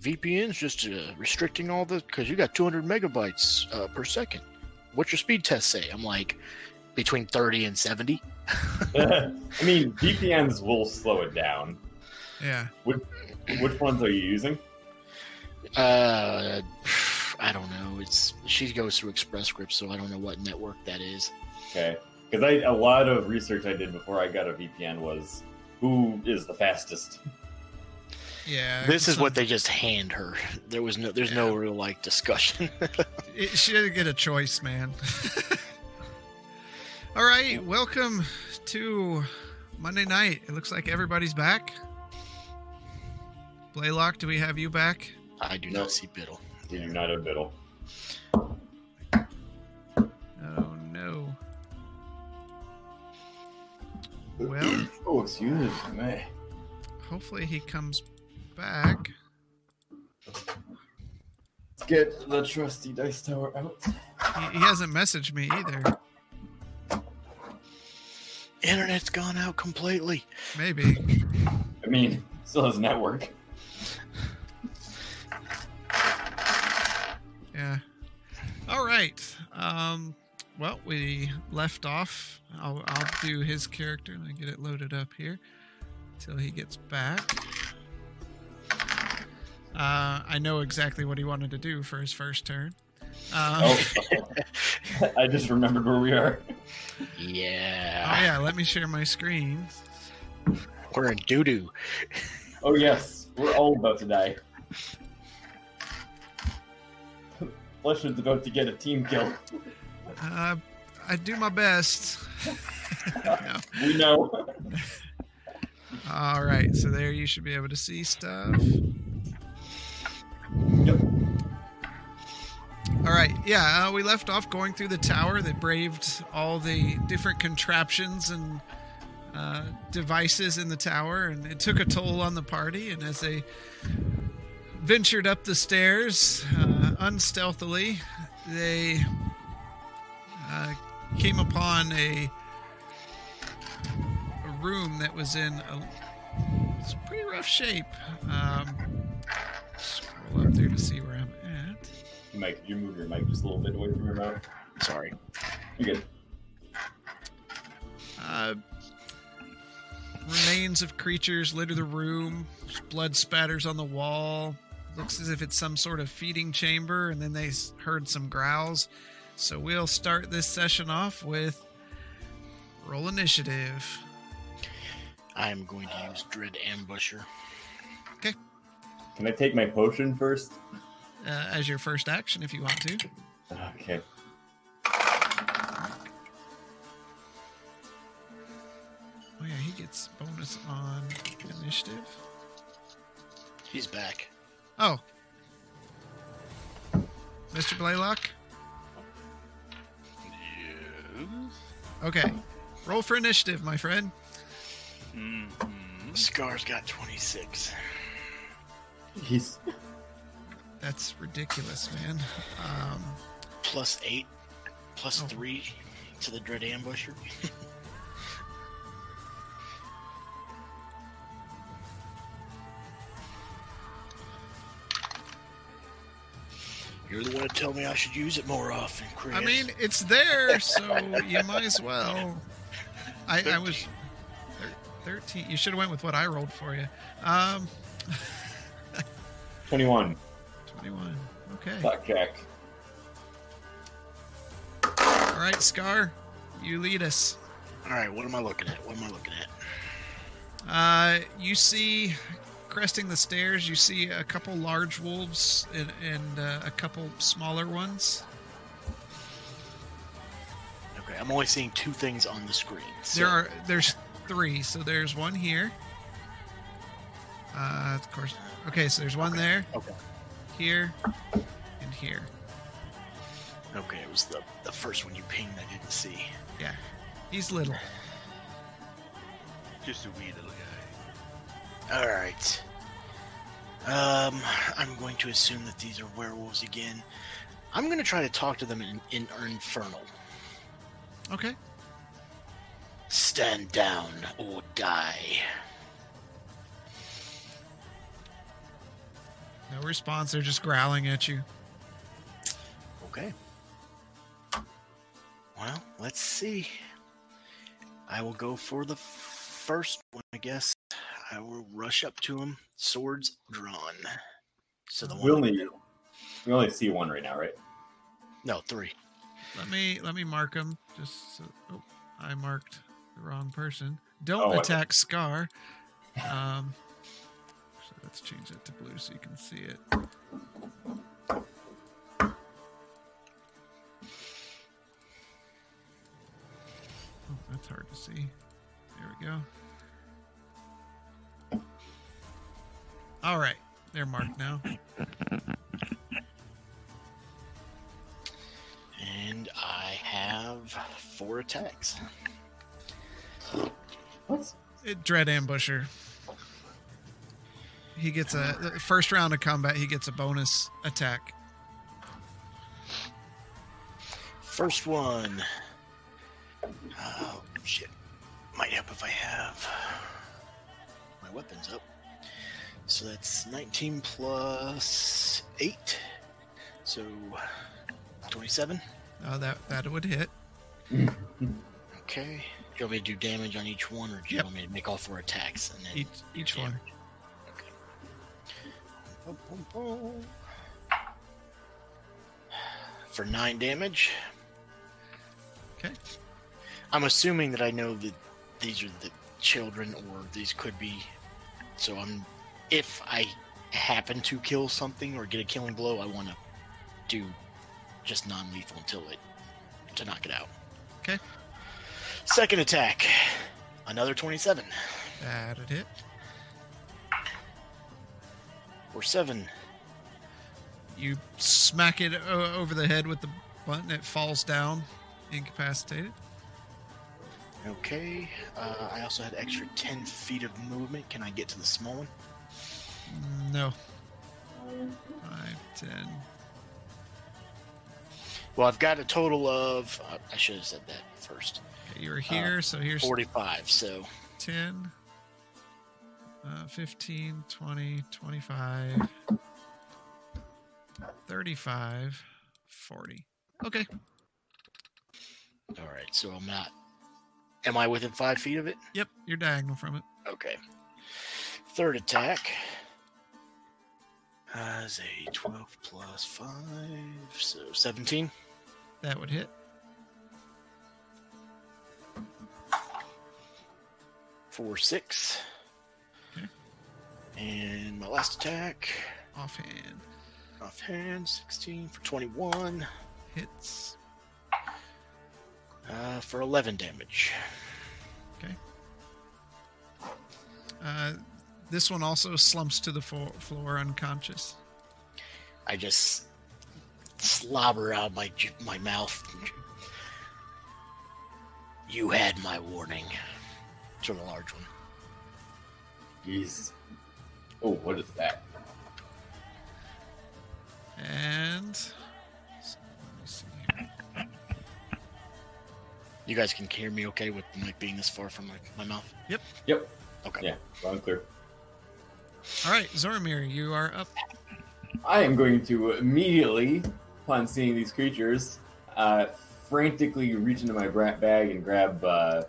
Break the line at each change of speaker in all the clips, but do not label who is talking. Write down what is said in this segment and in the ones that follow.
VPN's just uh, restricting all the because you got 200 megabytes uh, per second. What's your speed test say? I'm like between 30 and 70.
I mean, VPNs will slow it down.
Yeah.
Which, which ones are you using?
Uh, I don't know. It's she goes through Express Scripts, so I don't know what network that is.
Okay, because I a lot of research I did before I got a VPN was who is the fastest.
Yeah.
This is
so
what they just hand her. There was no, there's no real like discussion.
it- she didn't get a choice, man. All right, welcome to Monday night. It looks like everybody's back. Blaylock, do we have you back?
I do
No.
not see Biddle.
The United Biddle.
Oh no. Well,
Oh, excuse me.
hopefully he comes back.
Let's get the trusty dice tower out.
He, he hasn't messaged me either.
Internet's gone out completely.
Maybe.
I mean, still has network.
Yeah. All right. Um, well, we left off. I'll, I'll do his character and I get it loaded up here till he gets back. Uh, I know exactly what he wanted to do for his first turn. Um,
Oh, I just remembered where we are.
Yeah,
oh, yeah. Let me share my screen.
we're in doo doo.
Oh yes, we're all about to die. Flesh is about to get a team kill.
Uh, I do my best. No.
We know.
All right, so there you should be able to see stuff.
Yep.
All right, yeah, uh, we left off going through the tower that braved all the different contraptions and uh, devices in the tower, and it took a toll on the party. And as they ventured up the stairs uh, unstealthily, they uh, came upon a, a room that was in a it's pretty rough shape. Um, scroll up there to see where I'm at.
Mike, could you move your mic just a little bit away from your mouth?
Sorry.
You're good.
Uh, remains of creatures litter the room. There's Blood spatters on the wall. Looks as if it's some sort of feeding chamber, and then they s- heard some growls. So we'll start this session off with roll initiative.
I am going to use Dread Ambusher.
Can I take my potion first?
Uh, as your first action, if you want to.
Okay.
Oh yeah, he gets bonus on initiative.
He's back.
Oh, Mr. Blaylock. Okay, roll for initiative, my friend.
Mhm.
Scar's got 26.
He's
That's ridiculous, man. Um,
Plus 8, plus
Oh.
3 to the Dread Ambusher. You're the one to tell me I should use it more often, Chris.
I mean, it's there, so you might as well. I, I was thir- thirteen. You should have went with what I rolled for you. Um,
21.
twenty-one. Okay.
Fuck check.
All right, Scar, you lead us.
All right, what am I looking at? What am I looking at?
Uh, you see, cresting the stairs, you see a couple large wolves and, and uh, a couple smaller ones.
Okay, I'm only seeing two things on the screen. so-
There are there's three. So there's one here. Uh, of course. Okay, so there's one there.
Okay.
Here and here.
Okay, it was the, the first one you pinged I didn't see.
Yeah. He's little.
Just a wee little guy.
All right. Um, I'm going to assume that these are werewolves again. I'm going to try to talk to them in, in Infernal.
Okay.
Stand down or die.
No response. They're just growling at you.
Okay. Well, let's see. I will go for the first one, I guess. I will rush up to him, swords drawn. So the
We
one.
only we only see one right now, right?
No, three.
Let me let me mark them. Just so, oh, I marked the wrong person.
Oh,
Don't
I-
attack Scar. Um, so let's change that to blue so you can see it. Oh, that's hard to see. There we go. All right, they're marked now.
And I have four attacks.
What's
it, Dread Ambusher. He gets a the first round of combat. He gets a bonus attack.
First one. Oh shit! Might help if I have my weapons up. So that's 19 plus eight, so 27.
Uh, that that would hit.
Okay. Do you want me to do damage on each one, or do you
Yep.
want me to make all four attacks and then?
Each each one.
Boom, boom, boom. For nine damage.
Okay.
I'm assuming that I know that these are the children, or these could be. So I'm, if I happen to kill something or get a killing blow, I want to do just non-lethal until it to knock it out.
Okay.
Second attack, another 27
That would hit.
or seven.
You smack it o- over the head with the button. It falls down, incapacitated.
Okay. Uh, I also had extra 10 feet of movement. Can I get to the small one?
No. Five, ten.
Well, I've got a total of. Uh, I should have said that first.
Okay, you're here, so here's
45. So
10, uh, 15, 20, 25, 35, 40. Okay.
All right, so I'm not. Am I within five feet of it?
Yep, you're diagonal from it.
Okay. Third attack. As a 12 plus 5, so 17.
That would hit.
Four, six.
Okay.
And my last attack,
Offhand
offhand, 16 for 21,
hits.
uh, for 11 damage.
Uh, this one also slumps to the fo- floor unconscious.
I just slobber out my, ju- my mouth. You had my warning. It's from the large one.
jeez? Oh, what is that?
And. so let me see here.
You guys can hear me okay with the mic being this far from my, my mouth?
Yep.
Okay.
Yeah, loud and clear.
All right, Zoramir, you are up.
I am going to immediately, upon seeing these creatures, uh, frantically reach into my bra- bag and grab uh,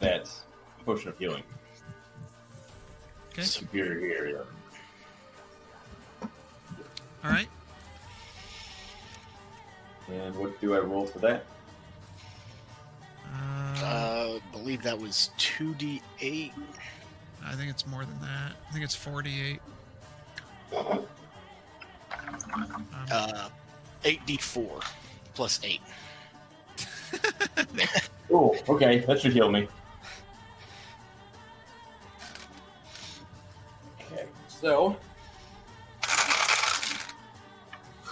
that potion of healing.
Okay.
Superior area.
All right.
And what do I roll for that?
Uh,
Uh, believe that was 2d8.
I think it's more than that. I think it's 48. Um,
Uh, 8d4 plus 8.
Oh, okay, that should heal me. Okay, so.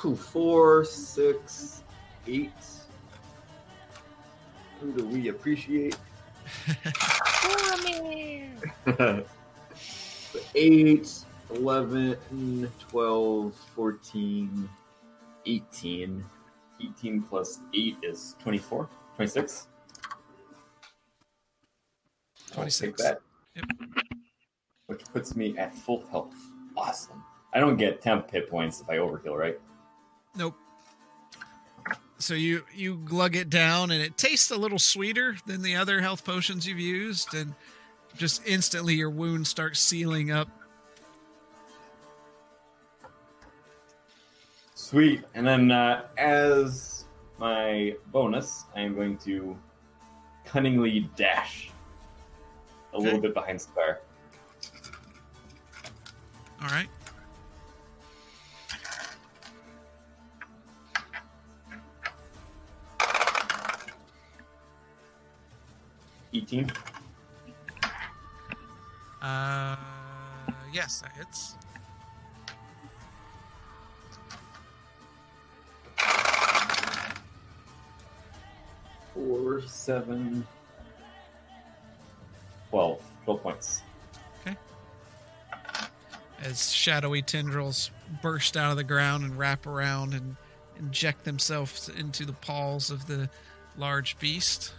Ooh, Four, six, eight. Who do we appreciate? So eight, 11, 12, 14, 18. 18 plus 8 is 24, 26. I'll take
26.
that.
Yep.
Which puts me at full health. Awesome. I don't get temp hit points if I overkill, right?
Nope. So you you glug it down, and it tastes a little sweeter than the other health potions you've used, and just instantly your wound starts sealing up.
Sweet. And then uh, as my bonus, I am going to cunningly dash a little bit behind Star.
All right.
Eighteen.
Uh, yes, that hits.
Four, seven, twelve. Twelve points.
as shadowy tendrils burst out of the ground and wrap around and inject themselves into the paws of the large beast.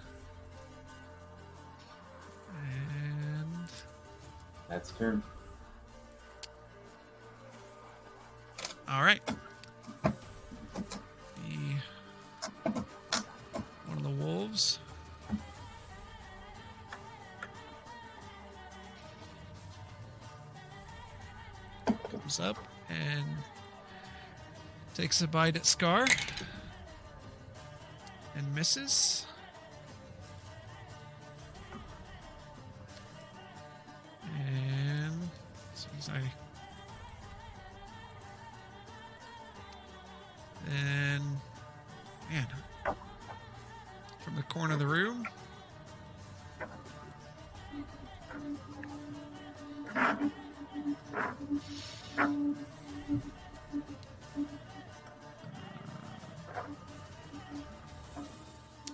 And
That's turn.
all right. The one of the wolves. Comes up and takes a bite at Scar and misses. And as soon as I And man, from the corner of the room.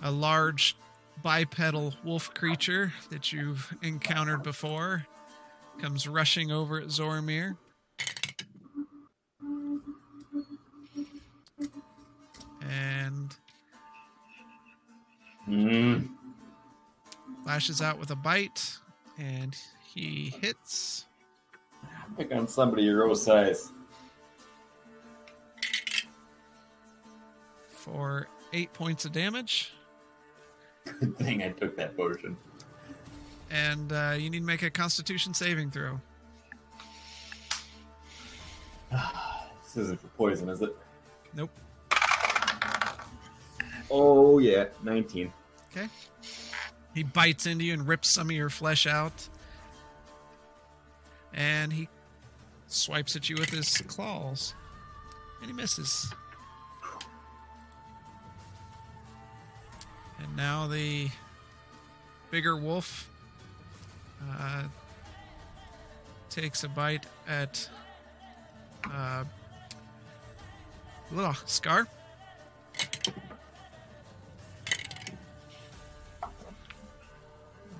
A large bipedal wolf creature that you've encountered before comes rushing over at Zoramir. And
Mm.
lashes out with a bite, and he hits.
Pick on somebody your own size.
for eight points of damage,
Good thing I took that potion.
and uh, you need to make a Constitution saving throw.
This isn't for poison, is it?
Nope.
Oh yeah, nineteen.
Okay. He bites into you and rips some of your flesh out, and he swipes at you with his claws, and he misses. And now the bigger wolf uh, takes a bite at uh, little scar.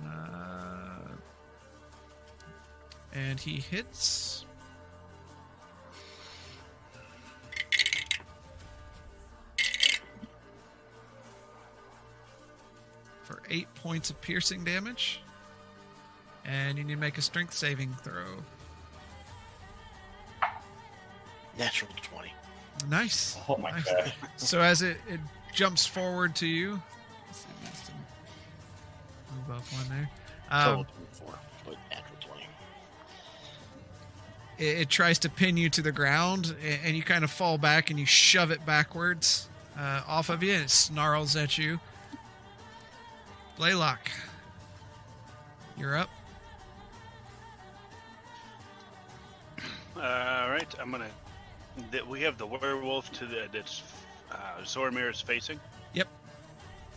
Uh, and he hits. For eight points of piercing damage. And you need to make a strength saving throw.
Natural 20.
Nice.
Oh my
Nice.
god.
So as it, it jumps forward to you, let's see if we just move up one there. Um,
Total 24, but natural 20.
it, it tries to pin you to the ground a- and you kind of fall back and you shove it backwards uh, off of you and it snarls at you blaylock you're up
All right, I'm gonna. That we have the werewolf to the that's uh, Zoramir is facing.
Yep.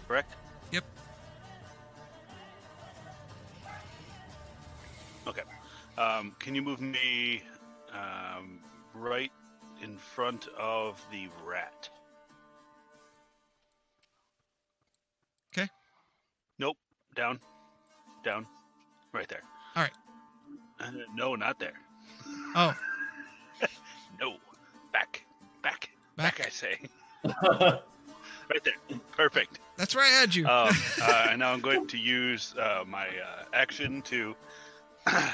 Correct.
Yep.
Okay. Um, can you move me um, right in front of the rat?
'Kay.
Nope. Down. Down. Right there.
All right.
Uh, no, not there.
oh
No. Back. Back. Back.
back
I say. Right there. Perfect.
that's where i had you
Um, uh, and now I'm going to use uh, my uh, action to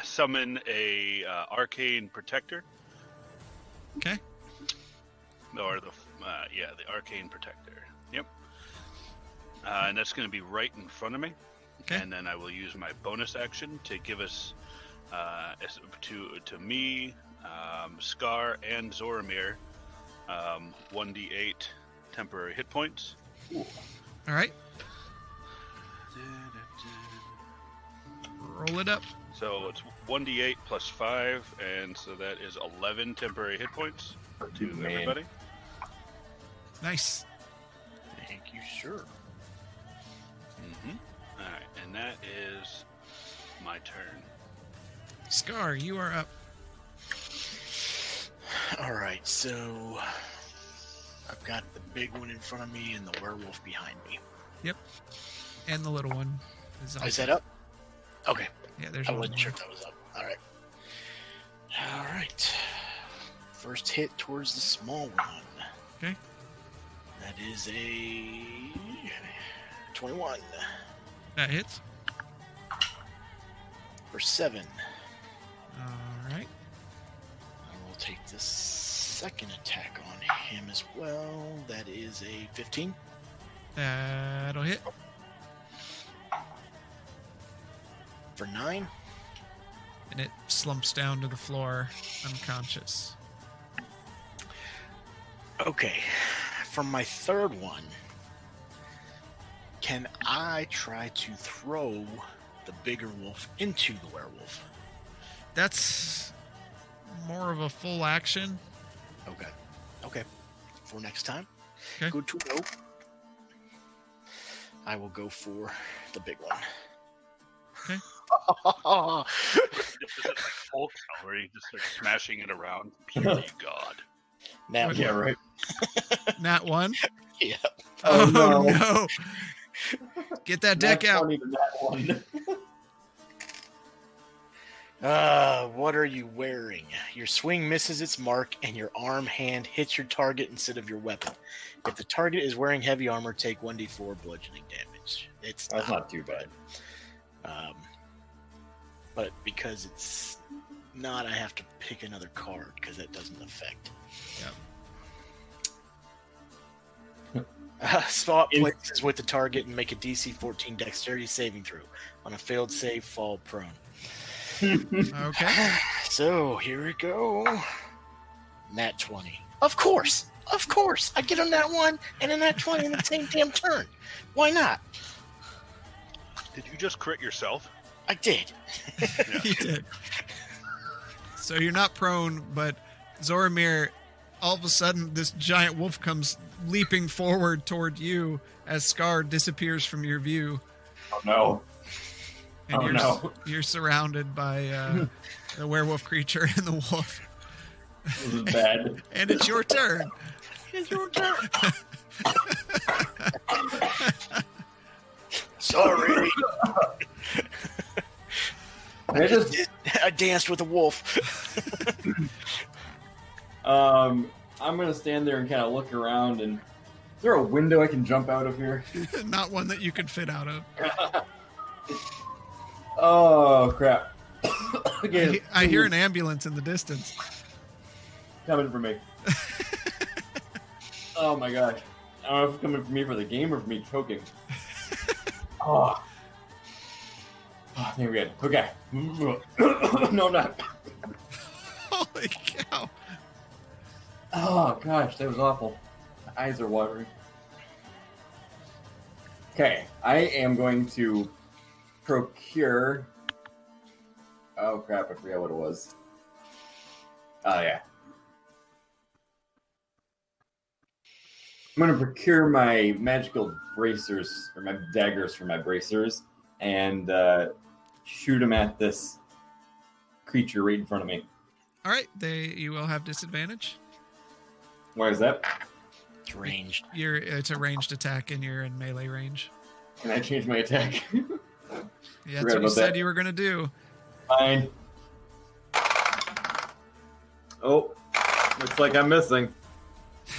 summon a uh, arcane protector
Okay.
or the uh, yeah the arcane protector. Yep. Uh, and that's going to be right in front of me,
Okay.
and then I will use my bonus action to give us uh, as- to to me, um, Scar, and Zoramir um, 1d8 temporary hit points.
All right. Roll it up.
So it's 1d8 plus five, and so that is 11 temporary hit points to
Man.
everybody.
Nice.
Thank you, sure.
Mm-hmm. All right, and that is my turn.
Scar, you are up.
All right, so I've got the big one in front of me and the werewolf behind me.
And the little one is
Is
also.
that up? Okay,
Yeah, there's
I
one
wasn't
more.
sure if that was up. All right. All right. First hit towards the small one.
Okay.
That is a 21
That hits.
for 7.
All right.
I will take the second attack on him as well. That is a 15.
That'll hit.
for nine.
And it slumps down to the floor, unconscious.
Okay, for my third one, can I try to throw the bigger wolf into the werewolf?
That's more of a full action.
Okay, okay, for next time.
Okay.
Good to know. I will go for the big one.
Okay.
If this is like full calorie, just like smashing it around. Purely God.
now,
What-
yeah,
Yeah, right.
Not one.
yeah.
Oh, no.
no. Get that deck
That's
out.
funny, but that one.
Uh, what are you wearing? Your swing misses its mark, and your arm hand hits your target instead of your weapon. If the target is wearing heavy armor, take 1d4 bludgeoning damage. It's
That's
not,
not too bad.
um, but because it's not, I have to pick another card because that doesn't affect. Uh, spot
In-
places with the target and make a DC 14 dexterity saving throw. On a failed save, fall prone.
Okay.
So here we go. Nat 20. Of course. Of course. I get on that one and a nat 20 in the same damn turn. Why not?
Did you just crit yourself?
I did.
He did. So you're not prone, but Zoramir, all of a sudden, this giant wolf comes leaping forward toward you as Scar disappears from your view.
Oh no.
And
Oh,
you're,
no.
you're surrounded by uh, the werewolf creature and the wolf.
This is bad.
And it's your turn.
It's your turn. Sorry.
I just
I danced with a wolf.
um I'm gonna stand there and kinda look around and is there a window I can jump out of here?
not one that you can fit out of.
Oh crap.
I,
Again,
he- I hear an ambulance in the distance.
coming for me. oh my gosh. I don't know if it's coming for me for the game or for me choking. oh. oh, there we go. Okay. no, I'm not.
Holy cow.
Oh gosh, that was awful. My eyes are watering. Okay, I am going to procure. Oh crap! I forgot what it was. Oh yeah. I'm gonna procure my magical bracers or my daggers for my bracers and uh, shoot them at this creature right in front of me.
All right, they you will have disadvantage.
Why is that?
It's ranged.
You're it's a ranged attack and you're in melee range.
Can I change my attack?
Yeah, that's
Forgot
what you
about
said
that.
you were gonna do.
Fine. Oh, looks like I'm missing.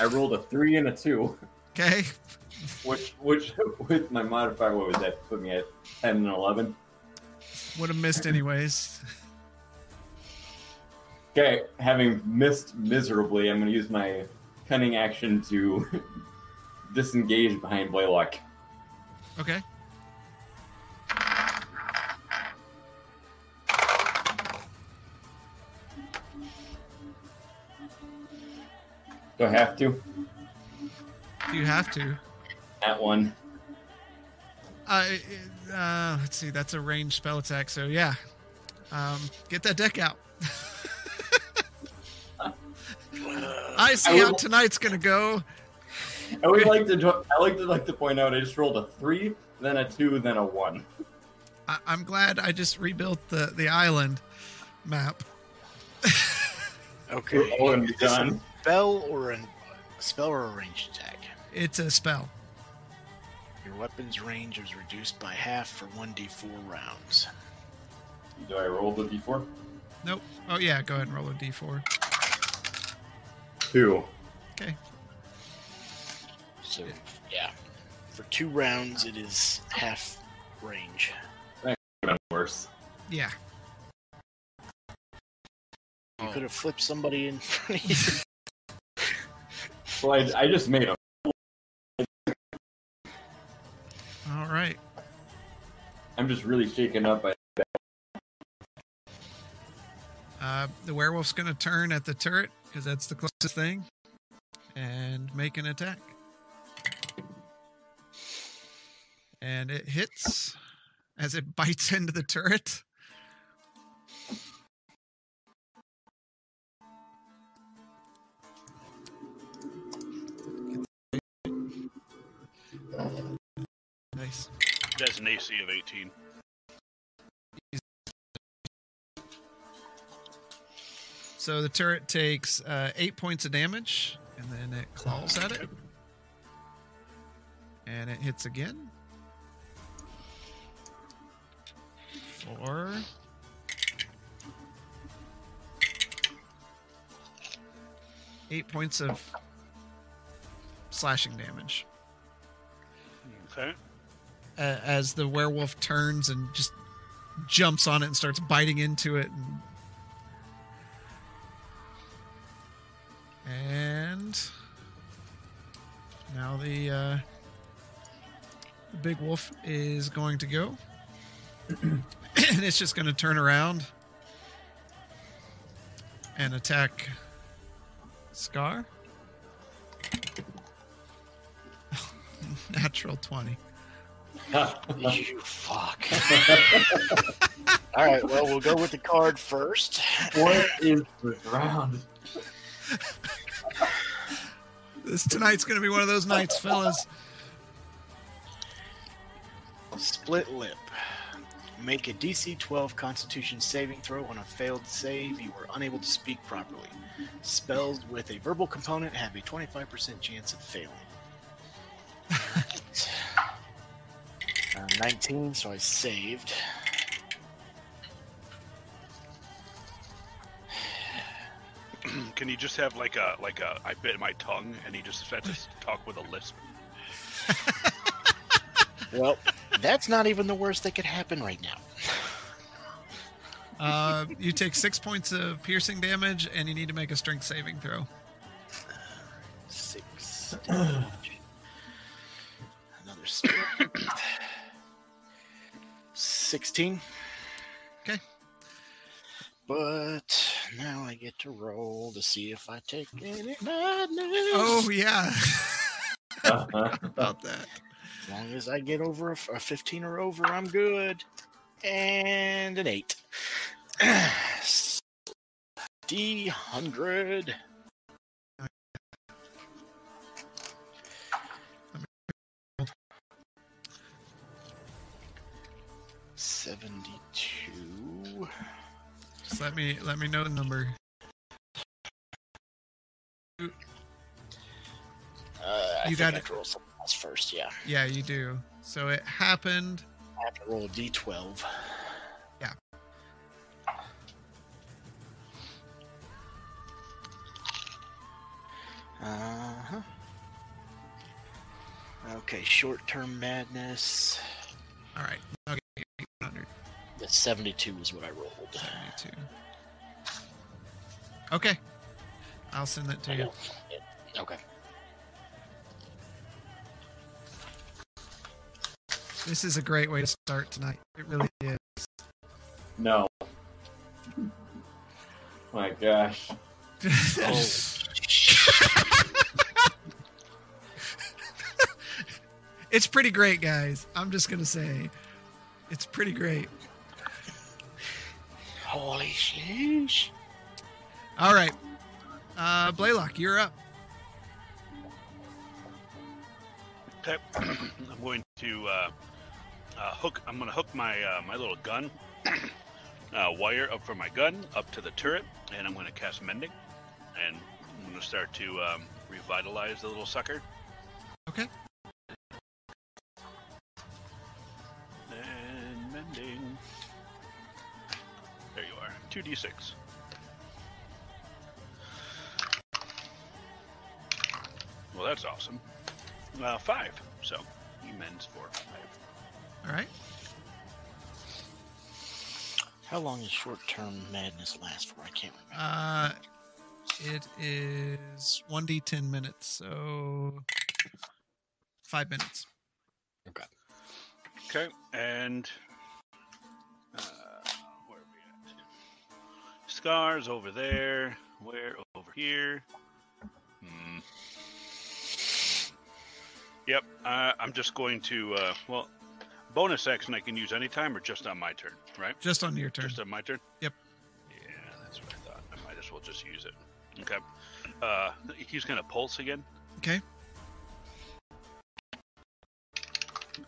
I rolled a three and a two,
Okay.
which, which with my modifier, what was that? Put me at ten and eleven.
Would have missed anyways.
Okay, having missed miserably, I'm going to use my cunning action to disengage behind Blaylock.
Okay.
Do I have to?
You have to.
That one.
Uh, it- uh, let's see. That's a ranged spell attack. So yeah, um, get that deck out. I see
I
how
would-
tonight's gonna go.
I would like to. jo- I like to like to point out. I just rolled a three, then a two, then a one.
I- I'm glad I just rebuilt the the island map.
We're
Okay.
all gonna be
Is this
Oh, done.
a spell or an, a spell or a ranged attack?
It's a spell.
Your weapon's range is reduced by half for 1d4 rounds.
Do I roll the d4?
Nope. Oh yeah, go ahead and roll a d4.
Two.
Okay.
So, yeah. For two rounds, it is half range.
Even worse.
Yeah.
You could have flipped somebody in front of you.
Well, I, I just made a.
All right.
I'm just really shaken up. I,
Uh, the werewolf's gonna turn at the turret because that's the closest thing, and make an attack. And it hits as it bites into the turret. Nice.
That's an AC of 18.
So the turret takes uh, eight points of damage, and then it claws at it, and it hits again for eight points of slashing damage
Okay.
uh, as the werewolf turns and just jumps on it and starts biting into it and and now the uh, the big wolf is going to go and it's just going to turn around and attack scar natural 20
you fuck. All right, well, we'll go with the card first.
what is the round?
This tonight's gonna be one of those nights, fellas.
Split lip. Make a DC 12 Constitution saving throw. On a failed save, you are unable to speak properly. Spells with a verbal component have a 25% chance of failing. Uh, 19, so I saved.
Can you just have like a like a I bit my tongue and he just had to s- talk with a lisp?
Well, that's not even the worst that could happen right now.
Uh, you take six points of piercing damage, and you need to make a strength saving throw.
Six damage. Another spell. 16.
Okay.
But now I get to roll to see if I take any madness.
Oh yeah,
Uh-huh.
about that.
As long as I get over a, f- a 15 or over, I'm good. And an 8. D100. Seventy-two.
Just let me let me know the number.
Uh, I
You
think
got
I
it.
have to roll something else first. Yeah,
Yeah, you do. So it happened.
I have to roll a d12. Uh-huh. Okay, short-term madness.
All right. Okay. 100,
The 72 is what I rolled.
72. Okay. I'll send that to you.
Okay.
This is a great way to start tonight. It really is.
No. My gosh.
Oh,
it's pretty great, guys. I'm just going to say it's pretty great.
holy sheesh.
All right. Uh, Blaylock, you're up.
Okay. I'm going to uh, uh, hook. I'm going to hook my uh, my little gun uh, wire up from my gun up to the turret, and I'm going to cast mending, and I'm going to start to um, revitalize the little sucker.
Okay.
And mending. There you are. Two d six. Well, that's awesome. Uh, five. So he mends for five.
All right.
How long does short term madness last for? I can't remember.
Uh, it is 1d10 minutes, so five minutes.
Okay, and uh, where are we at? Scars over there. Where over here? Hmm. Yep. Uh, I'm just going to. Uh, well, bonus action I can use anytime or just on my turn, right?
Just on your turn.
Just on my turn.
Yep.
Yeah, that's what I thought. I might as well just use it. Okay. Uh, he's gonna pulse again.
Okay.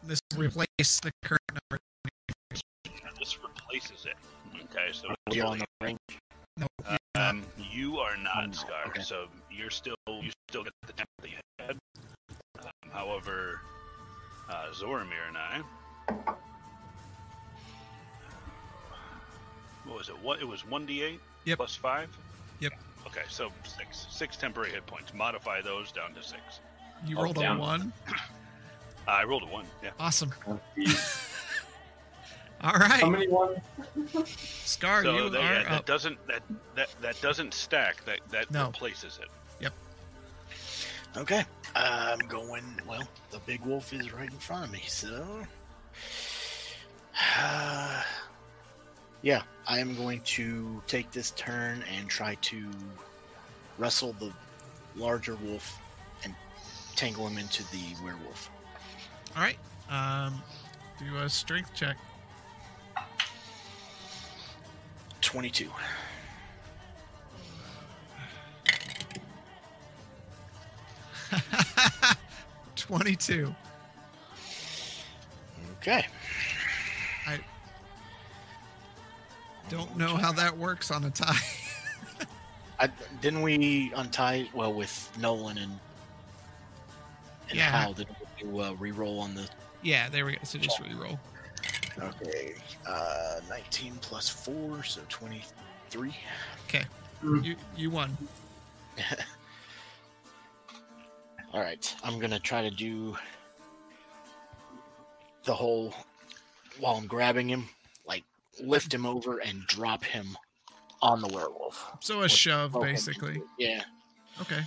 This will replace the current number.
This replaces it. Okay, so
Are we all in the range?
No, uh, yeah.
Um, you are
no,
not Scar,
okay.
so you're still you still get the temp that you had. Um, however, uh, Zoramir and I. What was it? What it was one d eight
Yep.
plus five.
Yep.
Okay, so six six temporary hit points. Modify those down to six. Uh,
you
Oh,
rolled a
down.
one.
I rolled a one. Yeah.
Awesome.
Oh, geez.
All
How
right,
many ones?
Scar,
so
you
that, yeah,
are
that
up.
doesn't that that that doesn't stack. That that
No.
replaces it.
Okay. I'm going. Well, the big wolf is right in front of me, so. yeah, I am going to take this turn and try to wrestle the larger wolf and tangle him into the werewolf.
All right. Um, do a strength check.
22.
Twenty-two.
Okay.
I- Don't know how that works on a tie.
I, didn't we untie well with Nolan and and
Yeah.
Hal? Did we uh, re-roll on the?
yeah, there we go. So just re-roll.
Okay, uh, nineteen plus four, so twenty-three.
You you won.
All right, I'm gonna try to do the whole while I'm grabbing him, like lift him over and drop him on the werewolf.
So a shove,
Oh,
basically.
Yeah.
Okay.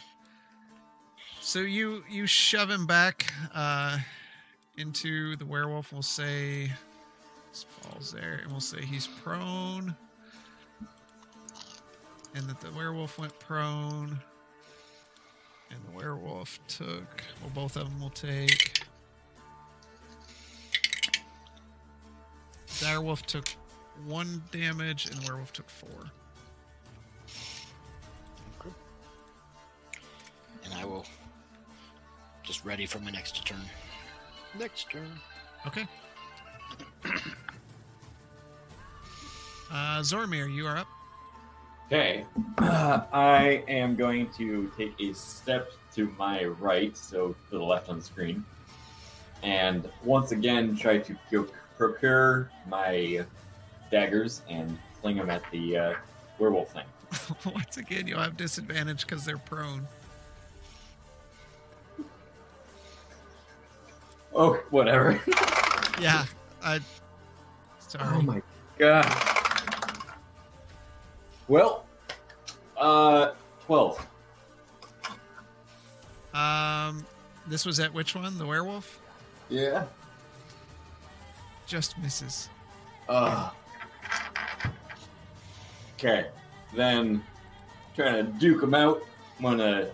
So you you shove him back uh, into the werewolf. We'll say this falls there, and we'll say he's prone, and that the werewolf went prone, and the werewolf took. Well, both of them will take. The werewolf took one damage, and the werewolf took four.
And I will just ready for my next turn. Next turn.
Okay. uh, Zormir, you are up.
Okay. Uh, I am going to take a step to my right, so to the left on the screen, and once again try to proc- procure my daggers and fling them at the uh, werewolf thing.
Once again, you'll have disadvantage because they're prone.
Oh, whatever.
Yeah. I. Sorry.
Oh my god. Well, Uh, twelve.
Um, this was at which one? The werewolf
Yeah.
just misses.
Ugh. Uh, Okay, then trying to duke him out. I'm gonna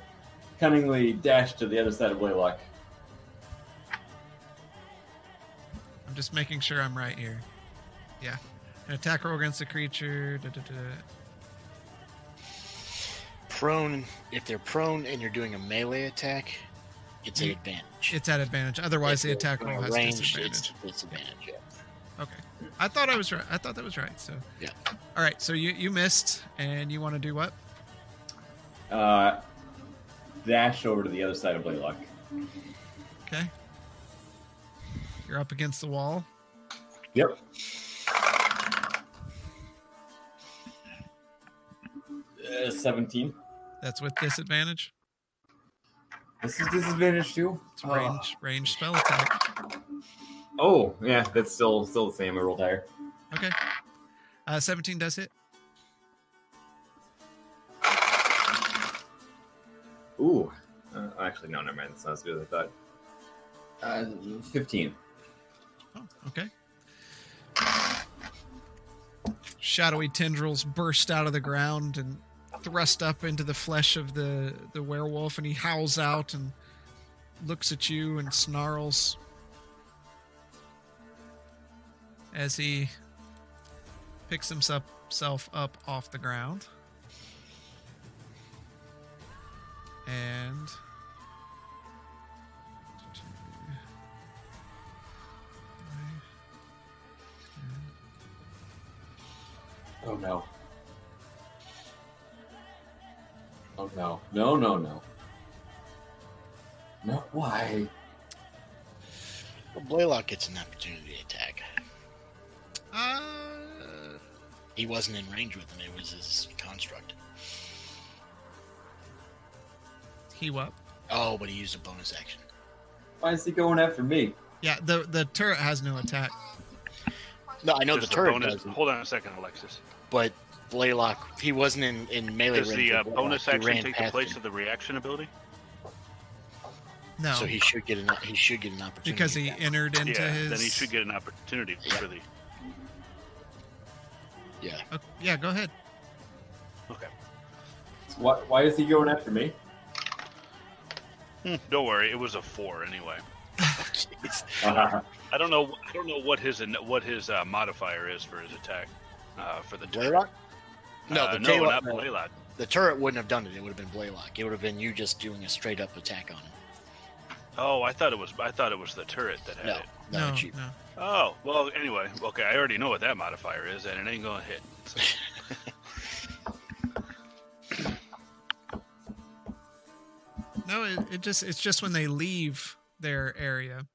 cunningly dash to the other side of Blaylock.
I'm just making sure I'm right here. Yeah, an attack roll against the creature. Da, da, da, da.
Prone. If they're prone and you're doing a melee attack, it's an advantage.
It's at advantage. Otherwise, the attack roll has
range.
disadvantage.
It's disadvantage. Yeah.
Okay. I thought I was right. I thought that was right. So.
Yeah.
All right. So you you missed, and you want to do what?
Uh, dash over to the other side of Blaylock.
Okay. You're up against the wall.
Yep. Uh, Seventeen.
That's with disadvantage.
This is disadvantage too.
It's a range range spell attack.
Oh, yeah, that's still still the same. I rolled higher.
Okay. Uh, 17 does hit.
Ooh. Uh, actually, no, never mind. That's not as good as I thought.
Uh, Fifteen.
Oh, okay. Shadowy tendrils burst out of the ground and thrust up into the flesh of the, the werewolf, and he howls out and looks at you and snarls as he picks himself self up off the ground. And
Oh no. Oh no. No, no, no. No, why?
Well, Blaylock gets an opportunity attack.
uh,
He wasn't in range with him. It was his construct.
he what?
Oh, but he used a bonus action.
Why is he going after me?
Yeah, the the turret has no attack.
No, I know
Just
the
a
turret
bonus-
doesn't,
Hold on a second, Alexis.
but Blaylock, he wasn't in, in melee
Does
range.
the uh,
of Blaylock.
bonus
He
action
ran
take the
past
place
him.
of the reaction ability?
No,
So he should get an he should get an opportunity
because he
attack.
entered into
yeah,
his.
then he should get an opportunity
Yeah.
for the.
yeah
Oh, yeah, go ahead.
Okay.
Why, why is he going after me?
Hmm, Don't worry, it was a four anyway.
Jeez.
Uh,
I don't know. I don't know what his what his uh, modifier is for his attack uh, for the turret.
Blaylock. No,
Uh,
the,
no,
Blaylock-
not Blaylock.
the turret wouldn't have done it. It would have been Blaylock. It would have been you just doing a straight up attack on him.
Oh, I thought it was. I thought it was the turret that had
No,
it.
no,
No,
it's you.
no.
Oh, well. Anyway, okay. I already know what that modifier is, and it ain't gonna hit. So,
No, it, it just it's just when they leave their area.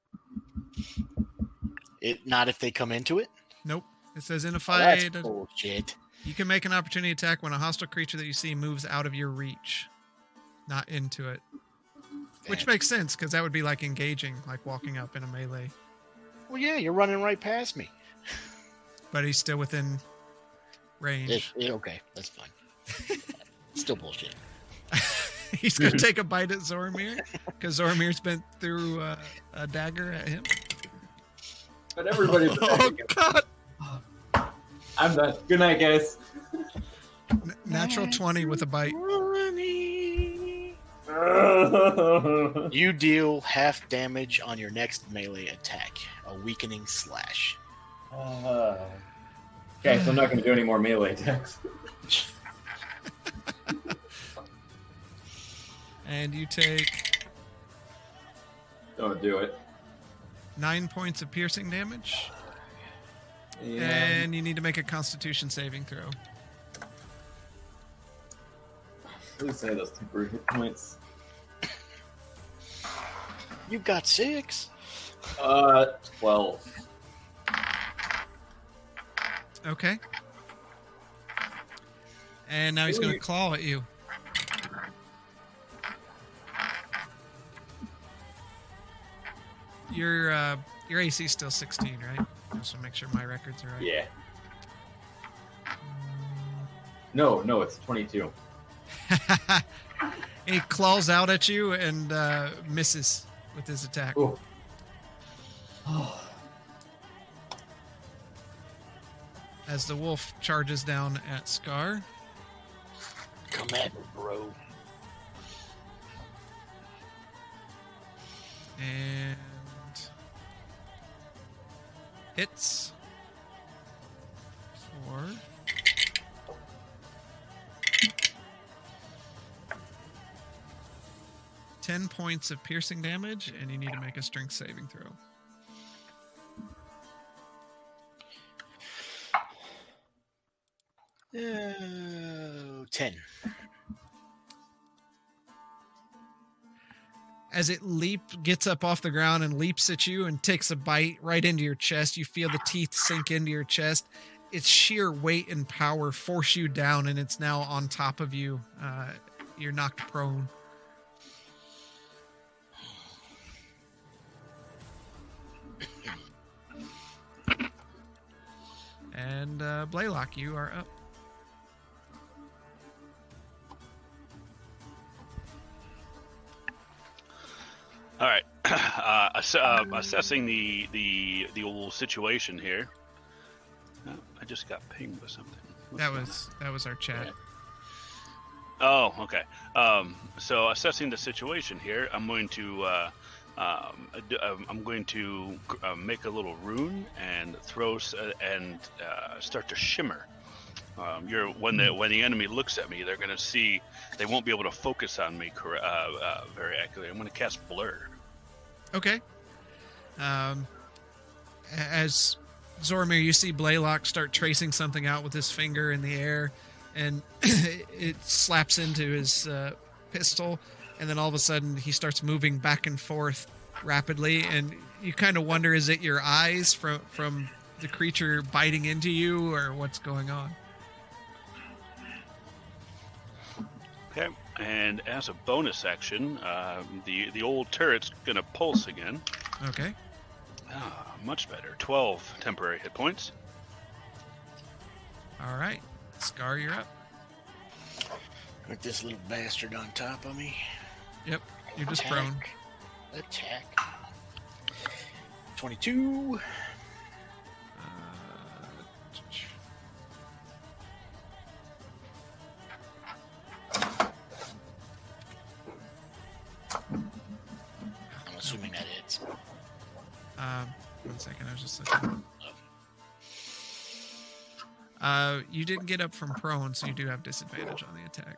It, not if they come into it.
Nope. It says in a
Oh, that's
fight,
bullshit.
you can make an opportunity attack when a hostile creature that you see moves out of your reach, not into it. Which
Damn.
makes sense because that would be like engaging, like walking up in a melee.
Well, yeah, you're running right past me.
But he's still within
It,
range.
it- okay, that's fine. Still bullshit.
he's gonna take a bite at Zoromir because Zoromir's been through uh, a dagger at him.
but everybody's
Oh God!
I'm done. Good night, guys.
N- Natural 20 with a bite.
You deal half damage on your next melee attack, a weakening slash.
okay, so I'm not going to do any more melee attacks.
And you take
Don't do it.
nine points of piercing damage.
And
And you need to make a constitution saving throw.
at least I had those temporary hit points.
You got six.
Uh, twelve.
Okay. And now he's going to claw at you. Your uh, your AC is still 16, right? Just want to make sure my records are right.
Yeah. No, no, it's twenty-two.
he claws out at you and uh, misses with his attack.
Ooh.
As the wolf charges down at Scar,
Come at me, bro.
and hits for ten points of piercing damage, and you need to make a strength saving throw.
Uh, ten.
as it leap gets up off the ground and leaps at you and takes a bite right into your chest you feel the teeth sink into your chest its sheer weight and power force you down and it's now on top of you uh, you're knocked prone and uh, blaylock you are up
All right. Uh, ass- uh, assessing the the the old situation here. Oh, I just got pinged with something.
that was that was our chat
Oh, okay. Um, so assessing the situation here, I'm going to uh, um, d- um, I'm going to uh, make a little rune and throw s- uh, and uh, start to shimmer. Um, you're when the when the enemy looks at me, they're going to see they won't be able to focus on me corre- uh, uh, very accurately. I'm going to cast blur.
Okay. Um, a- as Zoromir, you see Blaylock start tracing something out with his finger in the air, and it slaps into his uh, pistol, and then all of a sudden he starts moving back and forth rapidly, and you kind of wonder is it your eyes from from the creature biting into you, or what's going on?
Okay. And as a bonus action, uh, the the old turret's going to pulse again.
Okay.
Ah, much better. Twelve temporary hit points.
All right. Scar, you're up.
With this little bastard on top of me.
Yep. You're just prone.
Attack. Twenty-two. I'm assuming that hits.
Um, one second, I was just looking. Uh, you didn't get up from prone, so you do have disadvantage on the attack.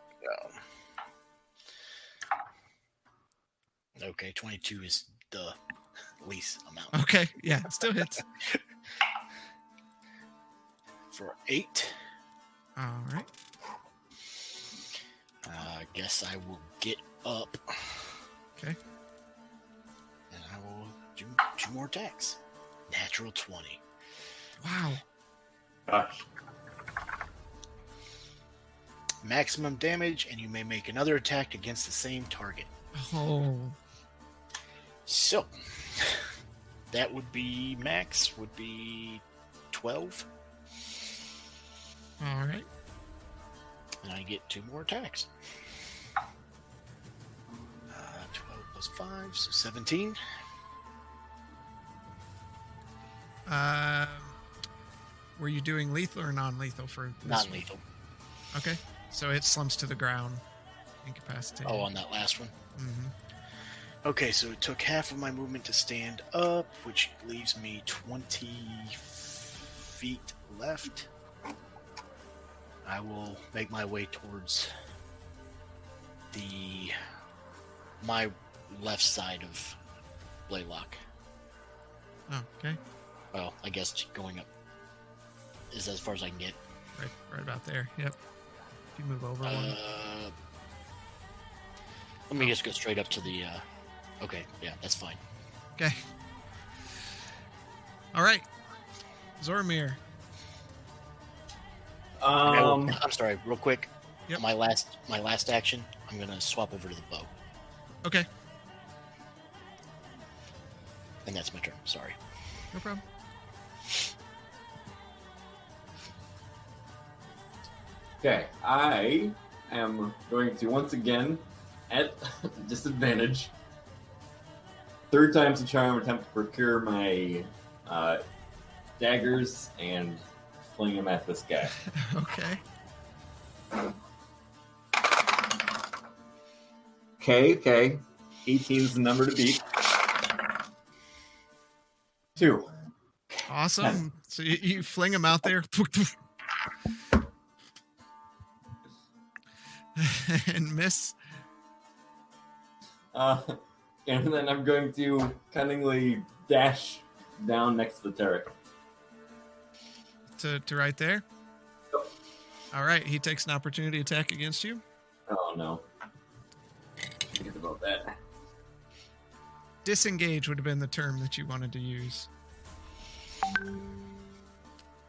Okay, twenty-two is the least amount.
Okay, yeah, still hits.
For eight,
All right.
uh, I guess I will get up.
Okay.
And I will do two more attacks. Natural twenty.
Wow.
Gosh.
maximum damage, and you may make another attack against the same target.
Oh,
So, that would be max, would be 12,
all right.
and I get two more attacks. Uh, 12 plus 5, so 17.
Um, were you doing lethal or non-lethal for this
Non
one?
lethal.
Okay, so it slumps to the ground, incapacitated.
Oh, on that last one.
Mhm.
Okay, so it took half of my movement to stand up, which leaves me 20 feet left. I will make my way towards the my left side of Blaylock.
Oh, Okay,
Well, I guess going up is as far as I can get.
right, right about there. Yep. If you move over one.
Uh, let me just go straight up to the. Uh, okay, yeah, that's fine.
Okay. All right, Zoromir.
Um,
I'm sorry, real quick.
Yep.
My last my last action, I'm gonna swap over to the bow.
Okay,
And that's my turn. Sorry.
no problem.
okay. I am going to once again, at disadvantage, third time's a charm, attempt to procure my uh, daggers and fling them at this guy.
Okay.
Okay, okay. 18's the number to beat. Two.
Awesome. So you, you fling him out there. and miss.
Uh, and then I'm going to cunningly dash down next to the turret.
to, to right there.
Yep.
All right, he takes an opportunity attack against you.
Oh no. Forget about that.
Disengage would have been the term that you wanted to use.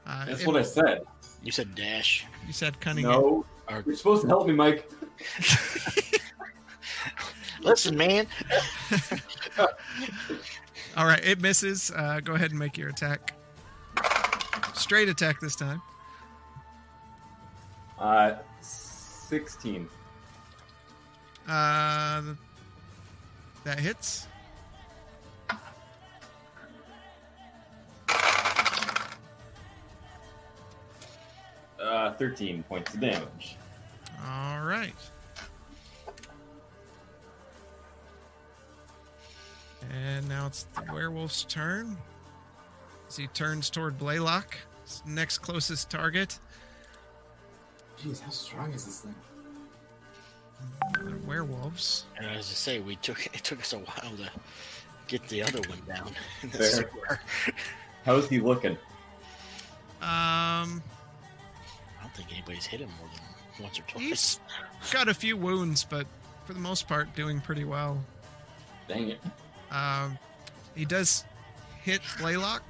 Uh,
That's
it-
what I said.
You said dash.
you said cunning.
No.
Or-
You're supposed to help me, Mike.
Listen, man.
All right, it misses. Uh, go ahead and make your attack. Straight attack this time.
Uh, 16.
Uh, that hits.
Uh, 13 points of damage.
All right. And now it's the werewolf's turn. As he turns toward Blaylock, his next closest target.
Jeez, how strong is this thing?
Another werewolves.
And as I say, we took it took us a while to get the other one down. in the
Fair.
square.
How's he looking?
I
Um,
don't think anybody's hit him more than once or twice.
he's got a few wounds, but for the most part, doing pretty well.
Dang it.
Um, he does hit Blaylock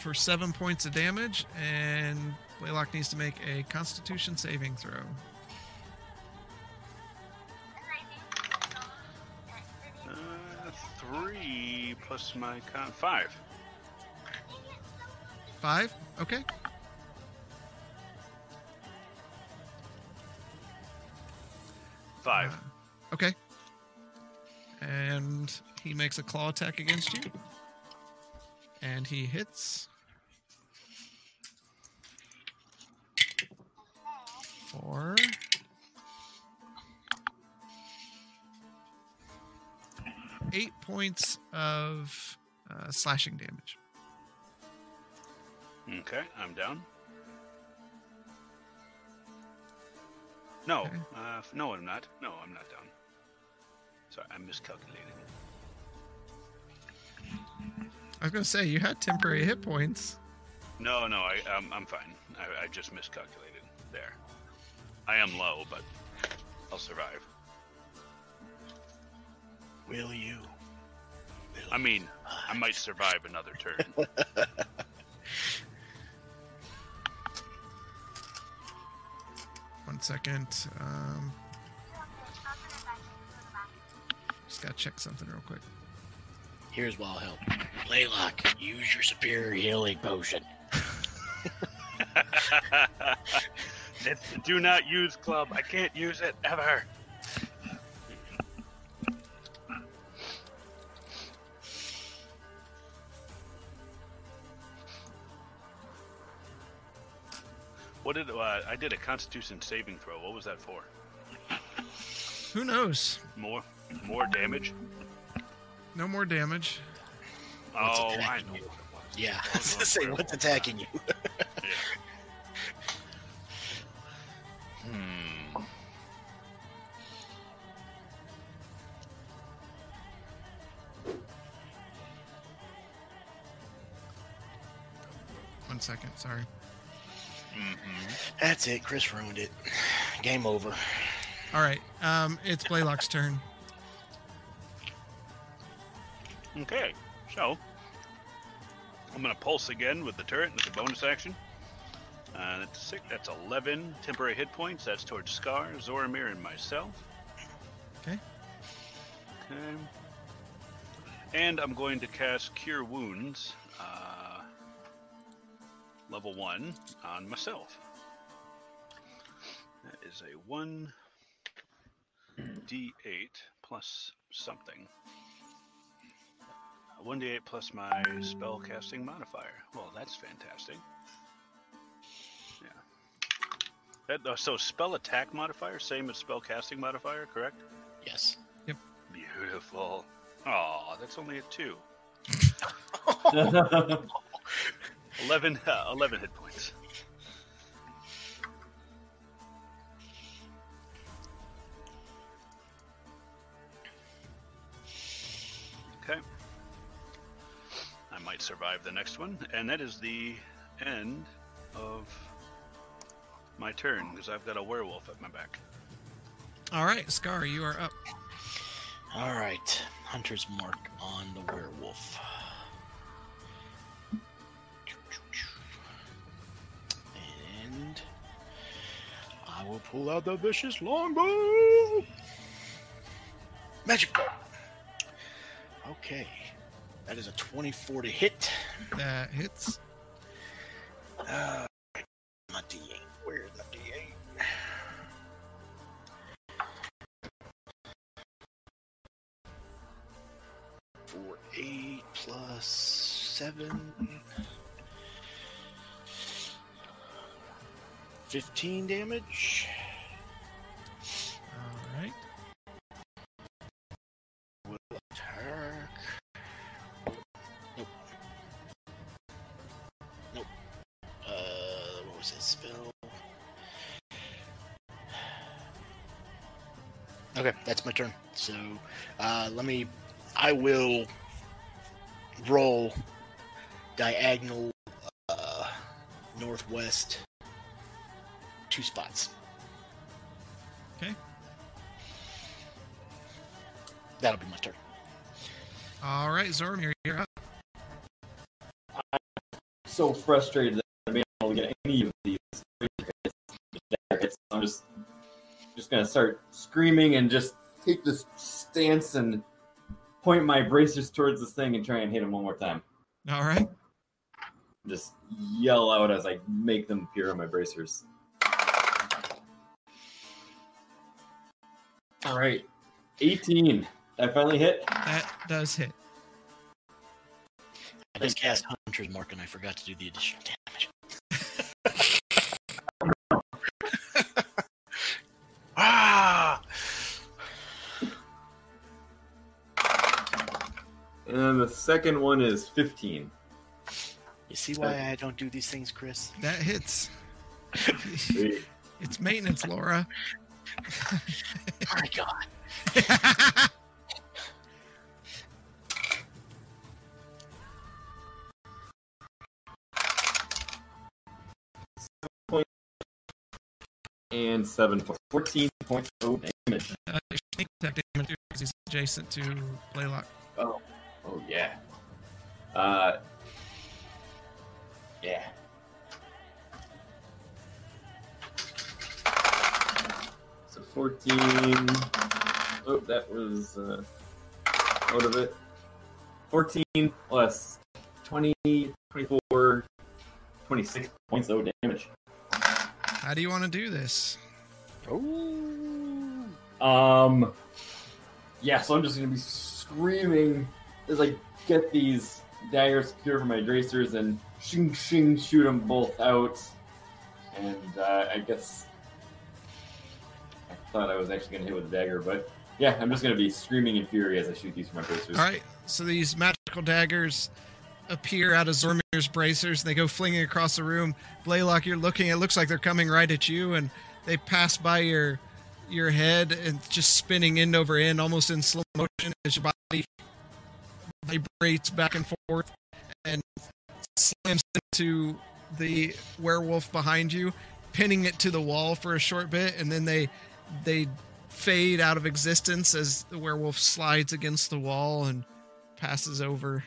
for seven points of damage, and Blaylock needs to make a Constitution saving throw.
Uh, three plus my con five.
Five. Okay.
Five.
Uh-huh.
Uh, okay. And he makes a claw attack against you, and he hits. Four. Eight points of uh, slashing damage.
Okay, I'm down. No,
Okay.
uh, f- no, I'm not. No, I'm not down. Sorry, I'm miscalculating.
I was gonna say you had temporary hit points.
No, no, I, um, I'm fine. I, I just miscalculated. There. I am low, but I'll survive.
Will you?
I mean, I might survive another turn.
One second. Um, just gotta check something real quick.
Here's what I'll help. Laylock, use your superior healing potion.
It's- do not use club. I can't use it ever. What did uh, I did a Constitution saving throw? What was that for?
Who knows?
More, more damage.
No more damage.
What's
oh, I
attacking
know.
you?
what it was.
Yeah,
Hold
I was
on,
gonna say
where-
what's attacking you.
Hmm.
One second, sorry.
That's it. Chris ruined it. Game over.
All right, um, it's Blaylock's turn.
Okay, so I'm gonna pulse again with the turret with the bonus action. Uh, that's six. That's eleven temporary hit points. That's towards Scar, Zoramir, and myself.
Okay.
Okay. And I'm going to cast Cure Wounds. Uh, level one on myself. That is a one d8 plus something. A One d8 plus my spell casting modifier. Well, that's fantastic. Yeah. That, uh, so spell attack modifier, same as spell casting modifier, correct?
Yes.
Beautiful. Oh, that's only a two. 11, uh, 11 hit points. Okay. I might survive the next one. And that is the end of my turn because I've got a werewolf at my back.
All right, Scar, you are up.
All right. Hunter's mark on the werewolf. And I will pull out the vicious longbow. Magic bow. Okay. That is a 24 to hit.
That hits.
Uh, my D8. Where's my D8? Four, eight plus seven. Fifteen damage
All right.
will attack. Nope. Nope. Uh, what was that spell? Okay, that's my turn. So, uh, let me. I will roll diagonal uh, northwest two spots.
Okay.
That'll be my turn.
All right, Zormir, you're up.
so frustrated that I'm not able to get any of these razor hits, just dagger hits. I'm just just gonna start screaming and just take this stance and point my bracers towards this thing and try and hit him one more time.
All right.
Just yell out as I make them appear on my bracers. All right, 18. I finally hit.
That does hit.
I just cast Hunter's Mark and I forgot to do the additional damage. ah!
And then the second one is 15.
You see why I don't do these things, Chris?
That hits.
Sweet.
it's maintenance, Laura.
My God.
And 7 points. 14 points of damage.
uh, your sneak attack damage because he's adjacent to Blaylock.
Oh yeah. Uh yeah. So 14. Oh, that was uh, out of it. 14 plus 20, 24, 26 points of damage.
How do you want to do this?
Oh.
Um, yeah, so I'm just gonna be screaming as I get these daggers secure from my dracers and shing shing shoot them both out. And uh, I guess I thought I was actually gonna hit with a dagger, but yeah, I'm just gonna be screaming in fury as I shoot these from my bracers.
All right. So these magical daggers appear out of Zormir's bracers. And they go flinging across the room. Blaylock, you're looking. It looks like they're coming right at you, and they pass by your your head and just spinning end over end, almost in slow motion, as your body vibrates back and forth and slams into the werewolf behind you, pinning it to the wall for a short bit, and then they they fade out of existence as the werewolf slides against the wall and passes over.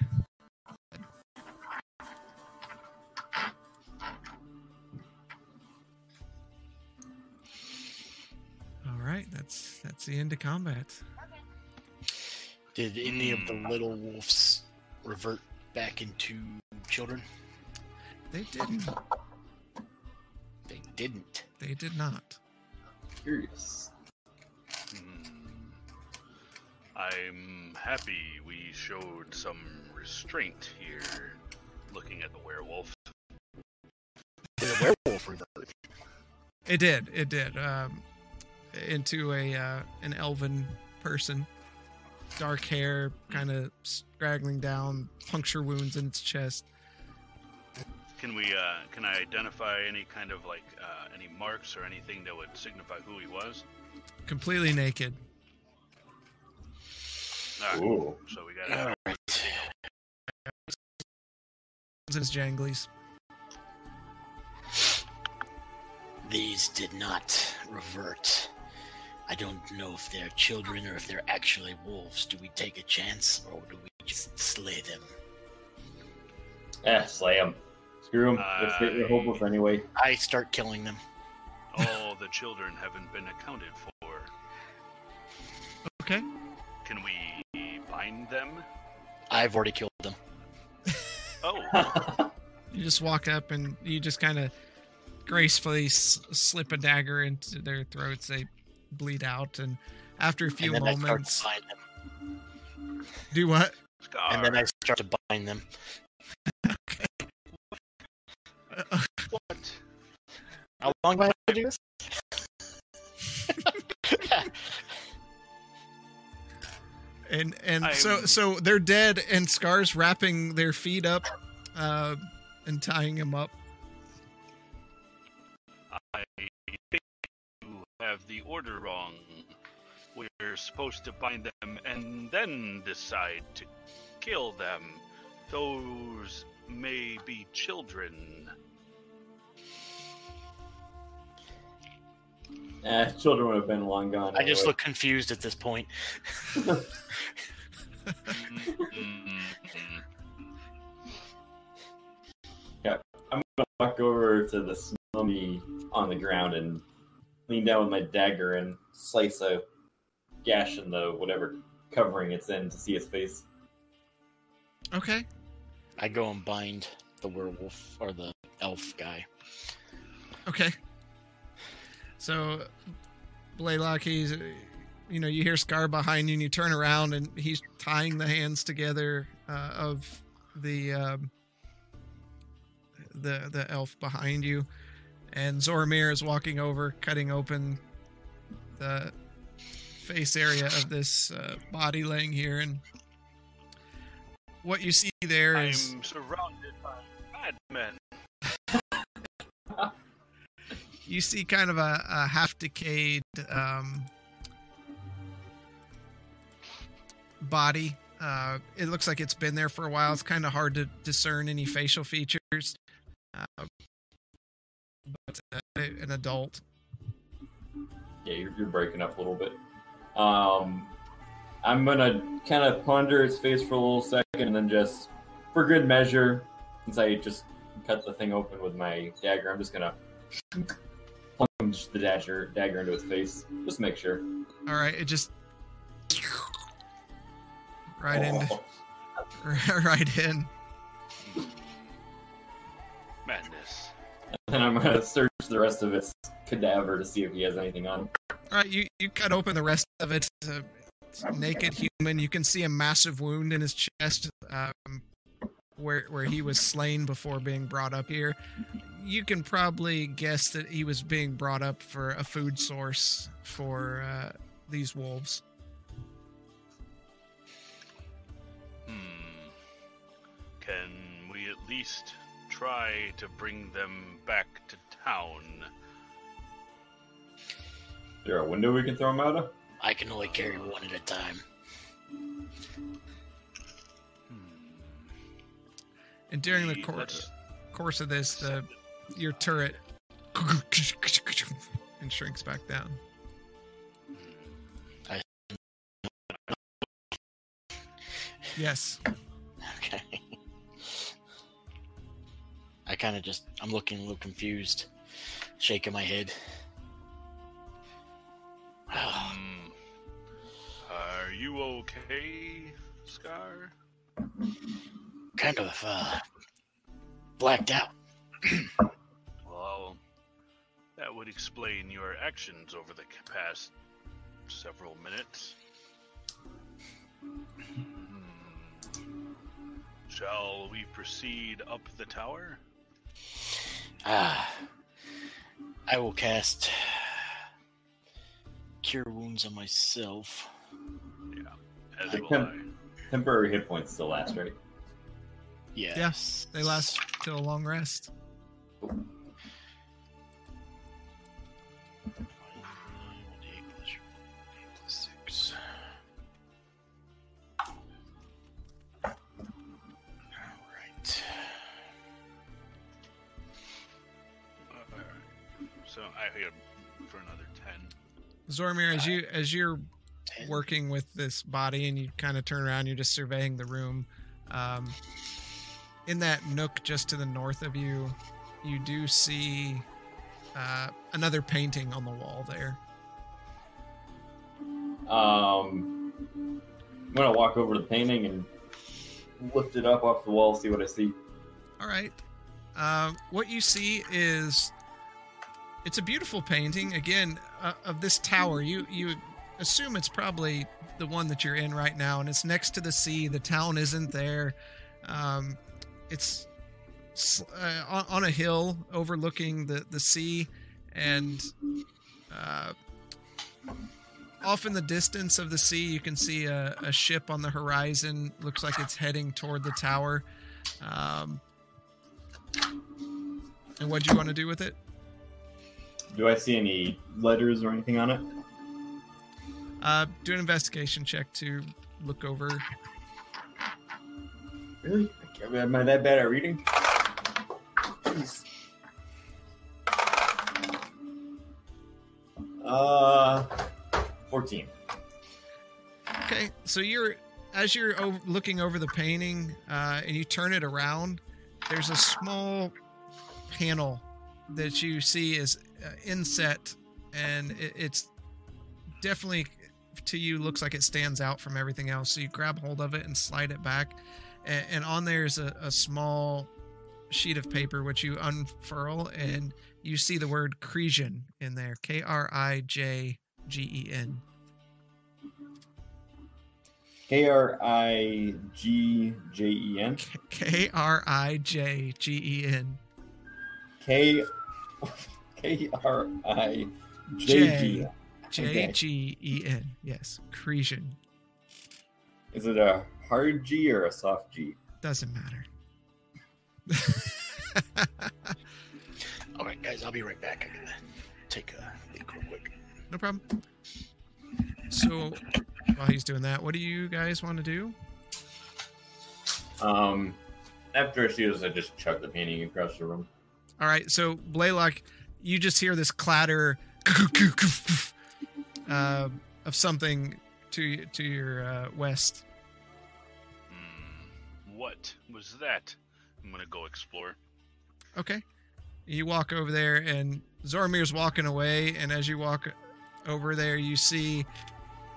All right, that's that's the end of combat.
Did any of the little wolves revert back into children?
They didn't.
They didn't.
They did not.
Curious.
Hmm. I'm happy we showed some restraint here looking at the werewolf.
There's a werewolf reverted.
It did. It did. Um, into a uh, an elven person, dark hair, kind of straggling down, puncture wounds in its chest.
Can we, uh, can I identify any kind of like, uh, any marks or anything that would signify who he was?
completely naked.
Alright,
Ooh.
Ah, so we got
All right.
It's in his janglies.
These did not revert. I don't know if they're children or if they're actually wolves. Do we take a chance or do we just slay them?
Eh, slay him. Screw him. Let's get your hope
I-
anyway.
I start killing them.
all the children haven't been accounted for.
Okay.
Can we bind them?
I've already killed them.
Oh,
You just walk up and you just kind of gracefully s- slip a dagger into their throats. They bleed out, and after a few
and then
moments,
I start to bind them.
do what?
Scar.
And then I start to bind them.
What?
How long do I have to do this?
and and so
I'm-
so they're dead, and scars wrapping their feet up, uh, and tying them up.
I think you have the order wrong. We're supposed to bind them and then decide to kill them. Those may be children.
Eh, children would have been long gone.
I just
anyway.
look confused at this point.
Mm-hmm.
Mm-mm-mm.
walk over to the mummy on the ground and lean down with my dagger and slice a gash in the whatever covering it's in to see his face.
Okay.
I go and bind the werewolf or the elf guy.
Okay. So, Blaylock, he's, you know, you hear Scar behind you, and you turn around, and he's tying the hands together uh, of the um, the the elf behind you, and Zoramir is walking over, cutting open the face area of this uh, body laying here, and what you see there
I'm
is
surrounded by madmen.
you see kind of a, a half decayed um, body. Uh, it looks like it's been there for a while. It's kind of hard to discern any facial features. Uh, but uh, an adult.
Yeah, you're, you're breaking up a little bit. Um, I'm gonna kind of ponder his face for a little second and then just, for good measure, since I just cut the thing open with my dagger, I'm just gonna plunge the dagger, dagger into his face. Just make sure.
All right, it just right in,
Oh,
right in.
Madness.
And I'm gonna search the rest of his cadaver to see if he has anything on. him.
All right, you you cut open the rest of it. It's a it's a naked human. You can see a massive wound in his chest, um, where where he was slain before being brought up here. You can probably guess that he was being brought up for a food source for uh, these wolves.
Hmm. Can we at least try to bring them back to town?
Is there a window we can throw him out of?
I can only carry one at a time.
Hmm.
And during the
We-
cour-
let's-
course of this, the your turret and shrinks back down. Yes.
Okay. I kind of just I'm looking a little confused, shaking my head. Ah,
Hmm. Are you okay, Scar?
kind of uh, blacked out.
Well, that would explain your actions over the c- past several minutes. Hmm. Shall we proceed up the tower?
Ah, I will cast Cure Wounds on myself.
As
I
will
can- Temporary hit points still last, right?
Yes.
Yes, they last till a long rest.
Six. Alright.
I. So I hit for another 10.
Zormir, as you as you're
Ten.
working with this body and you kind of turn around, you're just surveying the room. Um, in that nook just to the north of you, you do see uh, another painting on the wall there.
Um, I'm gonna walk over to the painting and lift it up off the wall, see what I see.
All right. Um, what you see is it's a beautiful painting again uh, of this tower. You you assume it's probably the one that you're in right now, and it's next to the sea. The town isn't there. Um, it's s- uh, on, on a hill overlooking the the sea, and uh, off in the distance of the sea, you can see a, a ship on the horizon. Looks like it's heading toward the tower. Um, and what do you want to do with it?
Do I see any letters or anything on it?
Uh, do an investigation check to look over.
Really? Am I that bad at reading? Jeez. Uh, fourteen.
Okay, so you're as you're o- looking over the painting uh, and you turn it around. There's a small panel that you see is uh, inset, and it, it's definitely to you looks like it stands out from everything else. So you grab hold of it and slide it back, and, and on there is a, a small sheet of paper which you unfurl and you see the word Cresian in there. K R I J G E N.
K R I G J E N.
K R I J G E N.
K K R I J G.
E J G E N. Yes. Cresian.
Is it a hard G or a soft G?
Doesn't matter.
All right, guys, I'll be right back. I gotta take a leak real quick.
no problem. So while he's doing that, what do you guys want to do?
Um, after I see this, I just chuck the painting across the room.
All right. So Blaylock, you just hear this clatter uh, of something to to your uh, west.
Hmm. What was that? I'm going to go explore.
Okay. You walk over there, and Zoromir's walking away. And as you walk over there, you see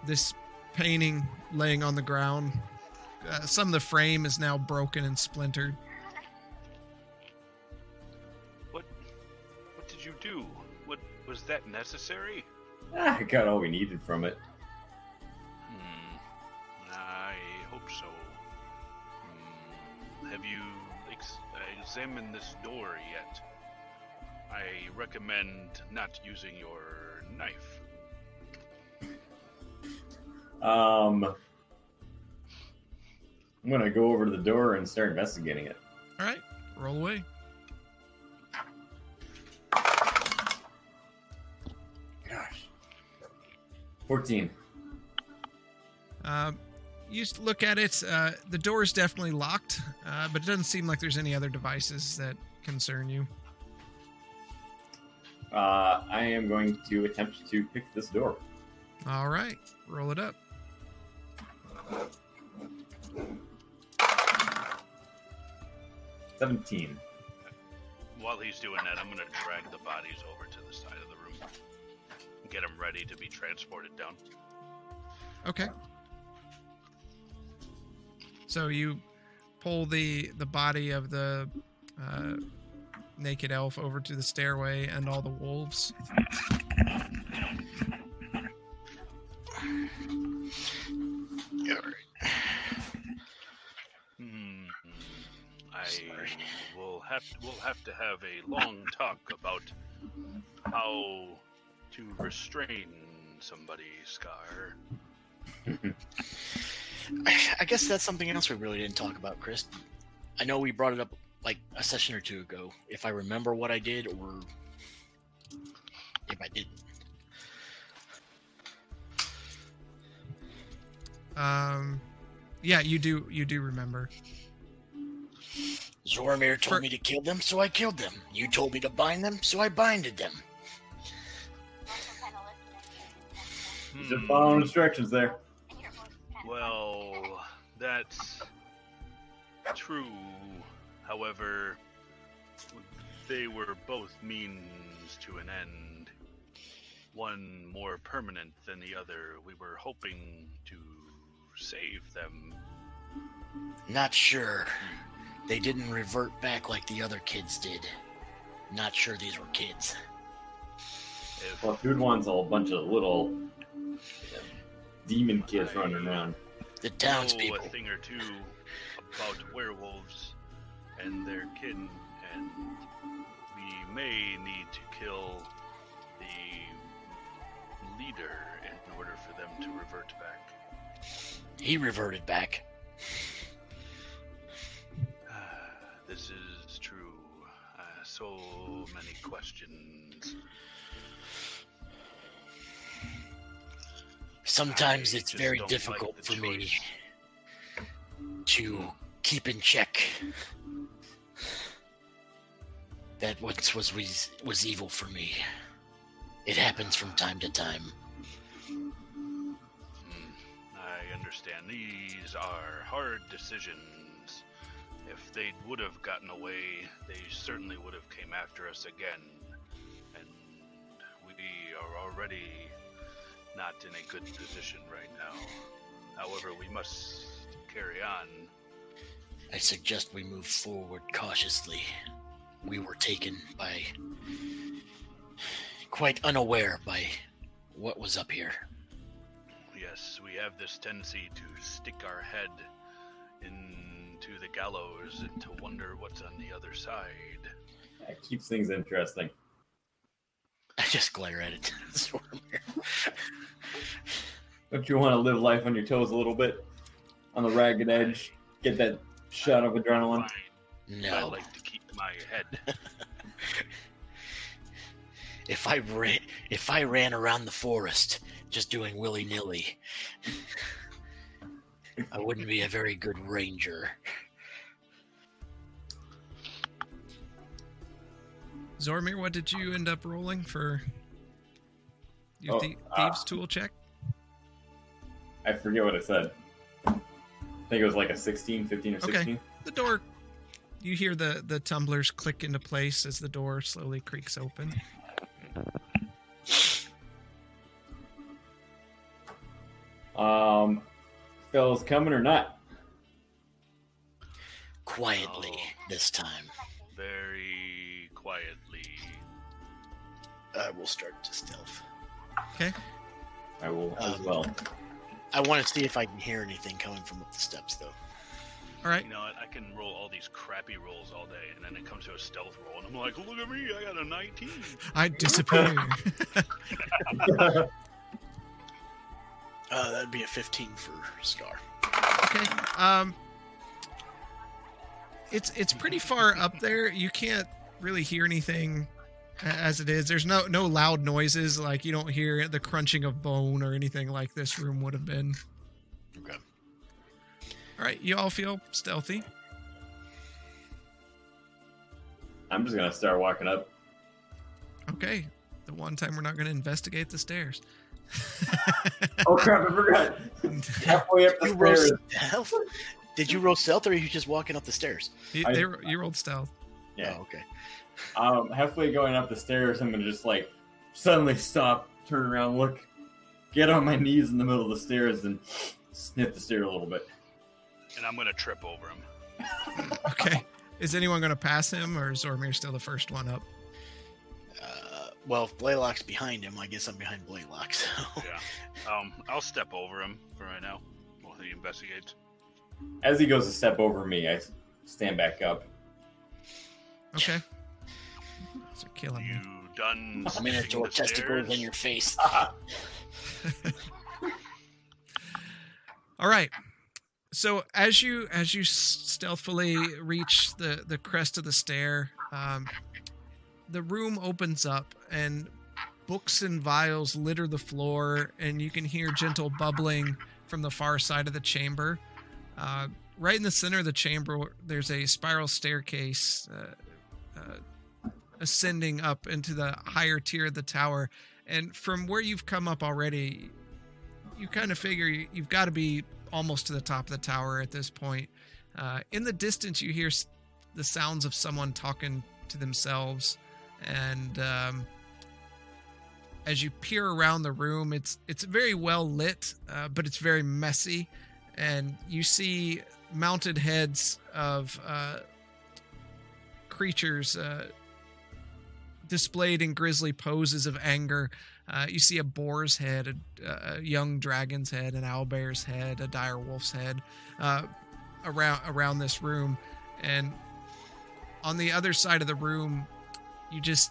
this painting laying on the ground. Uh, some of the frame is now broken and splintered.
What What did you do? What was that necessary?
Ah, I got all we needed from it.
Hmm. I hope so. Hmm. Have you ex- uh, examined this door yet? I recommend not using your knife.
Um, I'm gonna go over to the door and start investigating it.
All right, roll away.
Gosh, fourteen.
Um, you s- look at it. Uh, the door is definitely locked, uh, but it doesn't seem like there's any other devices that concern you.
Uh, I am going to attempt to pick this door.
All right, roll it up.
Seventeen.
While he's doing that, I'm gonna drag the bodies over to the side of the room. Get them ready to be transported down.
Okay. So you pull the the body of the uh, naked elf over to the stairway and all the wolves.
All right.
Hmm. I
Sorry.
will have we'll have to have a long talk about how to restrain somebody, Scar.
I guess that's something else we really didn't talk about, Chris. I know we brought it up like a session or two ago. If I remember what I did, or if I didn't,
Um, yeah, you do you do remember.
Zoramir told
For-
me to kill them, so I killed them. You told me to bind them, so I binded them.
Just
Hmm,
following instructions there.
Well, that's true. However, they were both means to an end. One more permanent than the other. We were hoping to save them.
Not sure. They didn't revert back like the other kids did. Not sure these were kids.
If
Well, food one's a bunch of little yeah, demon kids running around.
The
know
townspeople.
a thing or two about werewolves and their kin, and we may need to kill the leader in order for them to revert back.
He reverted back.
Ah, This is true. Uh, so many questions.
Sometimes
I
it's
just
very
don't like
difficult
the
for me
choice.
to keep in check that once was was, was evil for me. It happens from time to time.
Hmm, I understand. These are hard decisions. If they would have gotten away, they certainly would have came after us again. And we are already not in a good position right now. However, we must carry on.
I suggest we move forward cautiously. We were taken by quite unaware by what was up here.
Yes, we have this tendency to stick our head into the gallows and to wonder what's on the other side.
It keeps things interesting.
I just glare at it.
Don't you want to live life on your toes a little bit? On the ragged edge, get that shot of adrenaline.
Fine. I
no.
like to keep my head.
If I ran, if I ran around the forest just doing willy nilly, I wouldn't be a very good ranger.
Zormir, what did you end up rolling for your
Oh,
thie-
uh,
thieves tool check?
I forget what I said. I think it was like a 16, 15, or
Okay.
16.
The door. You hear the the tumblers click into place as the door slowly creaks open.
Um, Phil's coming or not?
Quietly
Oh.
this time.
Very quietly.
I will start to stealth.
I will as
Um,
well.
I want to see if I can hear anything coming from up the steps, though.
All right.
You know, what? I can roll all these crappy rolls all day, and then it comes to a stealth roll, and I'm like, look at me, I got a 19.
I disappear.
Uh, that'd be a 15 for Scar.
okay. Um It's it's pretty far up there. You can't really hear anything a- as it is. There's no no loud noises like you don't hear the crunching of bone or anything like this room would have been.
Okay.
All right, you all feel stealthy.
I'm just going to start walking up.
Okay. The one time we're not going to investigate the stairs.
Oh, crap, I forgot. Halfway up the
You roll
stairs.
stealth? Did you roll stealth, or are you just walking up the stairs?
You,
I-
they, you rolled stealth.
Yeah.
Oh, okay.
Um, halfway going up the stairs, I'm gonna just like suddenly stop, turn around, look, get on my knees in the middle of the stairs, and sniff the stair a little bit.
And I'm going to trip over him.
Okay. Is anyone going to pass him, or is Zormir still the first one up?
Uh, well, if Blaylock's behind him, I guess I'm behind Blaylock. So
Um, I'll step over him for right now while he investigates.
As he goes a step over me, I s- stand back up.
Okay. So killing
You
me.
done?
I'm
sniffing
Minotaur
the
testicles
stairs?
in your face.
All right. So as you as you stealthily reach the the crest of the stair, um, the room opens up and books and vials litter the floor, and you can hear gentle bubbling from the far side of the chamber. Uh, right in the center of the chamber, there's a spiral staircase uh, uh, ascending up into the higher tier of the tower. And from where you've come up already, you kind of figure you- you've got to be almost to the top of the tower at this point. Uh, in the distance, you hear s- the sounds of someone talking to themselves, and um, as you peer around the room, it's it's very well lit, uh, but it's very messy, and you see mounted heads of uh, creatures uh, displayed in grisly poses of anger. Uh, you see a boar's head, a, a young dragon's head, an owlbear's head, a dire wolf's head uh, around around this room, and on the other side of the room, you just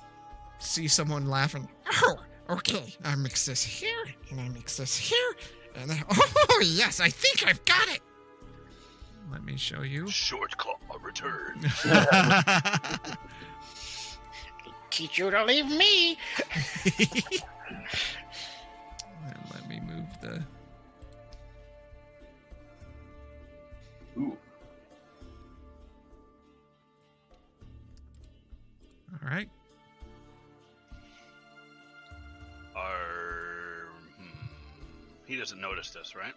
see someone laughing. Oh, okay, I mix this here, and I mix this here, and I, oh yes, I think I've got it. Let me show you.
Short claw return.
Teach you to leave me.
And let me move the.
Ooh.
All right.
Are hmm, he doesn't notice this, right?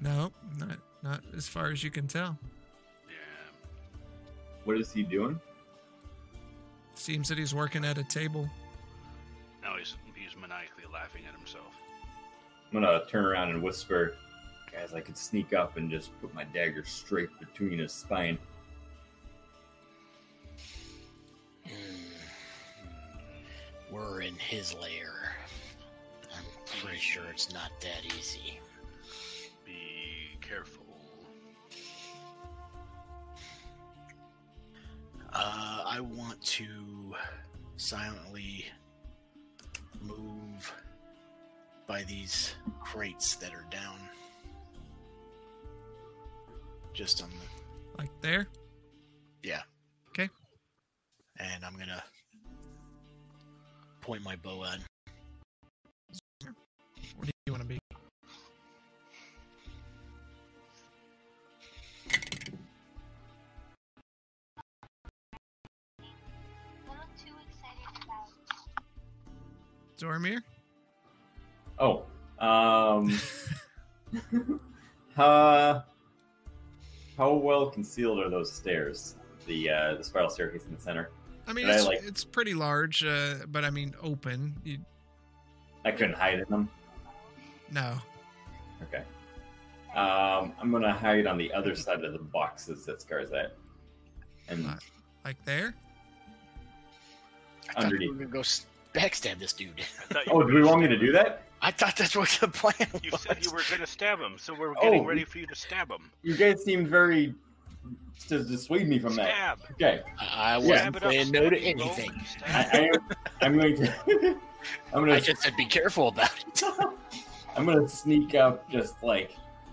No, not not as far as you can tell.
Yeah.
What is he doing?
Seems that he's working at a table.
Now he's he's maniacally laughing at himself.
I'm gonna turn around and whisper, guys. I could sneak up and just put my dagger straight between his spine.
We're in his lair. I'm pretty sure it's not that easy.
Be careful.
Uh, I want to silently move by these crates that are down. Just um, on the.
Like there.
Yeah.
Okay.
And I'm gonna point my bow at.
Where do you want to be?
Not too excited about.
Zormir?
Oh, um, uh, how well concealed are those stairs? The uh, the spiral staircase in the center.
I mean,
Did I,
it's,
like-
it's pretty large, uh, but I mean, open. You,
I couldn't hide in them.
no.
Okay. Um, I'm gonna hide on the other side of the boxes that Scar's at, and
Alright. Like there?
I thought we
Underneath.
were gonna go s- backstab this dude.
I thought you
oh,
were
do we
gonna
want me to
stab
do
him.
that?
I thought that's what the plan was.
You said you were gonna stab him, so we're getting
Oh.
ready for you to stab him.
You guys seem very to dissuade me from that.
Stab.
Okay,
I I
Yeah.
wasn't
Stab it up,
saying no to
stab it, go.
anything.
I,
Stab.
I am, I'm going to. I'm
I
gonna.
just said be careful about it.
I'm gonna sneak up, just like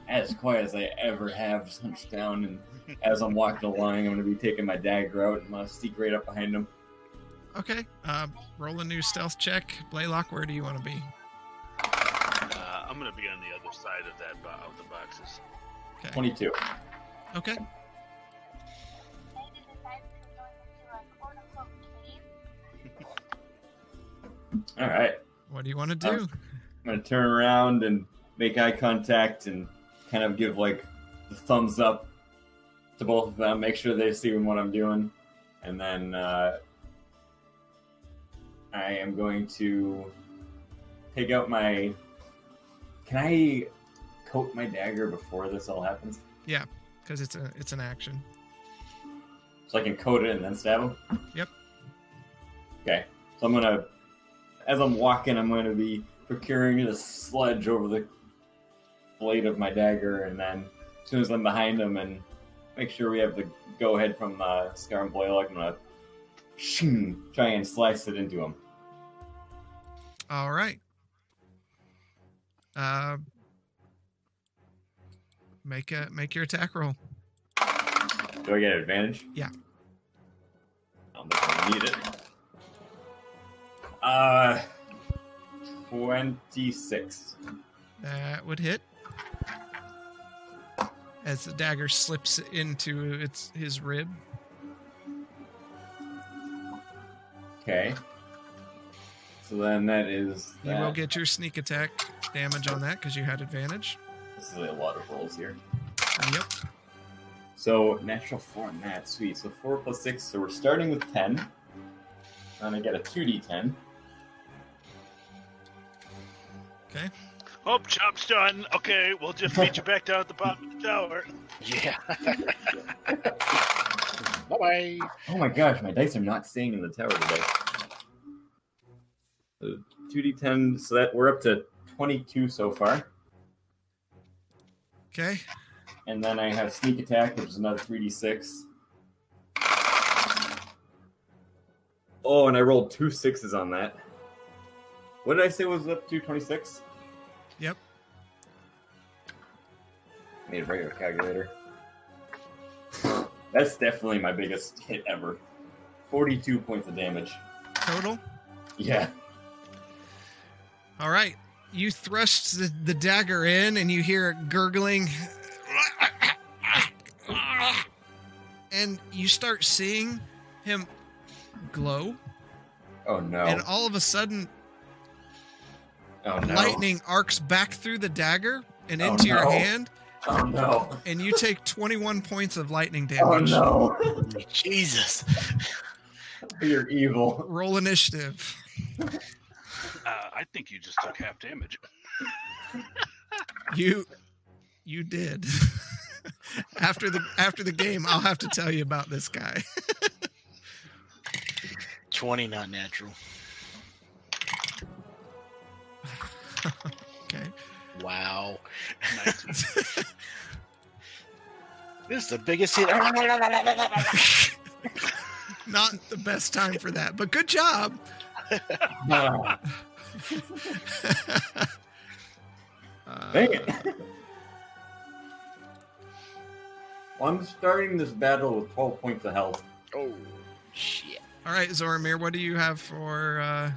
as quiet as I ever have, just hunch down, and as I'm walking along, I'm gonna be taking my dagger out and I'm gonna sneak right up behind him.
Okay. Uh, roll a new stealth check. Blaylock, where do you want to be?
Uh, I'm gonna be on the other side of that bo- of the boxes.
Twenty-two.
Okay.
Maybe the time to go into a quote unquote cave.
All right.
What do you want to
Uh.
do?
I'm gonna turn around and make eye contact and kind of give like the thumbs up to both of them, make sure they're seeing what I'm doing, and then uh, I am going to take out my. Can I coat my dagger before this all happens?
Because it's a it's an action.
So I can coat it and then stab him?
Yep.
Okay. So I'm gonna as I'm walking I'm gonna be procuring the sludge over the blade of my dagger and then as soon as I'm behind him and make sure we have the go ahead from uh, Scar and Blaylock, I'm gonna shing, try and slice it into him.
All right. Uh, make a make your attack roll.
Do I get advantage?
Yeah.
I'm gonna need it. Uh, twenty-six.
That would hit. As the dagger slips into its his rib.
Okay. So then that is.
You
That.
will get your sneak attack damage on that because you had advantage.
This is a lot of rolls here.
Yep.
So natural four on that, sweet. So four plus six. So we're starting with ten. And I get a two d ten.
Oh, job's done. Okay, we'll just meet you back down at the bottom of the tower.
Yeah. bye bye.
Oh my gosh, my dice are not staying in the tower today. Two d ten. So that we're up to twenty-two so far.
Okay.
And then I have sneak attack, which is another 3d6. Oh, and I rolled two sixes on that. What did I say was up to 26?
Yep.
I need a regular calculator. That's definitely my biggest hit ever. 42 points of damage.
Total.
Yeah.
All right. You thrust the, the dagger in and you hear it gurgling. And you start seeing him glow.
Oh no.
And all of a sudden,
oh no.
lightning arcs back through the dagger and
Oh,
into your
no.
hand.
Oh no.
And you take 21 points of lightning
Oh
damage.
no.
Jesus.
You're evil.
Roll initiative.
Uh, I think you just took half damage.
You you did. after the after the game, I'll have to tell you about this guy.
20 not natural.
Okay.
Wow.
Nice.
This is the biggest hit.
Not the best time for that, but good job.
Ah,
Uh,
Dang it. Well, I'm starting this battle with 12 points of health.
oh, shit.
All right, Zoramir, what do you have for uh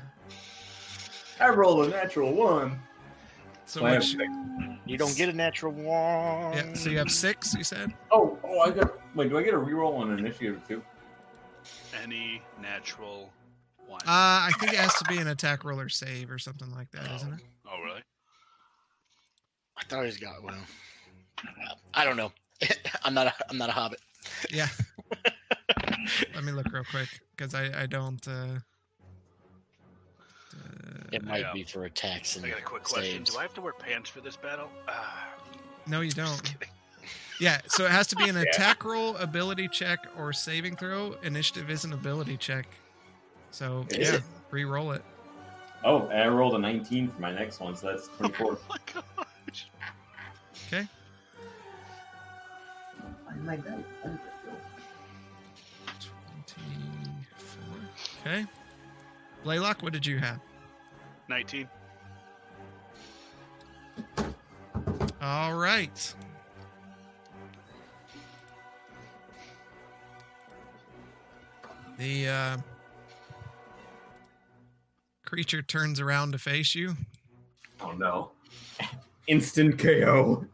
I rolled a natural one.
so
I have
much?
six.
You don't get a natural one.
Yeah, so you have 6, you said?
Oh, oh, I got. Wait, do I get a reroll on initiative too?
Any natural one.
Uh I think it has to be an attack roll or save or something like that,
Oh.
isn't it?
oh, really?
I thought he's got well. I don't know. I'm not. A, I'm not a hobbit.
Yeah. Let me look real quick because I, I don't. Uh,
It
uh,
might
Yeah.
be for attacks and
I got a quick question.
saves.
Do I have to wear pants for this battle? Ah,
no, you
just
don't.
kidding.
Yeah, so it has to be an attack roll, ability check, or saving throw. Initiative is an ability check. So
Is
yeah,
it?
re-roll it.
Oh, and I rolled a 19 for my next one, so that's 24.
Oh my gosh.
Twenty-four. Okay. Blaylock, what did you have?
19.
All right. The uh, creature turns around to face you.
Oh no.
Instant KO.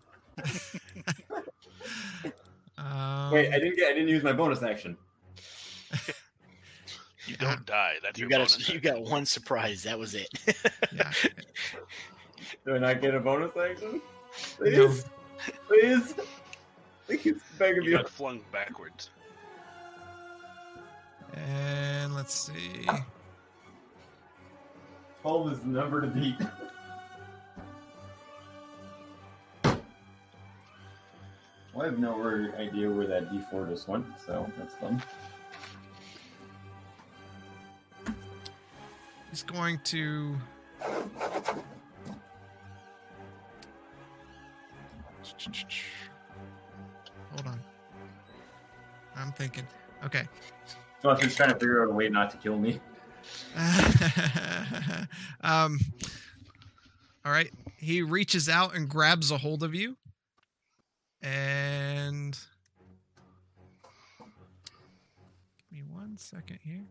Um,
Wait, I didn't get. I didn't use my bonus action.
You don't die. That's
You
your
got.
bonus
A, you
action.
got one surprise. That was it.
yeah.
Do I not get a bonus action?
No.
Please, please. They keep begging
You
me.
got flung backwards.
And let's see.
12 is the number to beat. Why have no where- idea where that d4 just went, so that's fun.
He's going to. Hold on. I'm thinking. Okay.
So I'm just trying to figure out a way not to kill me.
um, all right. He reaches out and grabs a hold of you. And give me one second here.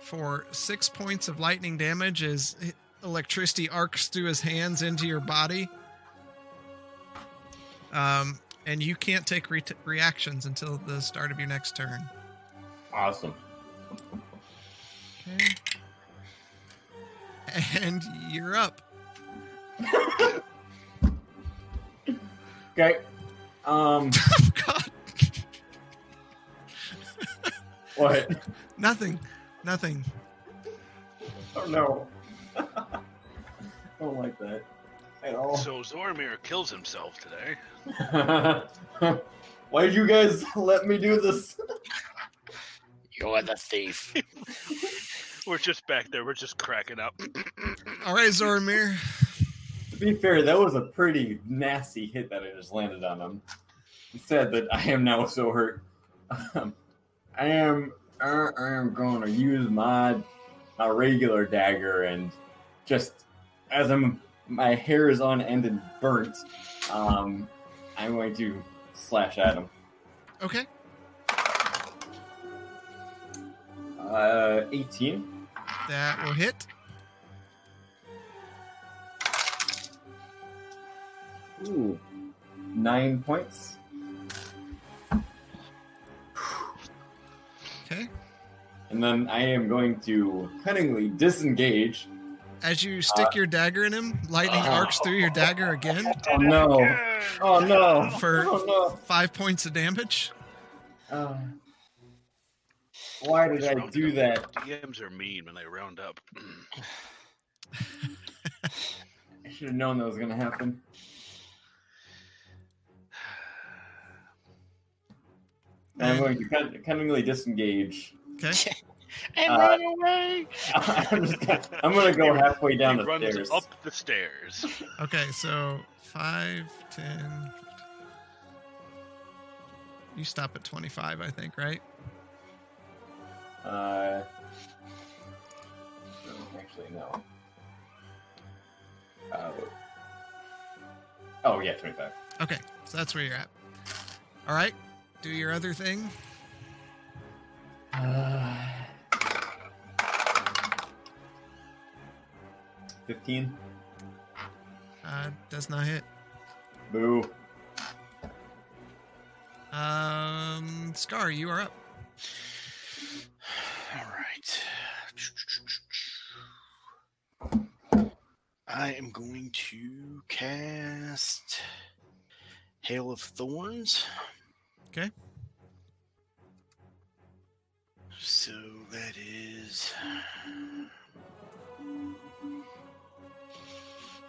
For six points of lightning damage, as electricity arcs through his hands into your body um, and you can't take re- reactions until the start of your next turn.
Awesome.
Okay. And you're up.
Okay. Um,
God,
what?
nothing, nothing.
Oh no. I don't like that at all.
So Zoromir kills himself today.
Why did you guys let me do this?
You're the thief.
We're just back there. We're just cracking up.
All right, Zoramir.
To be fair, that was a pretty nasty hit that I just landed on him. He said that I am now so hurt. Um, I am I I am going to use my my regular dagger and just as I'm my hair is on end and burnt, um, I'm going to slash at him.
Okay,
Uh, 18.
that will hit.
Ooh, nine points.
Okay.
And then I am going to cunningly disengage.
As you stick your dagger in him, lightning arcs through your dagger again.
Oh no! Oh no!
For-
oh no!
Five points of damage.
Uh, why did
Just
I
round
do
it
that?
up. DMs are mean when they round up.
I should have known that was gonna happen. And I'm going to cun- cunningly disengage.
Okay.
And
Uh,
run away.
I'm, just gonna, I'm gonna go halfway down
he
the
runs
stairs.
up the stairs.
Okay, so 5, 10. You stop at 25, I think, right?
Uh, no, actually, no. Uh, oh yeah, 25.
Okay, so that's where you're at. All right, do your other thing.
Uh, 15.
Uh, does not hit.
Boo.
Um, Scar, you are up.
All right. I am going to cast Hail of Thorns.
Okay.
So that is.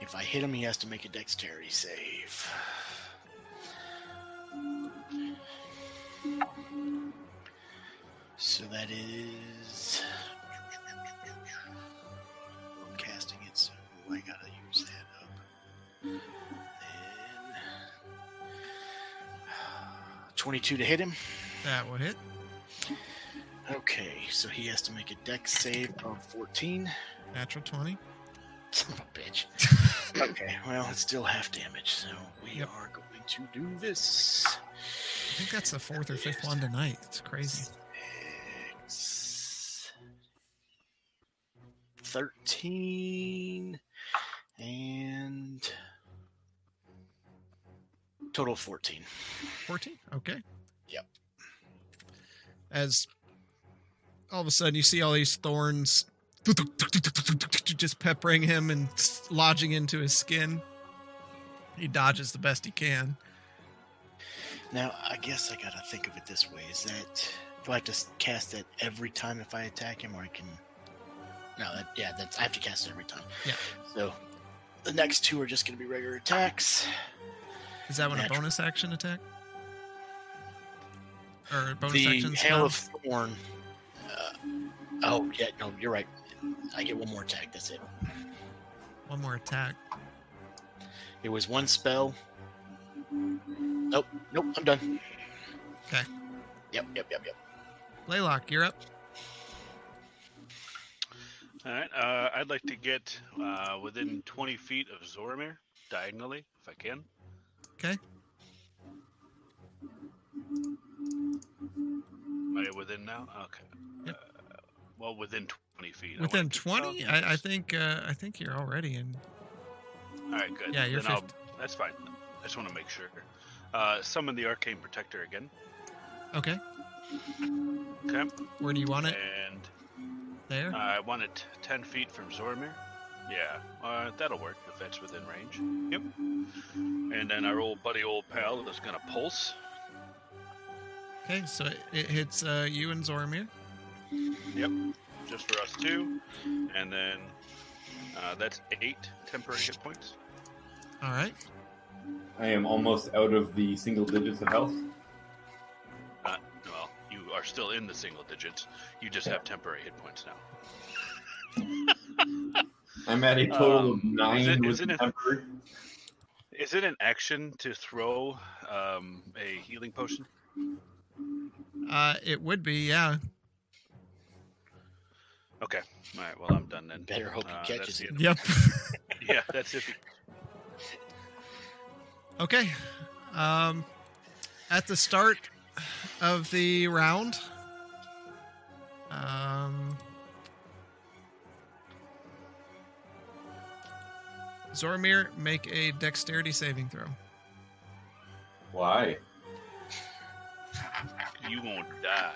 If I hit him, he has to make a dexterity save. So that is. I'm casting it, so I gotta use that up. Then. 22 to hit him.
That will hit.
Okay, so he has to make a dex save of 14.
Natural 20.
Son of a bitch. okay, well, it's still half damage, so we
Yep.
are going to do this.
I think that's the fourth or fifth one tonight. It's crazy.
Six, 13 and total 14
14? Okay.
Yep.
As all of a sudden you see all these thorns just peppering him and lodging into his skin. He dodges the best he can.
now i guess i gotta think of it this way is that do i have to s- cast that every time if i attack him or i can No, that, yeah, that's I have to cast it every time.
Yeah.
So the next two are just going to be regular attacks.
Is that when a
Natural.
bonus action attack? Or a bonus
the
action
hail
spell?
of thorn. Uh, oh yeah, no, you're right. I get one more attack. That's it.
One more attack.
It was one spell. Nope, nope, I'm done.
Okay.
Yep, yep, yep, yep.
Laylock, you're up.
All right. Uh, I'd like to get uh, within 20 feet of Zoramir diagonally, if I can.
Okay.
Am I within now? Okay.
Yep.
Uh, well, within 20 feet. I
Within
wanna keep-
twenty,
oh,
I, I think uh, I think you're already in.
All right, good.
Yeah, you're
Then I'll-
50.
That's fine. I just want to make sure. Uh, summon the Arcane Protector again.
Okay.
Okay.
Where do you want it?
And
There.
uh, I want it 10 feet from Zoramir. Yeah, uh, that'll work if that's within range. Yep. And then our old buddy, old pal, is going to pulse.
Okay, so it, it hits uh, you and Zoromir.
just for us two, and then uh, that's eight temporary hit points.
All right.
I am almost out of the single digits of health.
Uh, well, you are still in the single digits. You just have temporary hit points now.
I'm at a total
Um,
of nine.
is it-
with
isn't it-
temper.
Is it an action to throw um, a healing potion?
Uh, it would be, yeah.
Okay. All right. Well, I'm done then.
Better hope he
Uh,
catches
that's
it.
the end
Yep.
of- Yeah, that's if he
okay. Um, at the start of the round, um, Zoromir, make a dexterity saving throw.
Why?
You won't die.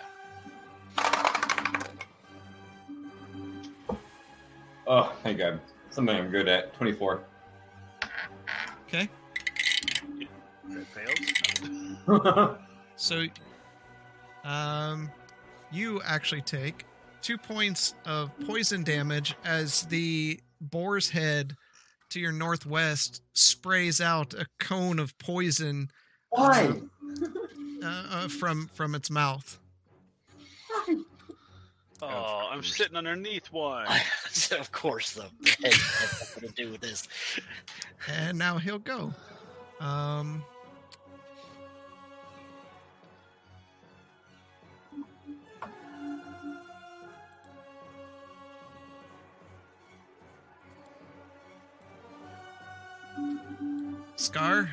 Oh, thank God. Something I'm good at. 24.
Okay.
That fails.
So, um, you actually take two points of poison damage as the boar's head to your northwest sprays out a cone of poison
Why?
uh, uh, from from its mouth.
Oh, I'm sitting underneath one.
so of course the head has nothing to do with this.
and now he'll go. Um, Scar,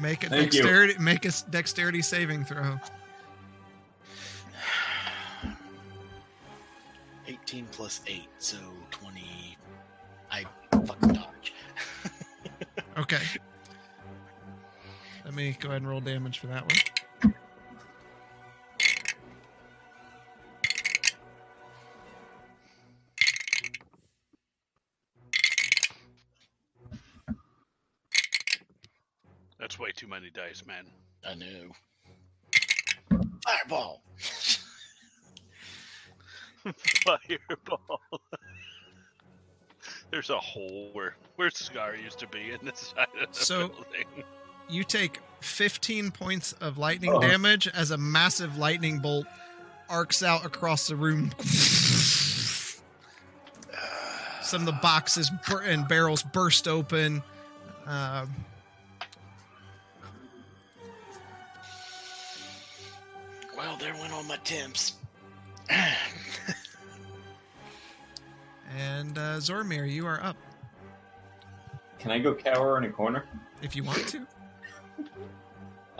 make a
Thank you.
dexterity make a s- dexterity saving throw.
18 plus 8, so 20. I fucking dodge.
Okay. Let me go ahead and roll damage for that one.
That's way too many dice, man.
I know. Fireball!
Fireball. There's a hole where where Scar used to be in the side of the
So-
building.
you take 15 points of lightning
Oh.
damage as a massive lightning bolt arcs out across the room. Some of the boxes bur- and barrels burst open. Um,
Well, there went all my temps.
and uh, Zormir, you are up
Can I go cower in a corner?
if you want to.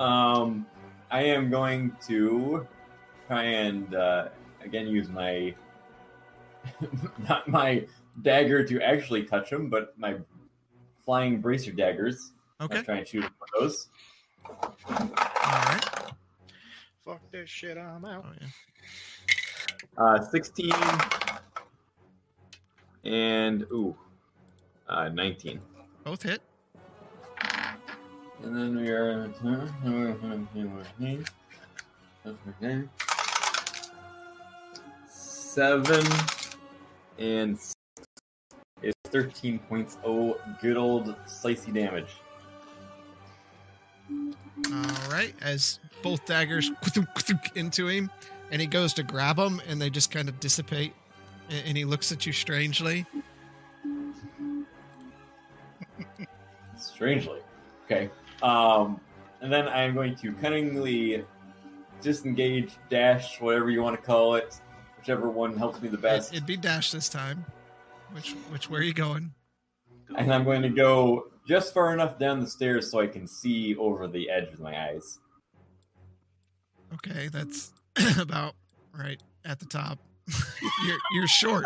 Um, I am going to try and uh, again use my not my dagger to actually touch him, but my flying bracer daggers.
Okay.
I try and shoot one of those.
All right.
Fuck this shit, I'm out.
Oh, yeah.
Uh, Sixteen and ooh, uh, nineteen.
Both hit.
And then we are. seven and six is 13 points. Oh, good old slicey damage.
All right, as both daggers into him, and he goes to grab them, and they just kind of dissipate, a- and he looks at you strangely.
Strangely. Okay. Um, and then I'm going to cunningly disengage, dash, whatever you want to call it, whichever one helps me the best.
It, would be dash this time. Which which where are you going?
and I'm going to go just far enough down the stairs so I can see over the edge with my eyes.
Okay, that's about right at the top. you're you're short.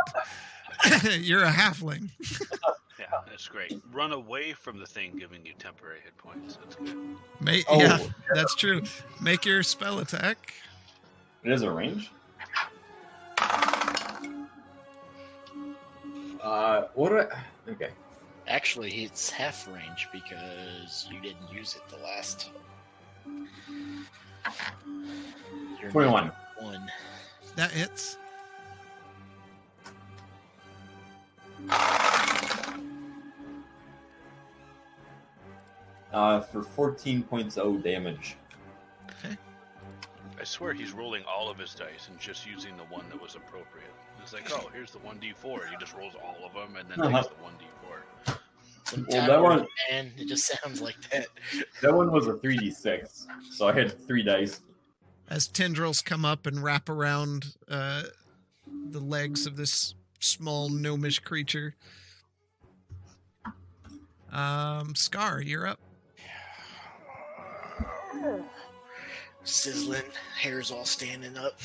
you're a halfling.
Yeah, that's great. Run away from the thing giving you temporary hit points. That's good.
Ma-
Oh,
Yeah, that's true. Make your spell attack.
it is a range.
Uh, what do I? Okay.
Actually, it's half range because you didn't use it the last. You're
21.
not One.
That hits.
Uh, for 14 points oh damage.
I swear he's rolling all of his dice and just using the one that was appropriate. It's like, oh, here's the 1d4. He just rolls all of them and then
Uh-huh.
takes the 1d4.
Well, that one-
Man, it just sounds like that.
That one was a 3d6, so I had three dice.
as tendrils come up and wrap around uh, the legs of this small gnomish creature. Um, Scar, you're up.
Sizzling, hair's all standing up.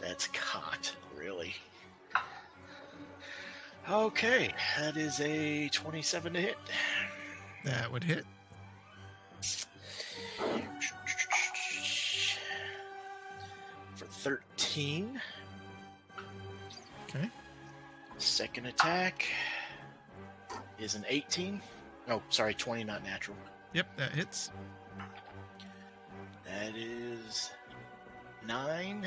That's caught, really. Okay, that is a 27 to hit.
That would hit.
For 13.
Okay.
Second attack is an 18. No, sorry, 20, not natural.
Yep, that hits.
That is nine.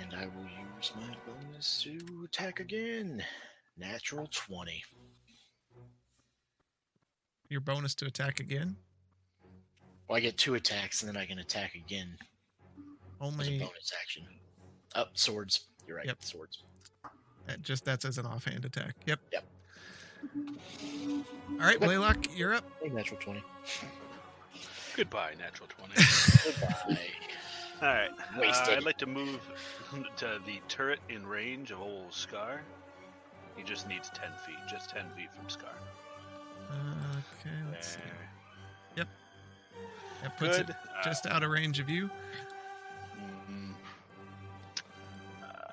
And I will use my bonus to attack again. Natural 20.
Your bonus to attack again.
Well, I get two attacks and then I can attack again as a
Only
bonus action. Up, swords. You're right,
Yep.
swords.
that just that's as an offhand attack. Yep.
Yep.
All right, Blaylock, you're up.
Hey, natural 20.
Goodbye, natural 20.
Goodbye.
All right.
Wasted.
Uh, I'd like to move to the turret in range of old Scar. He just needs 10 feet, just 10 feet from Scar.
Okay, let's see.
There.
That puts
Good.
it
Uh,
just out of range of you.
mm, uh,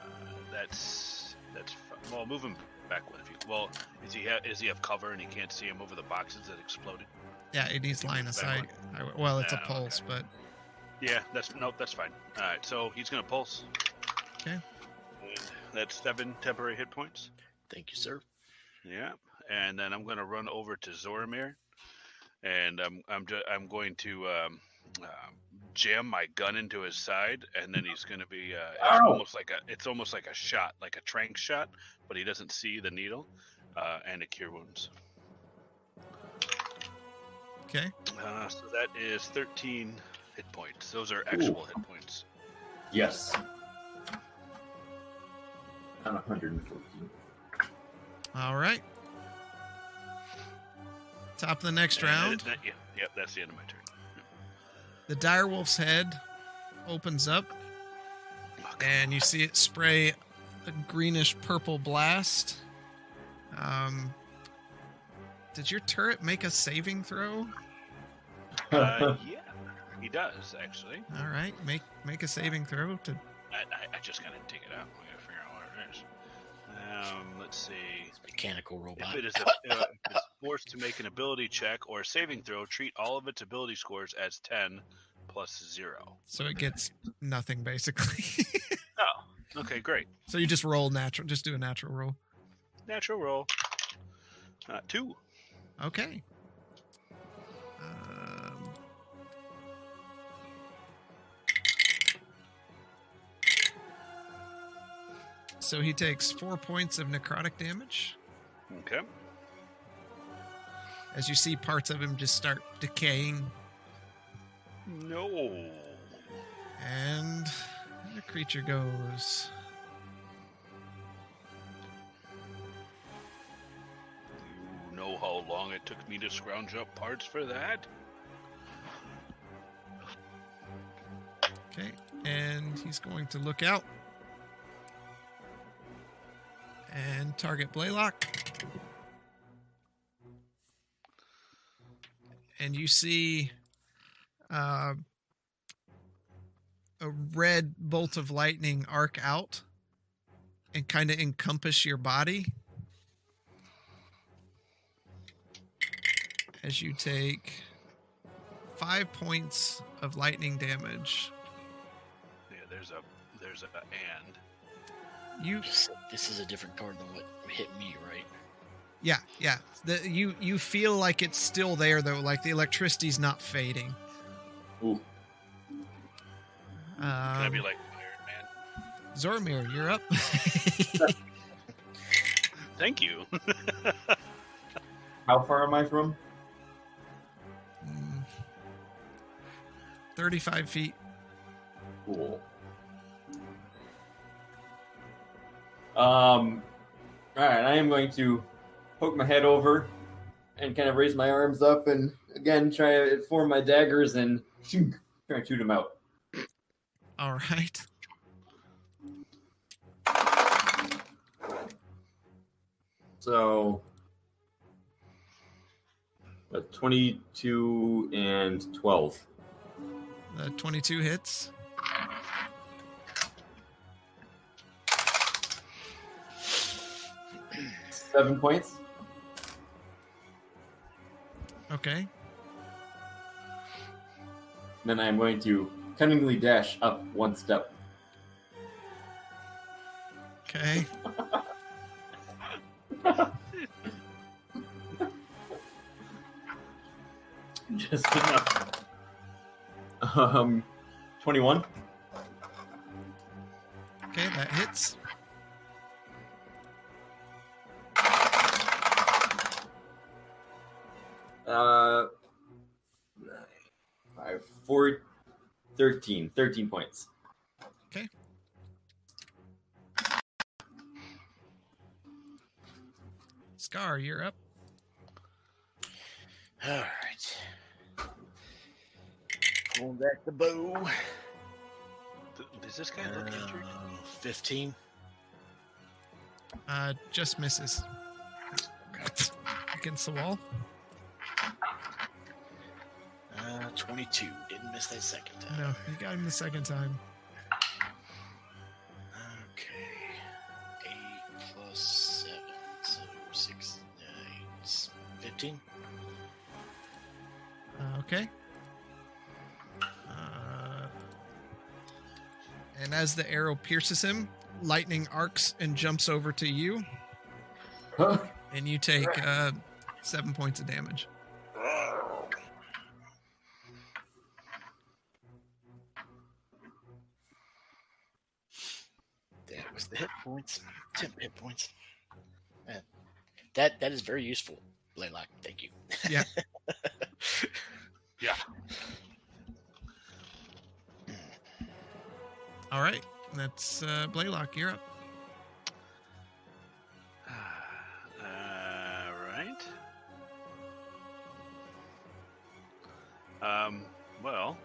that's that's fi- well. Move him back one if you. Well, is he ha- is he have cover and he can't see him over the boxes that exploded?
Yeah, it needs line of
That
sight.
one.
I- Well, it's a
Oh, okay.
pulse, but
Yeah, that's no, that's fine. All right, so he's gonna pulse.
Okay.
And that's seven temporary hit points.
Thank you, sir.
Yeah, and then I'm going to run over to Zoramir, and I'm I'm ju- I'm going to um, uh, jam my gun into his side, and then he's going to be uh, it's
Ow!
almost like a it's almost like a shot, like a trank shot, but he doesn't see the needle, uh, and a cure wounds.
okay.
Uh, so that is 13 hit points. Those are actual hit points.
Yes. On 114.
All right. Top of the next
And that-
round,
that- yeah, yeah, that's the end of my turn.
the direwolf's head opens up, and you see it spray a greenish purple blast. Um, did your turret make a saving throw?
Uh, yeah, he does actually.
All right, make make a saving throw to
I, I, I just gotta dig it out. I gotta figure out where it is. Um, let's see.
Mechanical robot.
If it is a, uh, if it's forced to make an ability check or a saving throw, treat all of its ability scores as 10 plus 0.
so it gets nothing basically.
Oh, okay, great.
so you just roll natural, just do a natural roll.
Natural roll. Uh, two.
Okay. Um, So he takes four points of necrotic damage
Okay.
as you see parts of him just start decaying.
No.
And the creature goes.
You know how long it took me to scrounge up parts for that?
Okay, and he's going to look out and target Blaylock. And you see uh, a red bolt of lightning arc out and kind of encompass your body as you take five points of lightning damage.
Yeah, there's a there's a and.
You
This is a different card than what hit me, right?
Yeah, yeah. The, you you feel like it's still there though, like the electricity's not fading.
Ooh.
Can I
Um,
be like Iron Man?
Zormir, you're up.
Thank you.
How far am I from?
Mm. Thirty-five feet.
Cool. Um, all right, I am going to poke my head over and kind of raise my arms up and again try to form my daggers and shink, try to shoot him out.
All right.
So, a 22 and 12.
The Uh, twenty-two hits.
Seven points.
Okay.
Then I'm going to cunningly dash up one step.
Okay.
Just enough. Um, 21.
Okay, that hits.
Uh, five, four, 13. 13 points.
Okay. Scar, you're up.
All right. Pulling back the bow.
Th- Does this guy look injured?
Uh, 15.
Uh, just misses against the wall.
Uh, 22. Didn't miss that second time.
No, you got him the second time.
Okay. 8 plus 7. So 6, 9, s- 15.
Uh, okay. Uh, and as the arrow pierces him, lightning arcs and jumps over to you,
Huh?
and you take uh, seven points of damage.
That was the hit points. 10 hit points. Uh, that That is very useful, Blaylock. Thank you.
Yeah.
Yeah.
All right, that's uh, Blaylock. You're up.
All right. Um. Well.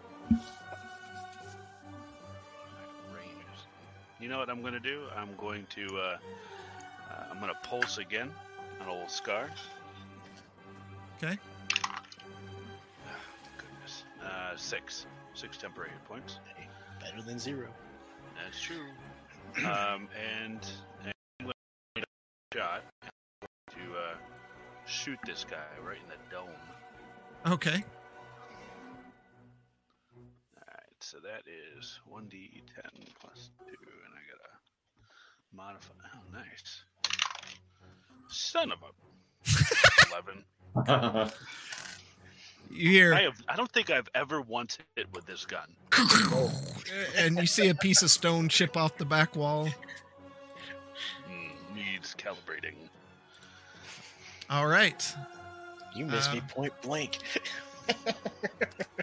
You know what I'm going to do? I'm going to uh, uh, I'm going to pulse again an old scar. Ah,
Okay.
Goodness. Uh, six, six temporary hit points.
Better than zero.
That's true. um, and, and I'm going to shot to uh, shoot this guy right in the dome. All
Okay.
right, so that is one d10 plus two, and I gotta modify. Oh, nice. Son of a. Eleven.
You hear.
I have. I don't think I've ever once hit with this gun.
and you see a piece of stone chip off the back wall.
Mm, calibrating.
All right.
You missed me
Um,
point blank.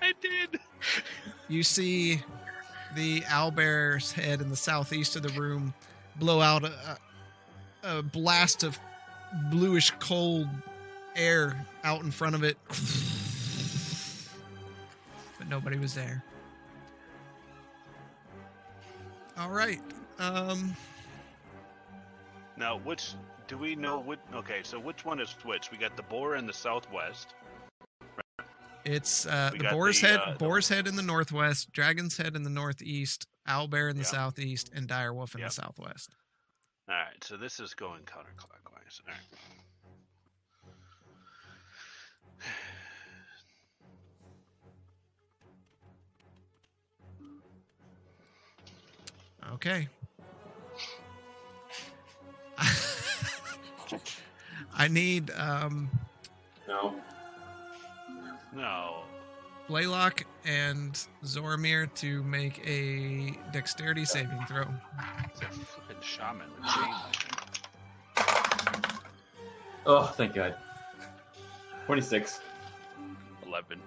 I did.
You see the owlbear's head in the southeast of the room blow out a, a blast of bluish cold air out in front of it. But nobody was there. All right. Um,
Now, which do we know? Which okay, so which one is which? We got the boar in the southwest.
it's uh,
We
the
got
boar's
the,
head,
uh, the-
boar's head in the northwest, dragon's head in the northeast, owlbear in the
Yeah.
southeast, and dire wolf in
Yeah.
the southwest.
All right, so this is going counterclockwise. All right.
Okay. I need um,
No.
No,
Blaylock and Zoramir to make a dexterity saving throw.
it's a flippin' shaman. with chains.
Oh, thank God. 26.
Eleven.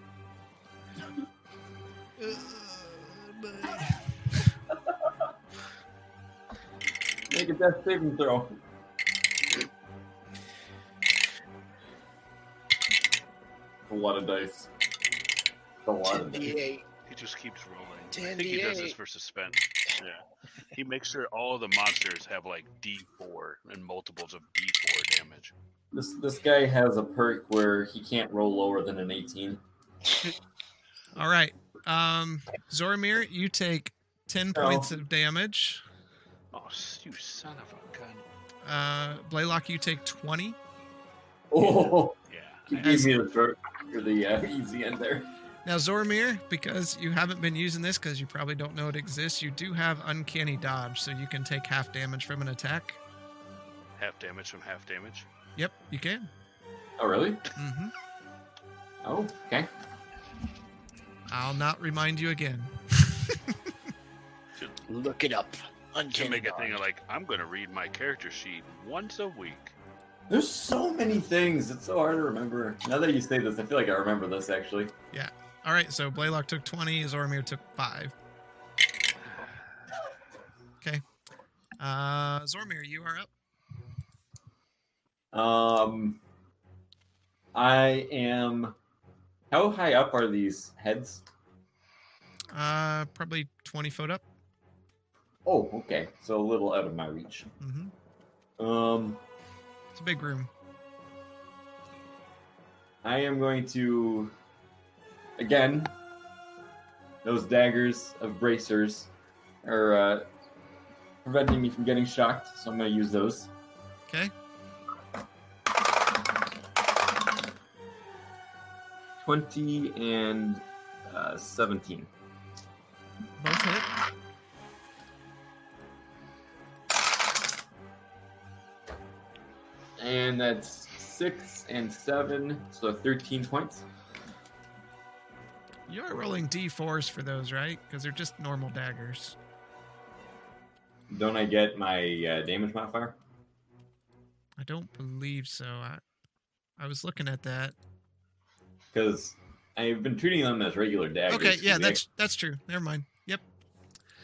Make a death saving throw.
A lot of dice.
A lot of dice.
10d8.
He just keeps rolling. I
Ten
think he does
D8.
this for suspense. Yeah. He makes sure all the monsters have like D4 and multiples of D4 damage.
This this guy has a perk where he can't roll lower than an 18.
All right. Um, Zoramir, you take 10
No.
points of damage.
Oh, s- you son of a gun.
Uh, Blaylock, you take 20.
Oh,
Yeah.
he gave me the perk for the uh, easy end there.
Now, Zoramir, because you haven't been using this because you probably don't know it exists, you do have Uncanny Dodge, so you can take half damage from an attack.
Half damage from half damage.
Yep, you can.
Oh, really?
hmm
Oh, okay.
I'll not remind you again.
Look it up.
To
Uncanny
make a
dodge.
thing of like, I'm going to read my character sheet once a week.
There's so many things. It's so hard to remember. Now that you say this, I feel like I remember this actually.
All right, so Blaylock took 20, Zoramir took 5. Okay. Uh, Zoramir, you are up.
Um, I am. How high up are these heads?
Uh, probably 20 foot up.
Oh, okay. So a little out of my reach.
hmm
Um,
It's a big room.
I am going to. Again, those daggers of bracers are uh, preventing me from getting shocked, so I'm going to use those.
Okay.
20 and uh, 17.
Both hit.
And that's six and seven, so 13 points.
You're rolling d4s for those, right? Because they're just normal daggers.
Don't I get my uh, damage modifier?
I don't believe so. I, I was looking at that.
Because I've been treating them as regular daggers.
Okay,
'cause
yeah,
they-
that's that's true. Never mind. Yep.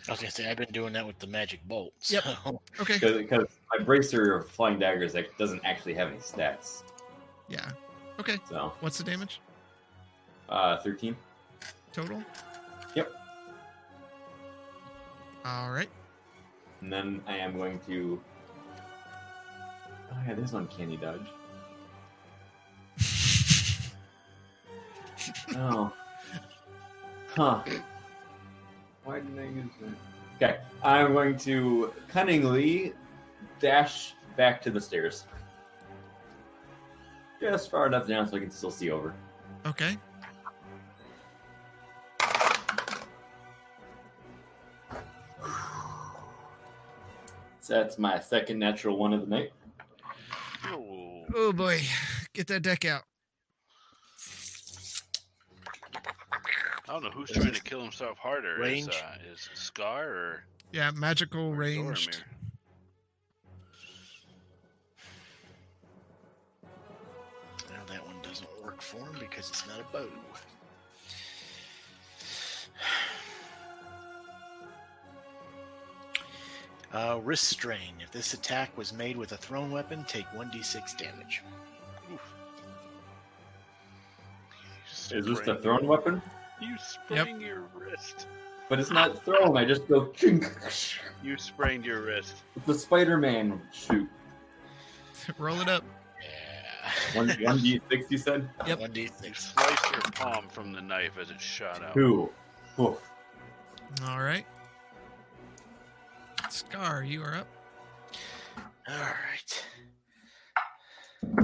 I was gonna say I've been doing that with the magic bolts.
Yep.
so-
Okay.
Cause, because my bracer of flying daggers that doesn't actually have any stats.
Yeah. Okay.
So,
What's the damage
uh, 13.
total?
Yep.
All right.
And then I am going to. Oh, yeah, there's uncanny dodge. oh. Huh. Why didn't I use that? Okay, I'm going to cunningly dash back to the stairs. Just far enough down so I can still see over.
Okay.
So that's my second natural one of the night.
Oh,
Oh boy, get that deck out.
I don't know who's trying to kill himself harder. Is,
Range?
uh, is Scar or
Yeah, magical
or
ranged.
Zoramir?
word for him because it's not a bow. Uh, wrist strain. If this attack was made with a thrown weapon, take 1d6 damage.
Is this the thrown weapon?
You sprained your wrist.
But it's not thrown. I just go. chink.
You sprained your wrist.
It's the Spider-Man shoot.
Roll it up.
Yeah.
One, one d six. You said
Yep.
1d6.
You sliced your palm from the knife as it shot out.
two. Oof.
All right. Scar, you are up.
All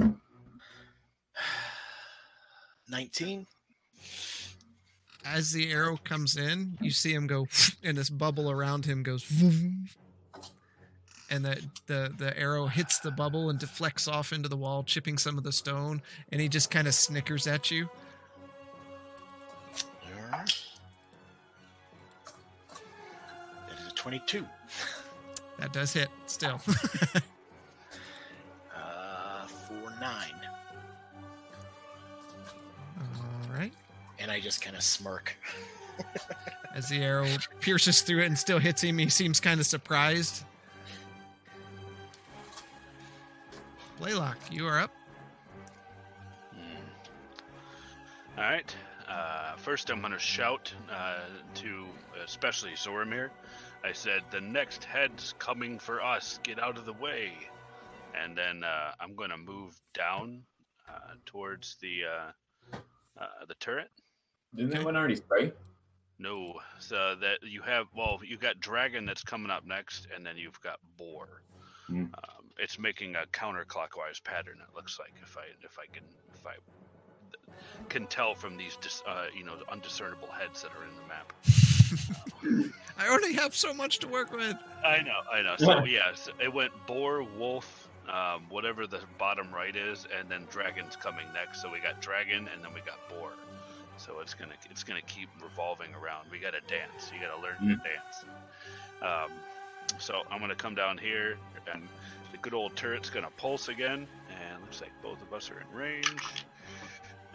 right. 19.
As the arrow comes in, you see him go, and this bubble around him goes, and the, the the arrow hits the bubble and deflects off into the wall, chipping some of the stone. And he just kind of snickers at you.
All right. That is a 22.
That does hit still.
Uh, 4 9.
All right.
And I just kind of smirk.
As the arrow pierces through it and still hits him, he seems kind of surprised. Blaylock, you are up.
Hmm. All right. Uh, first, I'm going to shout uh, to especially Zoramir. I said, "The next head's coming for us. Get out of the way." And then uh, I'm going to move down uh, towards the uh, uh, the turret.
Didn't
Okay.
that one already spray?
No, so that you have well, you got dragon that's coming up next, and then you've got boar.
Hmm.
Um, it's making a counterclockwise pattern. It looks like if I if I can if I can tell from these dis, uh, you know undiscernible heads that are in the map.
I already have so much to work with.
I know, I know. So yes, it went boar, wolf, um, whatever the bottom right is, and then dragon's coming next. So we got dragon, and then we got boar. So it's gonna it's gonna keep revolving around. We gotta dance. You gotta learn to dance. Um, so I'm gonna come down here, and the good old turret's gonna pulse again. And looks like both of us are in range.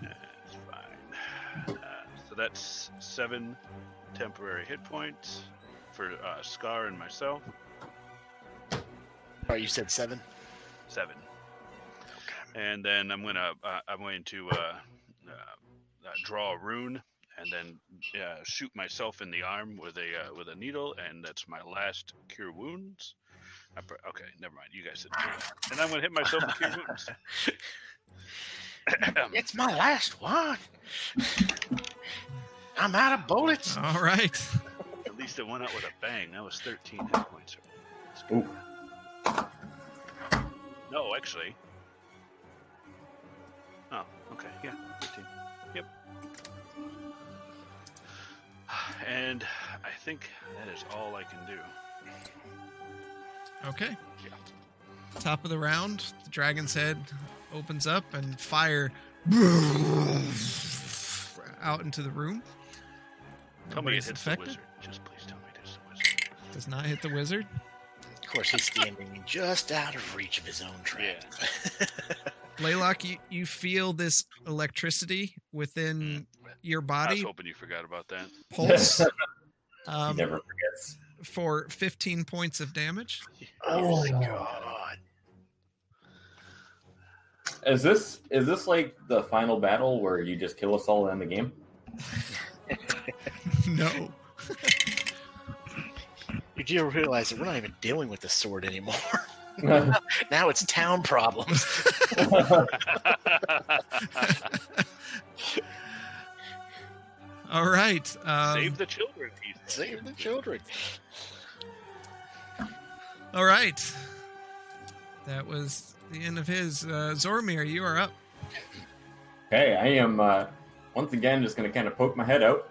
That's fine. Uh, so that's seven temporary hit points for uh, Scar and myself.
All right, Oh, you said 7?
Seven. And then I'm gonna uh, I'm going to uh, uh, uh, draw a rune and then uh, shoot myself in the arm with a uh, with a needle, and that's my last cure wounds. I pr- okay, never mind. You guys said, cure. and I'm gonna hit myself with cure wounds.
It's my last one. I'm out of bullets.
All right.
At least it went out with a bang. That was 13 hit points. That's good. No, actually. Oh, okay. Yeah, 13. Yep. And I think that is all I can do.
Okay.
Yeah.
Top of the round, the dragon's head opens up and fire out into the room.
Tell me it
Nobody's
hits the
infected.
wizard. Just please tell me it hits the wizard.
Does not hit the wizard.
Of course, he's standing just out of reach of his own trap.
Blaylock, you, you feel this electricity within your
I was
body
hoping you forgot about that.
pulse
He
um,
never forgets.
for 15 points of damage.
oh my god.
Is this is this like the final battle where you just kill us all and end the game?
no.
You do realize that we're not even dealing with the sword anymore. now it's town problems.
All right. Um,
Save the children, he said.
Save the children.
All right. That was the end of his. Uh, Zormir, you are up.
Okay, I am uh, once again just gonna kind of poke my head out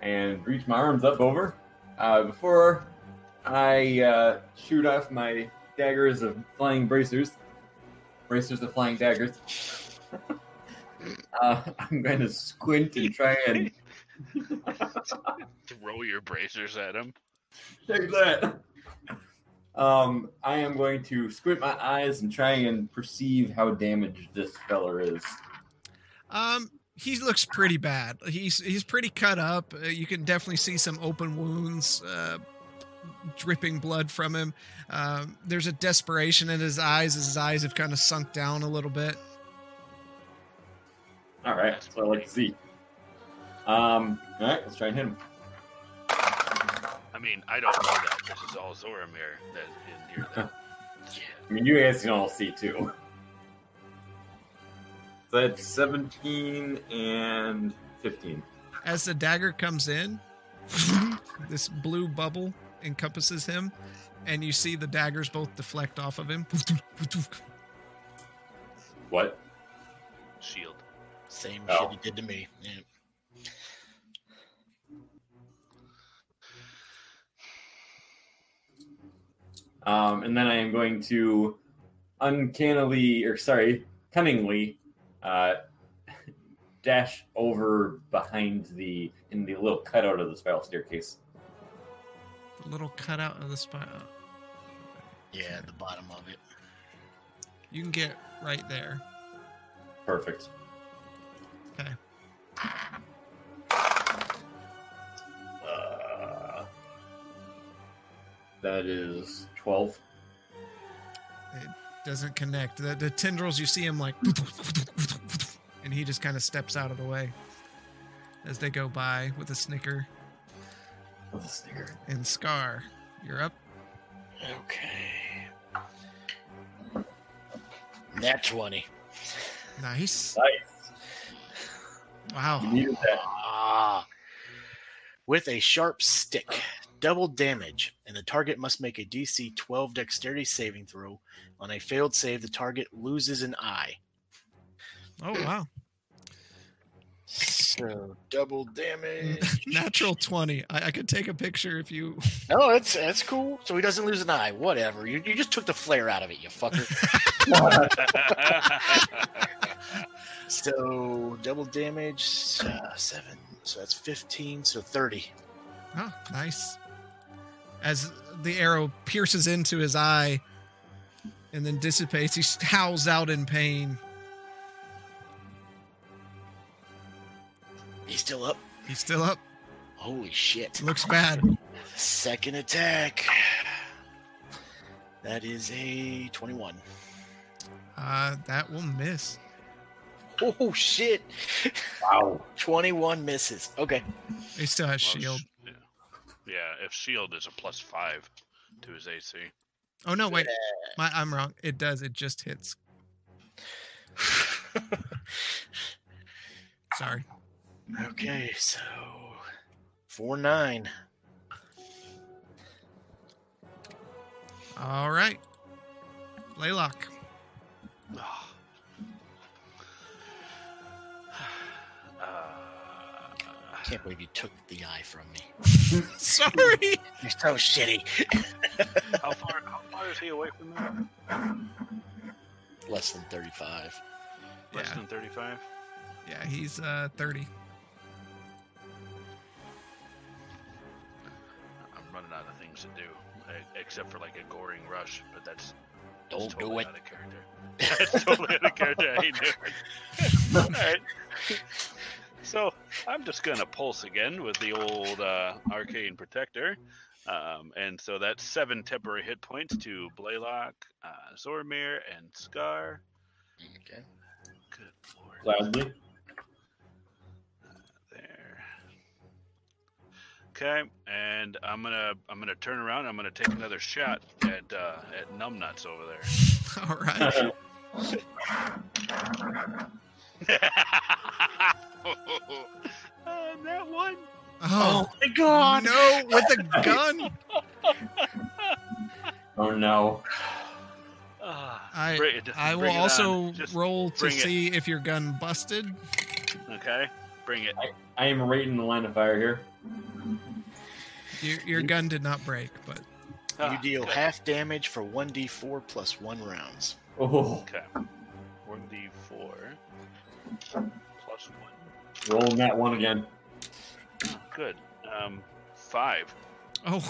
and reach my arms up over uh, before I uh, shoot off my daggers of flying bracers, bracers of flying daggers. uh, I'm going to squint and try and
Throw your bracers at him.
Take that. Um, I am going to squint my eyes and try and perceive how damaged this feller is.
Um, he looks pretty bad. He's he's pretty cut up. Uh, you can definitely see some open wounds, uh, dripping blood from him. Um, there's a desperation in his eyes. as His eyes have kind of sunk down a little bit.
All right, that's what I like to see. Um, all right, let's try and hit him.
I mean, I don't know that. This is all Zoramir that in here. That.
I mean, you guys can all see too.
So that's 17 and 15.
As the dagger comes in, this blue bubble encompasses him, and you see the daggers both deflect off of him.
What?
Shield.
Same
Oh.
shit he did to me. Yeah.
Um, and then I am going to uncannily, or sorry, cunningly, uh, dash over behind the in the little cutout of the spiral staircase.
The little cutout of the spine.
Yeah, the bottom of it.
You can get right there.
Perfect.
Okay.
Uh, that is twelve.
Doesn't connect. The, the tendrils, you see him like, and he just kind of steps out of the way as they go by with a snicker.
With a snicker.
And Scar, you're up.
Okay. Nat 20.
Nice.
Nice. You
Wow.
needed that.
Ah. With a sharp stick, double damage, and the target must make a DC 12 dexterity saving throw. On a failed save, the target loses an eye.
Oh, wow.
So double damage.
Natural 20. I, I could take a picture if you.
No, that's that's cool. So he doesn't lose an eye. Whatever. You, you just took the flare out of it, you fucker. so double damage, uh, seven. So that's fifteen. So thirty.
Oh, nice. As the arrow pierces into his eye and then dissipates, he howls out in pain.
He's still up.
He's still up.
Holy shit!
Looks bad.
Second attack. That is a twenty-one.
Uh, that will miss.
Oh shit!
Wow.
Twenty-one misses. Okay.
He still has
Well,
shield.
sh- Yeah. yeah, if shield is a plus five to his AC.
Oh no, wait. My, I'm wrong. It does. It just hits. Sorry.
okay. So four nine.
All right. Laylock.
Uh,
Can't believe you took the eye from me.
Sorry.
You're so shitty.
how far? How far is he away from that?
Less than 35.
Less
Yeah.
than thirty-five.
Yeah, he's uh 30.
I'm running out of things to do, e- except for like a goring rush, but that's that's
Don't
totally
do it.
out of character. that's totally out of character. I hate doing. All right. So I'm just gonna pulse again with the old uh, arcane protector, um, and so that's seven temporary hit points to Blaylock, uh, Zormir, and Scar.
Okay.
Good lord.
Loudly.
there. Okay, and I'm gonna I'm gonna turn around. I'm gonna take another shot at uh, at numbnuts over
All right.
there. Uh, that one.
Oh,
my god!
no, with a gun.
oh no.
Ah,
I-
bring it-
I will
bring it on.
also
Just-
roll to
bring it.
see if your gun busted.
okay. Bring it.
I am right in the line of fire here.
Your, your gun did not break, but
you
Ah,
deal
good.
half damage for 1d4 plus 1 rounds.
Oh,
Okay. One d four plus one.
rolling that one again.
Good. Um, five.
oh,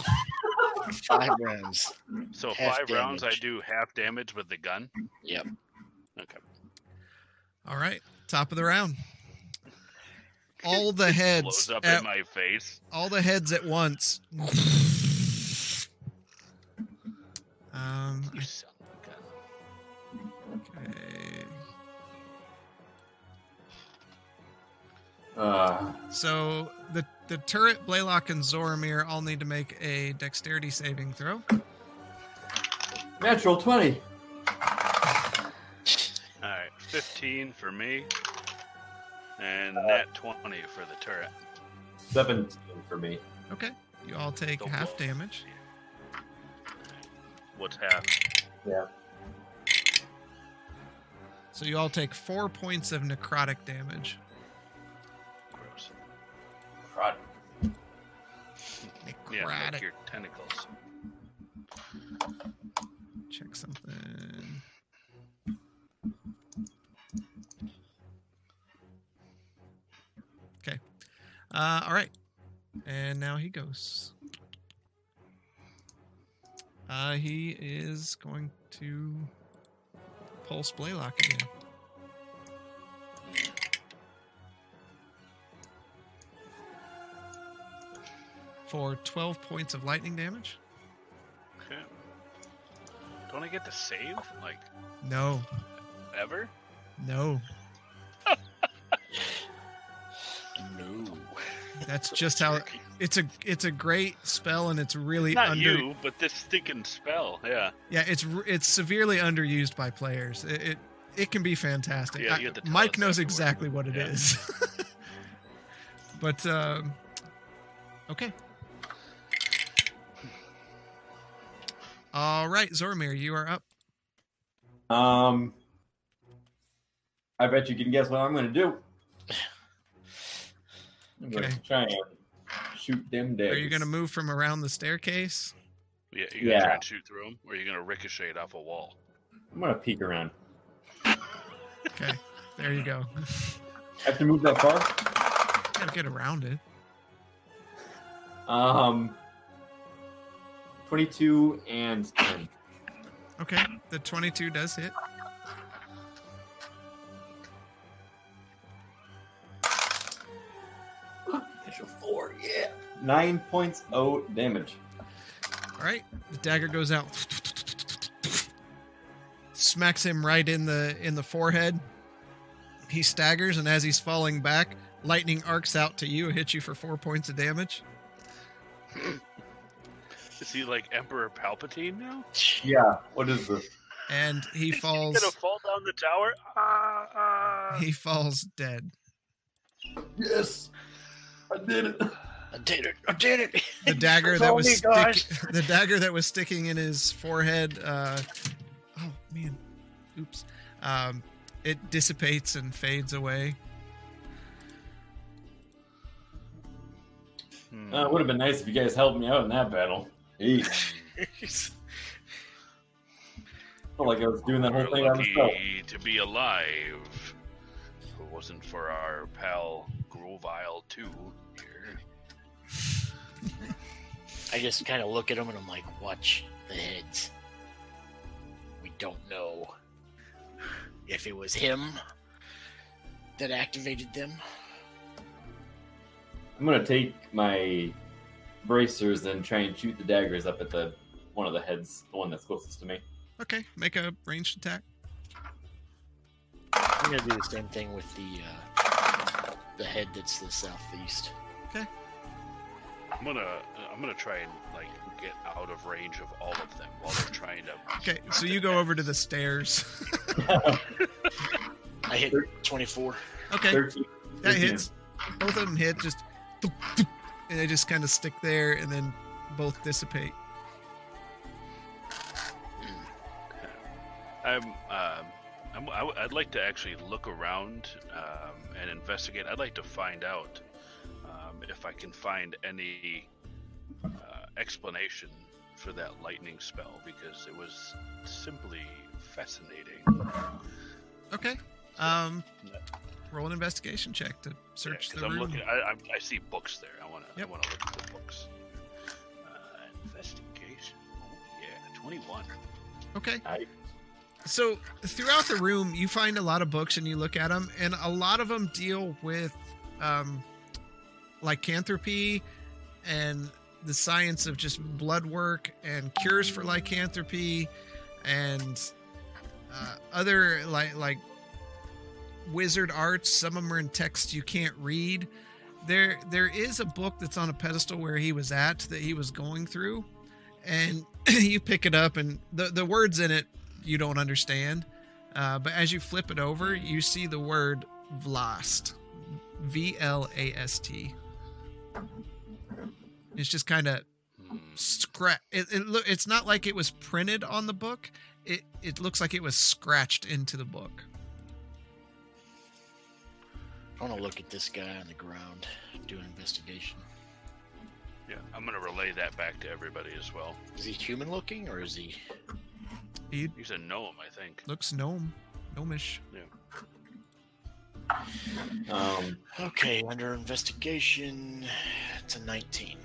5 rounds.
So
Half
five rounds. I
damage.
do half damage with the gun.
Yep.
Okay.
all right. Top of the round. all the heads
blows up
at,
in my face.
all the heads at once. um,
You son of a gun.
okay.
Uh,
So the the turret, Blaylock, and Zoramir all need to make a dexterity saving throw.
natural 20.
All right, 15 for me, and that 20 for the turret.
17 for me.
Okay, you all take
Don't
half
roll.
damage.
What's half?
So you all take four points of necrotic damage.
Gross.
Crud.
Necrotic.
Yeah, like your tentacles.
Check something. Okay. Uh, all right. And now he goes. Uh, he is going to pulse Blaylock again. For 12 points of lightning damage?
Okay. Don't I get to save like
No,
ever?
no.
No.
That's just how it's a it's a great spell and it's really
Not
under
you, but this stinking spell. Yeah.
yeah it's r- it's severely underused by players. It it, it can be fantastic.
Yeah,
I-
you have to tell
Mike
us
knows
afterward.
exactly what it
Yeah.
is. but um, okay. All right, Zormir, you are up.
Um, I bet you can guess what I'm going to do. I'm going
Okay.
to try and shoot them daggers.
Are you going to move from around the staircase?
Yeah. You gonna try
Yeah.
and shoot through them, or you gonna ricochet it off a wall?
I'm going to peek around.
Okay, there you go.
I have to move that far?
Gotta get around it.
Um, 22 and 10.
Okay, the twenty-two does hit.
Natural 4, yeah. 9 points oh damage.
All right, the dagger goes out, smacks him right in the in the forehead. He staggers, and as he's falling back, lightning arcs out to you, hits you for four points of damage.
Is he like Emperor Palpatine now?
Yeah, what is this?
And he falls.
Is he gonna fall down the tower? Ah, ah.
He falls dead.
Yes! I did it!
I did it. I did it.
The dagger
It's
that
all
was
me,
stick-
guys.
the dagger that was sticking in his forehead. Uh, oh man, oops. Um, it dissipates and fades away.
Hmm.
Uh, it would have been nice if you guys helped me out in that battle. Eesh. I felt like I was doing that whole
We're
thing by myself.
lucky to be alive. If it wasn't for our pal Grovile 2 here.
I just kind of look at him and I'm like, watch the heads. We don't know if it was him that activated them.
I'm gonna take my bracers and try and shoot the daggers up at the one of the heads, the one that's closest to me.
Okay, make a ranged attack.
I'm gonna do the same thing with the uh, the head that's the southeast.
I'm gonna I'm gonna try and like get out of range of all of them while they're trying to
Okay, so you go over to the stairs.
I hit 24.
okay,
13.
That
13.
hits. Both of them hit. Just thump, thump, and they just kind of stick there, and then both dissipate.
I'm um I'm, I, would like to actually look around um, and investigate. I'd like to find out um, if I can find any uh, explanation for that lightning spell because it was simply fascinating.
Okay. Um, roll an investigation check to search
because
the
I'm
room.
looking. I, I, I see books there. I want to.
Yep.
I want to look at the books. Uh, investigation. Oh, yeah, twenty-one.
Okay.
I-
So throughout the room, you find a lot of books and you look at them, and a lot of them deal with um, lycanthropy and the science of just blood work and cures for lycanthropy and uh, other like like wizard arts. Some of them are in text you can't read. There there is a book that's on a pedestal where he was at that he was going through, and you pick it up and the the words in it you don't understand, uh, but as you flip it over, you see the word Vlast, V L A S T. It's just kind of scratch. It, it look. It's not like it was printed on the book. It it looks like it was scratched into the book.
I want to look at this guy on the ground, do an investigation.
Yeah, I'm gonna relay that back to everybody as well.
Is he human looking or is he?
He
He's a gnome, I think.
looks gnome, gnomish.
Um,
Okay, under investigation, it's a 19.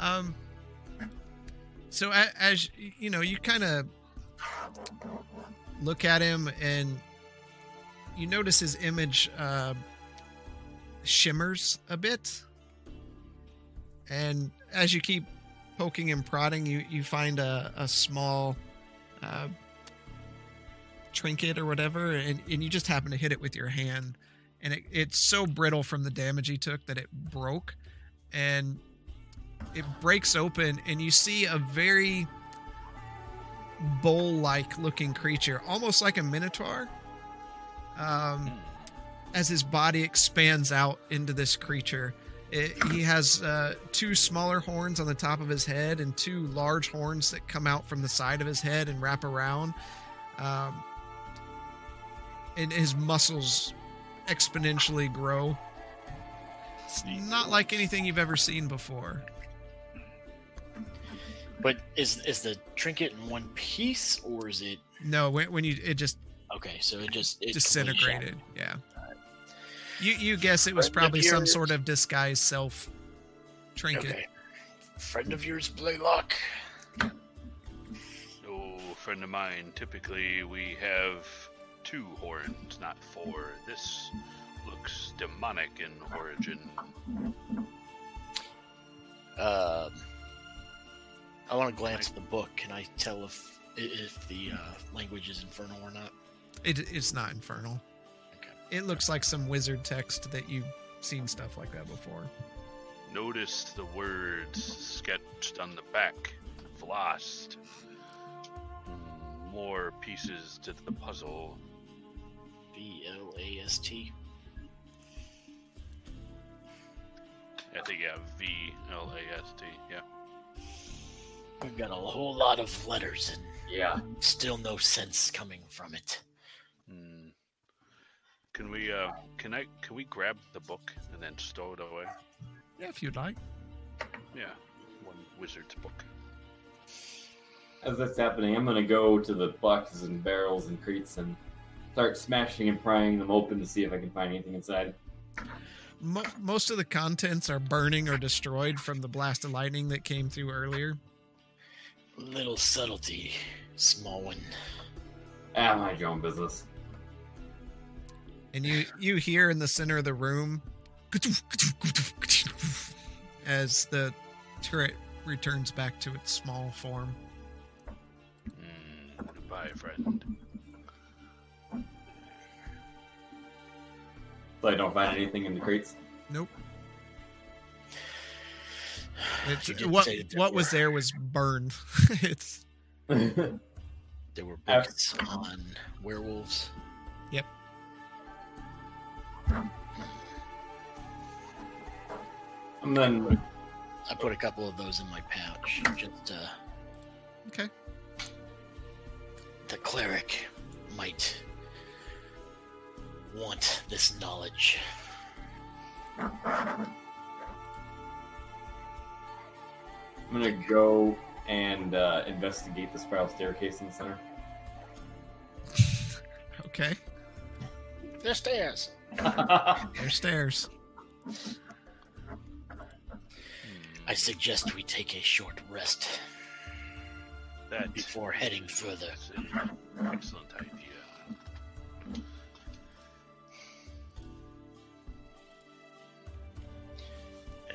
Um. So a- as you know, you kind of look at him and you notice his image uh, shimmers a bit. And as you keep poking and prodding, you you find a a small uh, trinket or whatever, and and you just happen to hit it with your hand, and it, it's so brittle from the damage he took that it broke, and it breaks open and you see a very bowl-like looking creature almost like a minotaur um, as his body expands out into this creature it, he has uh, two smaller horns on the top of his head and two large horns that come out from the side of his head and wrap around um, and his muscles exponentially grow it's not like anything you've ever seen before
But is is the trinket in one piece or is it
No, when, when you it just
okay? So it just it
disintegrated. Yeah. You you guess it was
Friend of
probably some
yours.
sort of disguised self trinket.
Okay. Friend of yours, Blaylock.
Oh, friend of mine. Typically, we have two horns, not four. This looks demonic in origin.
Um, I want to glance at the book. Can I tell if i- if the uh, language is infernal or not?
It it's not infernal.
Okay.
It looks like some wizard text that you've seen stuff like that before.
Notice the words sketched on the back. Lost. More pieces to the puzzle.
B L A S T.
I think yeah, V L A S T. Yeah.
We've got a whole lot of letters and
yeah.
still no sense coming from it.
Hmm. Can we uh can I can we grab the book and then stow it away?
Yeah, if you'd like.
Yeah. One wizard's book.
As that's happening, I'm gonna go to the boxes and barrels and crates and start smashing and prying them open to see if I can find anything inside.
Mo- most of the contents are burning or destroyed from the blast of lightning that came through earlier.
Little subtlety, small one.
Ah, mind your own business.
And you you hear in the center of the room as the turret returns back to its small form.
Hmm.
Mm, goodbye, friend.
So I don't find anything in the crates.
Nope.
You
It's,
did
what
say that there
what was
were-
there was burned. it's
There were
Uh,
books on werewolves.
Yep.
and then
I put a couple of those in my pouch. Just uh,
okay.
the cleric might want this knowledge.
I'm gonna go and uh, investigate the spiral staircase in the center.
Okay.
The stairs.
There's stairs.
I suggest we take a short rest
That
before heading further.
is an excellent idea.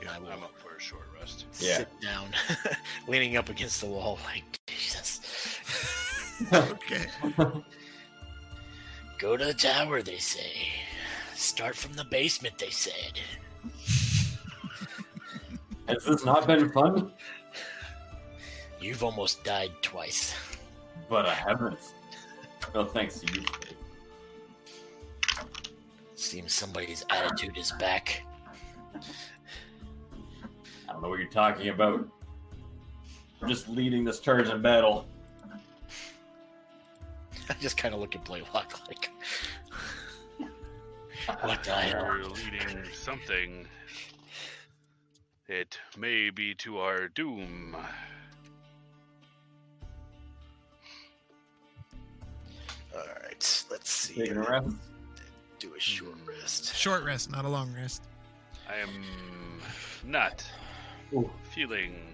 I will
I'm up for a short rest.
Yeah.
sit down, leaning up against the wall, like Jesus.
Okay.
Go to the tower, they say. Start from the basement, they said.
Has this not been fun?
You've almost died twice.
But I haven't. No thanks to you.
Seems somebody's attitude is back.
I don't know what you're talking about. I'm just leading this charge in battle.
I just kind of look at Blaylock like, what the hell?
We're leading something. It may be to our doom.
All right, let's see.
Taking a rest.
Do a short rest.
Short rest, not a long rest.
I am not
Ooh.
feeling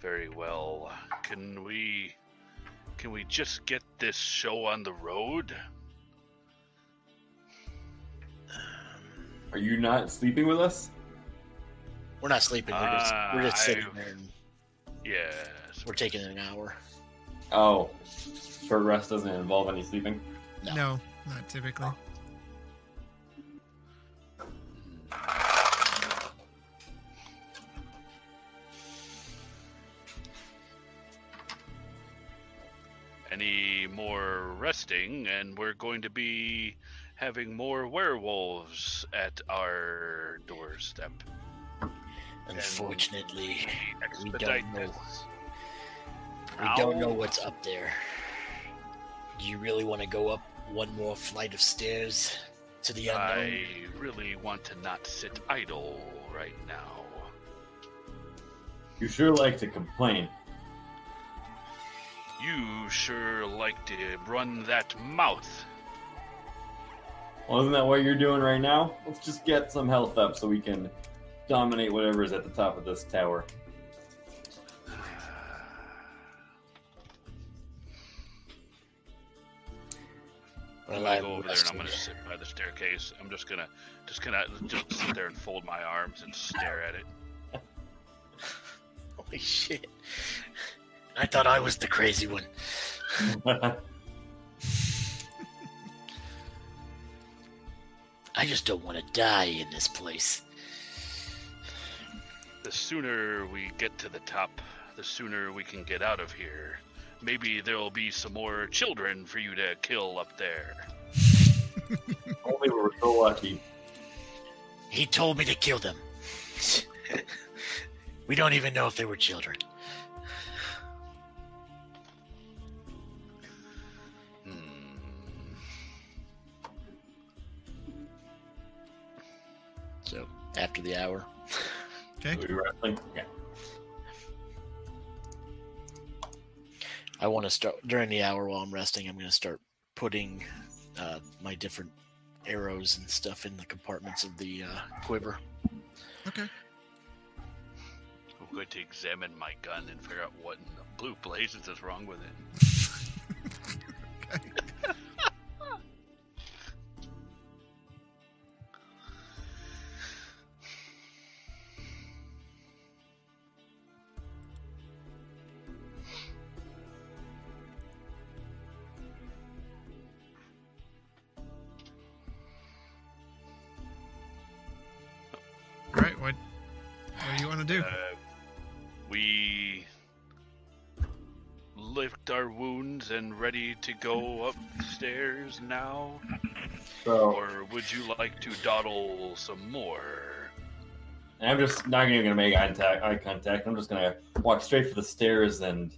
very well. Can we can we just get this show on the road?
Are you not sleeping with us?
We're not sleeping. We're just, we're just
Uh,
sitting
I-
there and
Yes.
we're taking an hour.
Oh, short rest doesn't involve any sleeping.
No.
No, not typically.
Any more resting, and we're going to be having more werewolves at our doorstep.
Unfortunately, we
Expedite
don't know.
this.
We don't know what's up there. Do you really want to go up one more flight of stairs to the unknown?
I really want to not sit idle right now.
You sure like to complain.
You sure like to run that mouth.
Well, isn't that what you're doing right now? Let's just get some health up so we can dominate whatever is at the top of this tower.
Uh,
Well,
I'm gonna
I'm
go over there and I'm
resting.
gonna sit by the staircase. I'm just gonna just gonna just sit there and fold my arms and stare at it.
Holy shit! I thought I was the crazy one. I just don't want to die in this place.
The sooner we get to the top, the sooner we can get out of here. Maybe there'll be some more children for you to kill up there.
Only we were so lucky.
He told me to kill them. we don't even know if they were children.
Hmm.
So after the hour,
Okay.
We were like, yeah.
I want to start during the hour while I'm resting. I'm going to start putting uh, my different arrows and stuff in the compartments of the uh, quiver.
Okay.
I'm going to examine my gun and figure out what in the blue blazes is wrong with it.
All right. What? What do you want to do?
Uh, we lift our wounds and ready to go upstairs now,
So
or would you like to dawdle some more?
and I'm just not even gonna make eye contact. Eye contact. I'm just gonna walk straight for the stairs, and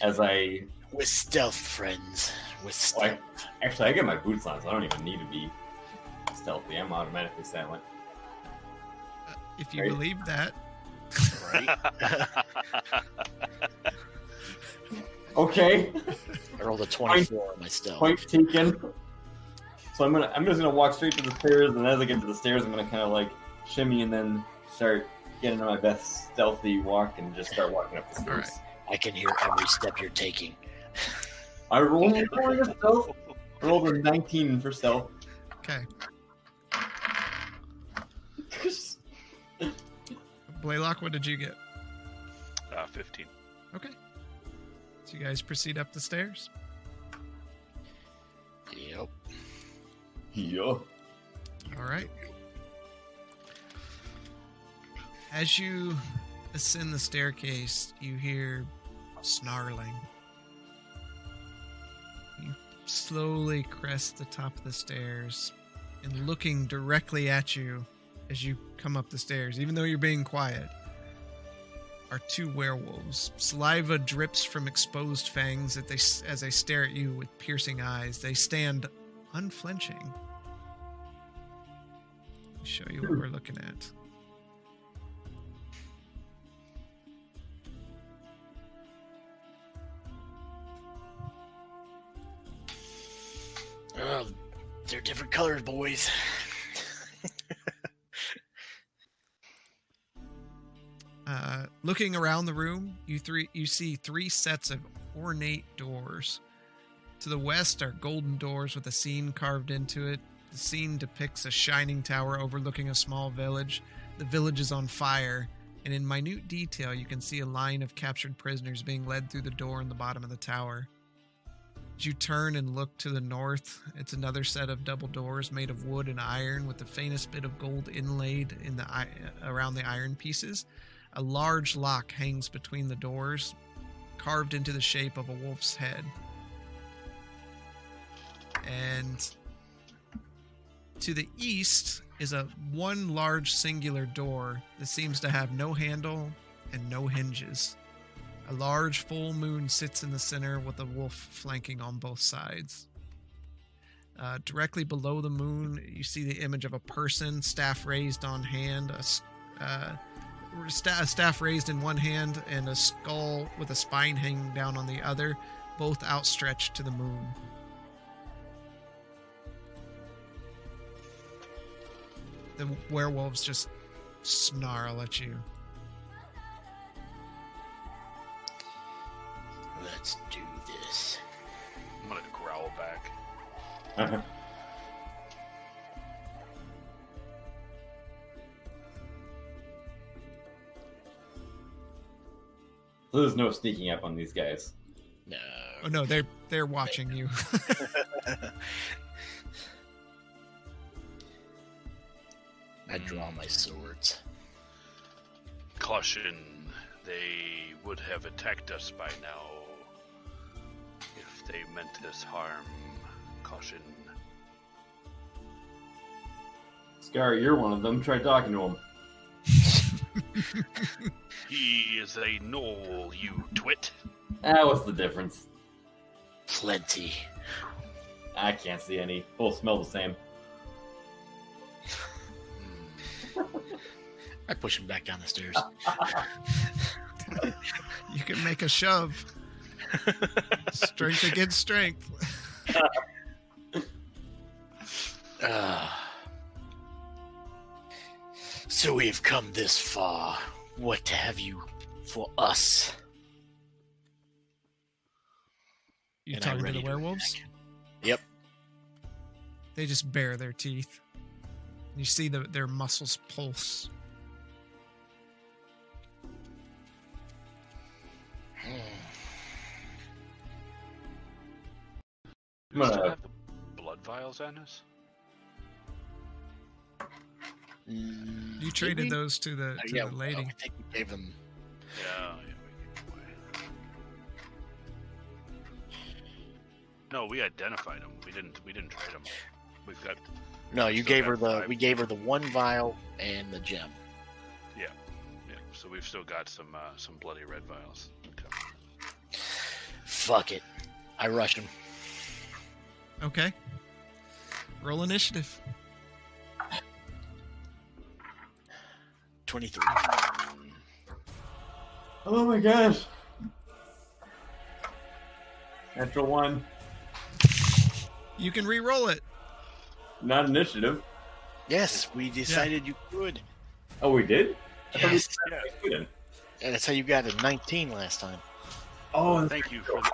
as I
With stealth, friends. With stealth.
Like, actually, I get my boots on, so I don't even need to be stealthy. I'm automatically silent.
If you
Right.
believe that,
Okay,
I rolled a 24 on my stealth.
point taken. So I'm gonna, I'm just gonna walk straight to the stairs, and as I get to the stairs, I'm gonna kind of like shimmy and then start getting on my best stealthy walk and just start walking up the stairs.
I can hear every step you're taking.
I rolled rolling a stealth. I rolled a 19 for stealth.
okay. Blaylock, what did you get?
Uh, 15.
Okay. So you guys proceed up the stairs.
Yep.
Yo.
All right. As you ascend the staircase, you hear snarling. You slowly crest the top of the stairs and looking directly at you as you come up the stairs, even though you're being quiet, are two werewolves. Saliva drips from exposed fangs that they, as they stare at you with piercing eyes. They stand unflinching. Let me Show you what we're looking at.
Uh, they're different colors, boys.
Uh, looking around the room, you three you see three sets of ornate doors. To the west are golden doors with a scene carved into it. The scene depicts a shining tower overlooking a small village. The village is on fire, and in minute detail, you can see a line of captured prisoners being led through the door in the bottom of the tower. As you turn and look to the north, it's another set of double doors made of wood and iron with the faintest bit of gold inlaid in the i- around the iron pieces. A large lock hangs between the doors, carved into the shape of a wolf's head. And to the east is a one large singular door that seems to have no handle and no hinges. A large full moon sits in the center with a wolf flanking on both sides. Uh, directly below the moon, you see the image of a person, staff raised on hand, a s- uh, sta- a staff raised in one hand and a skull with a spine hanging down on the other, both outstretched to the moon. The werewolves just snarl at you.
Let's do this.
I'm going to growl back.
So there's no sneaking up on these guys.
No.
Oh no, they're they're watching you.
I draw my swords.
Caution, they would have attacked us by now if they meant us harm. Caution.
Scar, you're one of them. Try talking to him.
He is a knoll, you twit.
Ah, what's the difference?
Plenty.
I can't see any. Both smell the same.
Hmm.
I push him back down the stairs.
you can make a shove. strength against strength.
Uh, so we have come this far. What have you for us?
You
And I
talking to
ready
the
to
werewolves?
Yep.
They just bare their teeth. You see the, their muscles pulse.
Do we
I'm
still
gonna-
have the blood vials on us?
Mm,
You
did
traded
we?
those to the
Uh,
to
yeah,
the lady.
I think we gave them.
Yeah, yeah, we can- No, we identified him. We didn't. We didn't trade him. We've got.
No, you
So
gave her
that's
the.
five.
We gave her the one vial and the gem.
Yeah, so we've still got some uh, some bloody red vials. Okay.
Fuck it. I rush him.
Okay. Roll initiative.
Twenty-three.
Oh my gosh. Natural one.
You can re-roll it.
Not initiative.
Yes, we decided you could.
Oh, we did?
Yes.
We did.
And that's how you got a 19 last time.
Oh, and
Thank you for the,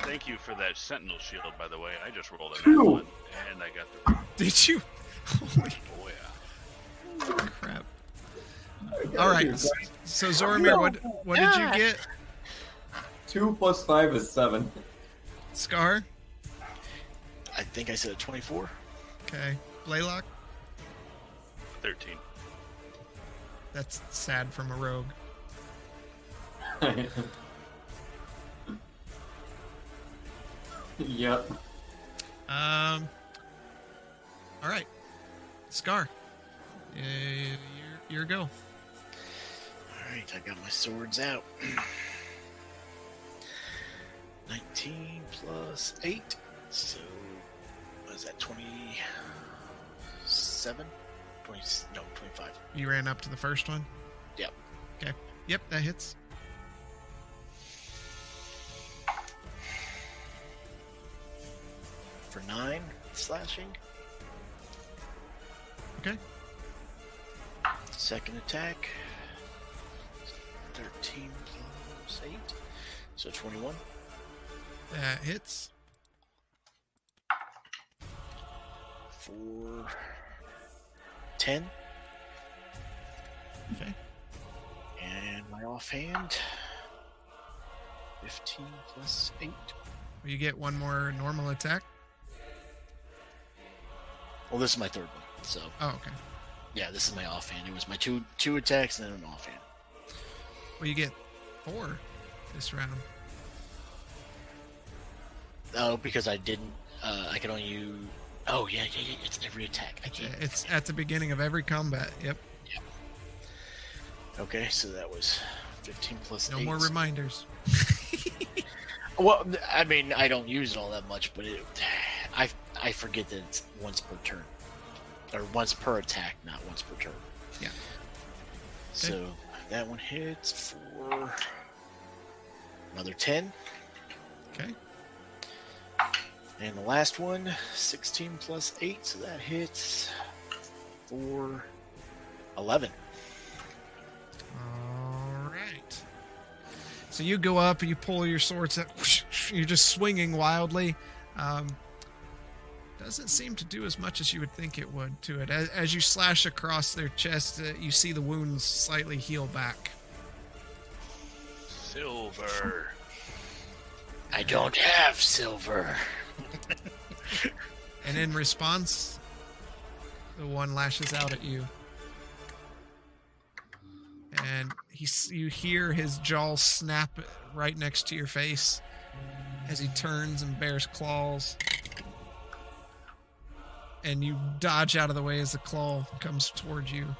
thank you for that sentinel shield, by the way. I just rolled a
Two.
nat one, and I got the
Did you? Holy
oh yeah.
crap! All right. s- So Zoramir, what what did you get?
Two plus five is seven.
Scar.
I think I said a 24.
Okay. Blaylock.
13.
That's sad from a rogue.
yep.
Um. All right, Scar. Uh, your, your go.
All right, I got my swords out. 19 plus 8. So, what is that? 27? 20, no, 25.
You ran up to the first one.
Yep.
Okay. Yep, that hits.
For 9 slashing.
Okay.
Second attack. 13 plus 8. So 21.
That hits.
Four. 10.
Okay.
And my offhand. 15 plus 8.
Well, you get one more normal attack.
Well, this is my third one. So,
Oh, okay.
yeah, this is my offhand. It was my two two attacks and then an offhand.
Well, you get four this round.
Oh, because I didn't. Uh, I could only use. Oh, yeah, yeah, yeah. It's every attack. I can't.
It's at the beginning of every combat. Yep.
Okay, so that was 15 plus
No
8.
more reminders.
Well, I mean, I don't use it all that much, but it, I I forget that it's once per turn, or once per attack, not once per turn.
Yeah.
So that one hits for another ten,
Okay.
and the last one, 16 plus eight, so that hits for eleven.
All right. So you go up, you pull your swords up, you're just swinging wildly. Um, doesn't seem to do as much as you would think it would to it. As, as you slash across their chest, uh, you see the wounds slightly heal back.
Silver.
I don't have silver.
And in response, the one lashes out at you. And he, s- you hear his jaw snap right next to your face as he turns and bears claws. And you dodge out of the way as the claw comes toward you.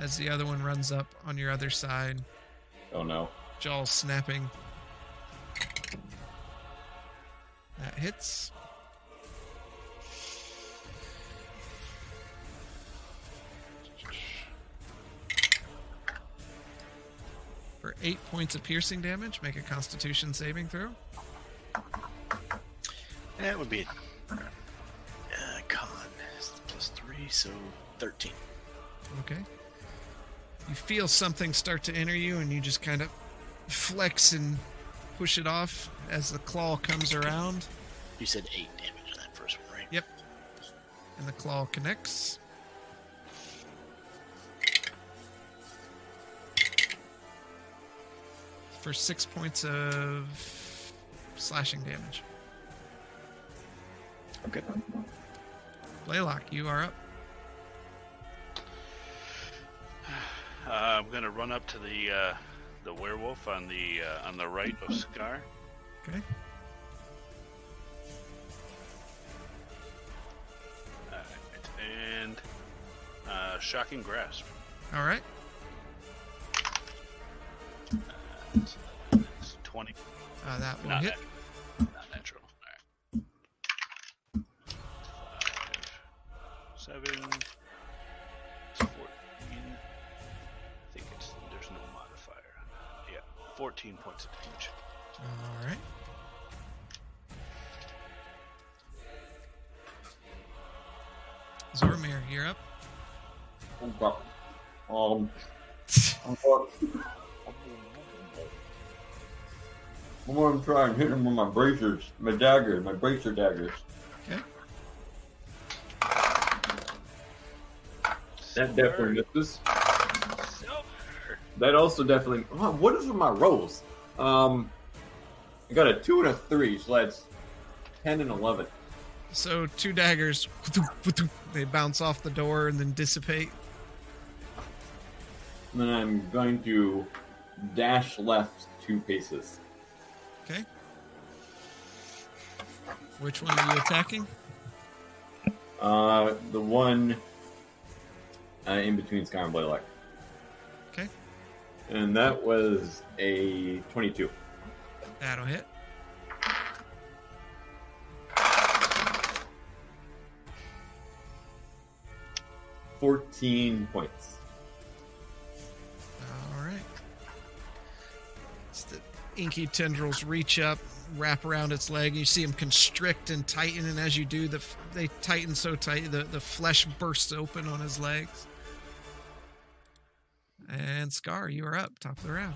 As the other one runs up on your other side,
Oh no.
jaw snapping. That hits. For eight points of piercing damage, make a constitution saving throw.
That would be a uh, con It's plus three, so thirteen.
Okay. You feel something start to enter you, and you just kind of flex and push it off as the claw comes around,
You said eight damage on that first one, right?
Yep. and the claw connects. For six points of slashing damage.
Okay.
Blaylock, you are up.
Uh, I'm gonna run up to the uh, the werewolf on the uh, on the right of Scar.
Okay.
Alright, and uh, shocking grasp.
All right.
It's, it's Twenty,
Uh, that will
not,
hit.
nat- not natural. Alright. Five, seven, it's fourteen. I think it's there's no modifier. Yeah, fourteen points of damage.
All right. Zormir, you're up.
Oh, God. Um. I'm gonna try and hit him with my bracers, my daggers, my bracer daggers.
Okay.
That definitely misses. That also definitely. Oh, what is with my rolls? Um, I got a two and a three, so that's ten and eleven.
So two daggers, they bounce off the door and then dissipate.
And then I'm going to dash left two paces.
Okay. Which one are you attacking?
Uh, the one uh, in between Sky and Blaylock.
Okay,
And that was a 22.
that'll hit.
Fourteen points.
All right. It's the inky tendrils reach up, wrap around its leg. You see them constrict and tighten, and as you do, the f- they tighten so tight the the flesh bursts open on his legs. And Scar, you are up, top of the round.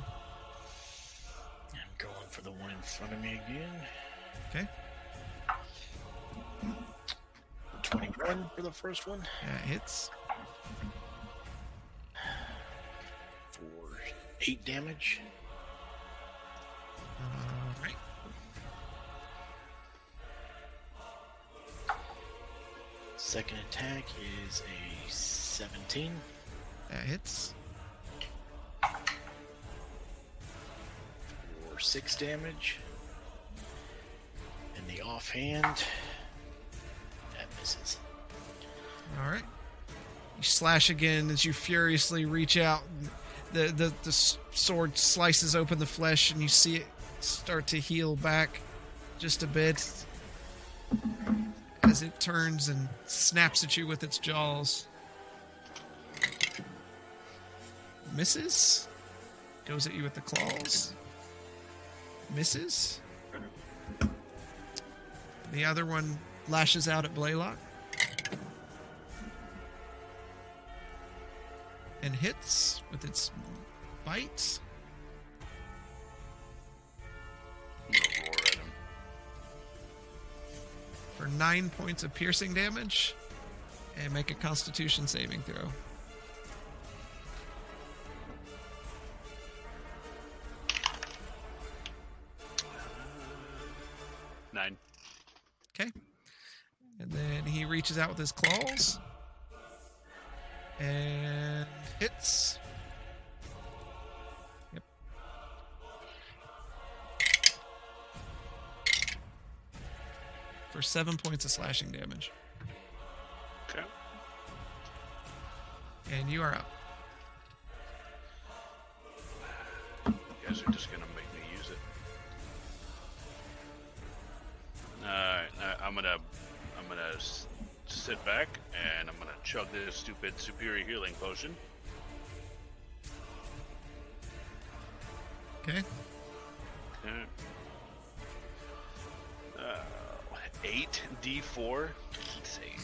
I'm going for the one in front of me again.
Okay,
21 for the first one.
that hits.
For 8 damage.
All right.
Second attack is a 17.
That hits.
or six damage. And the offhand that misses.
All right. You slash again as you furiously reach out. The, the, the s- sword slices open the flesh, and you see it start to heal back just a bit as it turns and snaps at you with its jaws. Misses. Goes at you with the claws. Misses. The other one lashes out at Blaylock. and hits with its bites.
I'm gonna roar at him.
for nine points of piercing damage and make a constitution saving throw.
Nine.
Okay. And then he reaches out with his claws and hits. Yep. For seven points of slashing damage.
Okay.
And you are up.
You guys are just gonna make me use it. Alright, I- I'm gonna, I'm gonna s- sit back and I'm gonna chug this stupid superior healing potion.
Okay.
Okay. Uh, eight d4. It's eight.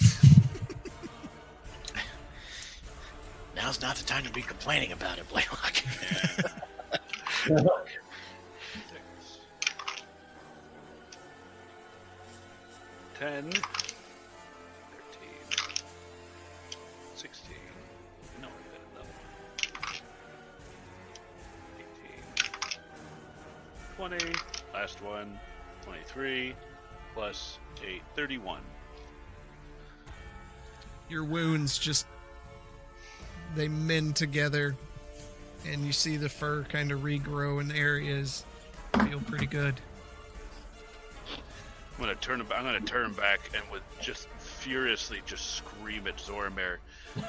Now's not the time to be complaining about it, Blaylock.
Six. Ten. Thirteen. Sixteen. No, we got another one. Eighteen. Twenty. Last one. Twenty-three. Plus eight. Thirty-one.
your wounds just they mend together and you see the fur kind of regrow in areas feel pretty good
I'm gonna turn. ab- I'm gonna turn back and with just furiously just scream at Zoramir.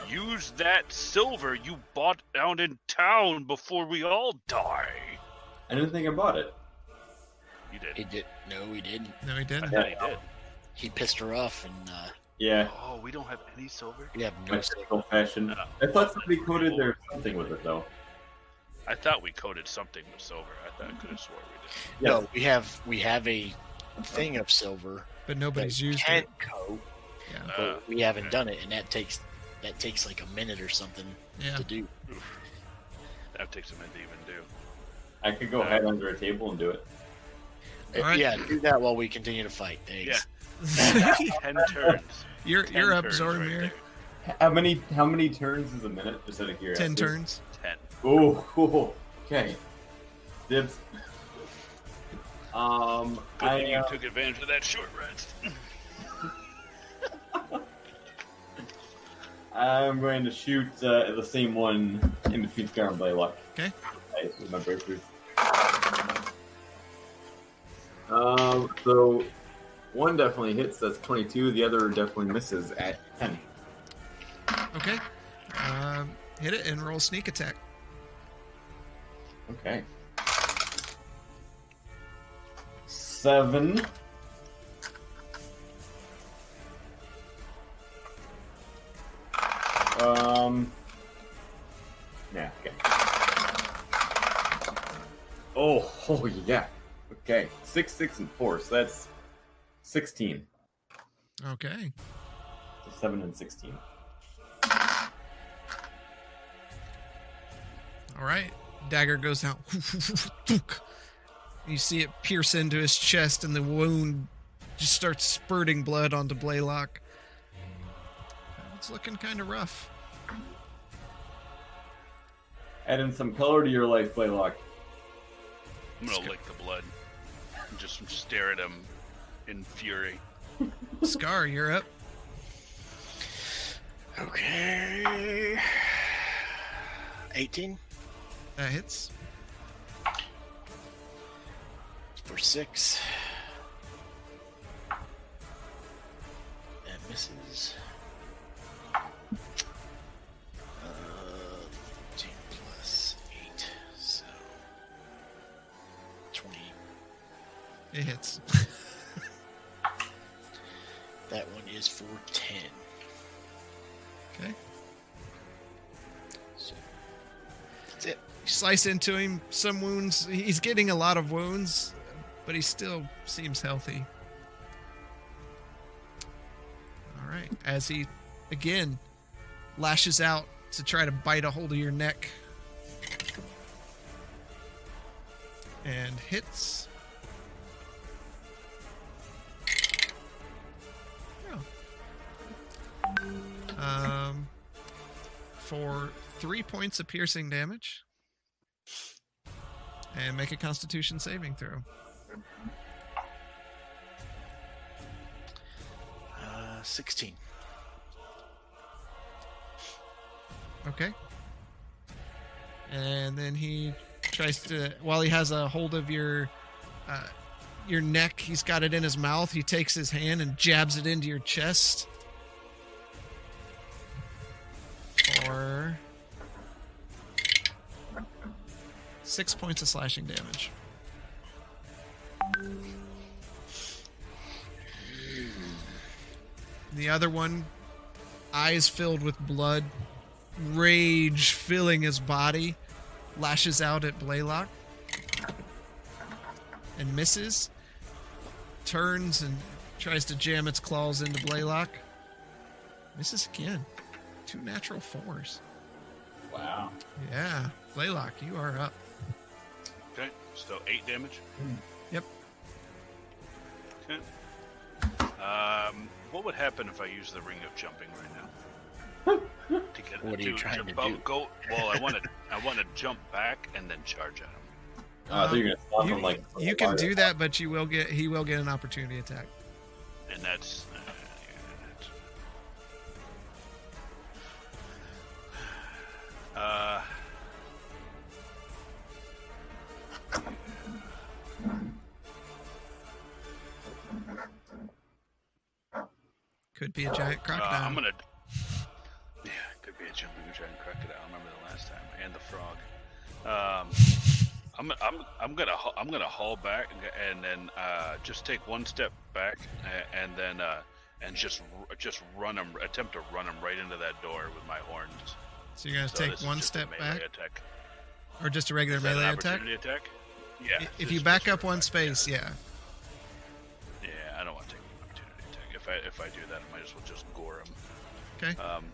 Use that silver you bought down in town before we all die.
I didn't think I bought it.
You did.
he did. No, he didn't.
no he
I
didn't
thought he did.
He pissed her off, and uh,
Yeah.
Oh, we don't have any silver.
we have
My
no.
typical fashion. I thought somebody coated their something with it though.
I thought we coated something with silver. I thought I could have swore we did.
No, we have we have a thing of silver
but nobody's
that
used
can
it
coat,
yeah
but
Uh,
we haven't
okay.
done it, and that takes that takes like a minute or something
yeah
to do.
that takes a minute to even do.
I could go hide under a table and do it.
Uh,
right.
Yeah, do that while we continue to fight. Thanks.
Ten turns.
you're
10
you're up
turns right
zoramir
there.
How many how many turns is a minute? Just out of curiosity.
10 turns
Ten.
Ooh, ooh, okay. Dibs. Um,
Good
I,
thing you
uh,
took advantage of that short rest.
I'm going to shoot uh, the same one in between Scar and Blaylock.
Okay.
Right, with my breakthrough.
Um, so one definitely hits. That's twenty-two. The other definitely misses at ten.
Okay. Um, hit it and roll sneak attack.
Okay. Seven. Um.
Yeah. Okay.
Oh,
Oh yeah.
okay. Six, six, and four. So that's sixteen.
Okay.
So seven and sixteen.
All right. Dagger goes out. You see it pierce into his chest, and the wound just starts spurting blood onto Blaylock. It's looking kind of rough.
Add in some color to your life, Blaylock.
I'm gonna lick the blood and just stare at him in fury.
Scar, you're up.
Okay. 18
That hits.
for 6. That misses. Uh, 14 plus 8, so 20.
It hits.
That one is for 10.
Okay.
So that's it.
Slice into him. Some wounds. He's getting a lot of wounds, but he still seems healthy. All right. As he again lashes out to try to bite a hold of your neck and hits. Oh. Um, for three points of piercing damage and make a constitution saving throw.
Uh, 16.
Okay. And then he tries to, while he has a hold of your uh, your neck, he's got it in his mouth. He takes his hand and jabs it into your chest. For six points of slashing damage. The other one, eyes filled with blood, rage filling his body, lashes out at Blaylock and misses, turns and tries to jam its claws into Blaylock. Misses again. Two natural fours.
Wow.
Yeah. Blaylock, you are up.
Okay, so eight damage.
Yep.
Okay. Um, what would happen if I use the ring of jumping right now? to get
What are you trying
jump
to
out,
do?
Go, well, I want to. I want to jump back and then charge at him.
Uh, so
Um,
you're gonna stop
you,
him like
you can do that, but you will get he will get an opportunity attack.
and that's. Uh, uh,
Could be a giant crocodile.
Uh, I'm gonna. Yeah, it could be a jumping giant crocodile. I remember the last time, and the frog. Um, I'm, I'm, I'm gonna hu- I'm gonna haul back and g- and then uh, just take one step back a- and then uh, and just r- just run him attempt to run him right into that door with my horns.
so you're gonna
So
take
this is
one
just a
step
melee
back,
Attack.
or just a regular
Is that an
melee attack?
opportunity attack? Yeah.
I- if
just-
you
just
back
for
up
a
one
fact,
space, yeah.
Yeah, I don't want to take an opportunity attack. If I if I do that, I might as well just gore him.
Okay.
Um,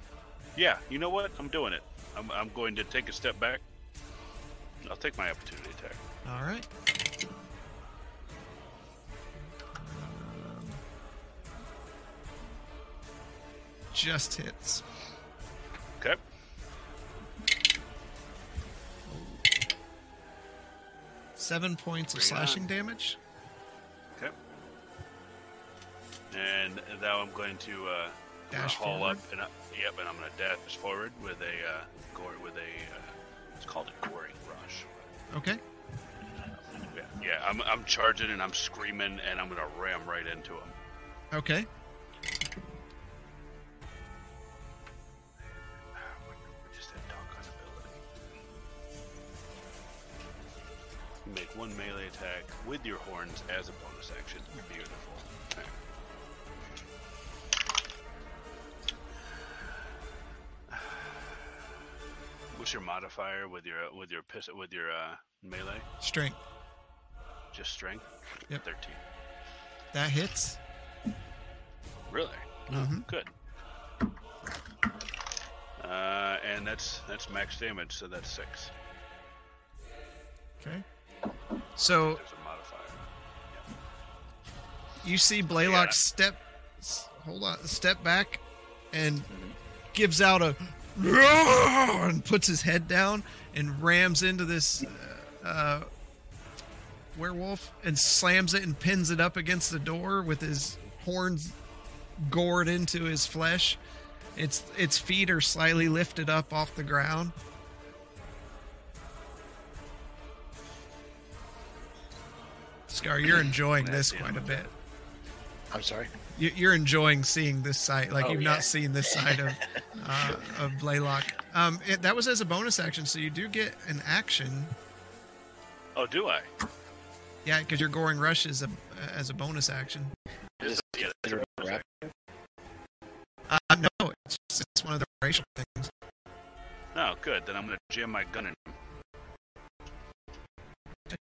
yeah, you know what? I'm doing it. I'm, I'm going to take a step back. I'll take my opportunity attack.
All right. Um, Just hits.
Okay.
Seven points of
Right on.
slashing damage.
Okay. And now I'm going to uh, I'm gonna
Dash
haul
forward.
up and up. Yep, and I'm going to dash forward with a uh, gore with a. Uh, it's called a goring rush.
Okay.
Yeah, yeah. I'm, I'm charging and I'm screaming and I'm going to ram right into him.
Okay.
Ah, what- what is that doggone ability? Make one melee attack with your horns as a bonus action. Beautiful. Alright. What's your modifier with your with your pis- with your uh, melee?
Strength.
Just strength.
Yep.
Thirteen.
That hits.
Really?
Mhm.
Good. Uh, and that's that's max damage, so that's six.
Okay. So
There's a modifier.
you see Blaylock step, s- hold on, step back, and gives out a and puts his head down and rams into this uh, uh, werewolf and slams it and pins it up against the door with his horns gored into his flesh. Its its feet are slightly lifted up off the ground. Scar, you're enjoying this quite a bit.
I'm sorry.
You- You're enjoying seeing this side, like
Oh,
you've
yeah.
not seen this side of uh, of Blaylock. Um, it, that was as a bonus action, so you do get an action.
Oh, do I?
Yeah, because your goring rush is a, as a bonus action.
Is- yeah, that's a bonus action.
Uh, no, it's, just, it's one of the racial things.
Oh, good. Then I'm gonna jam my gun in.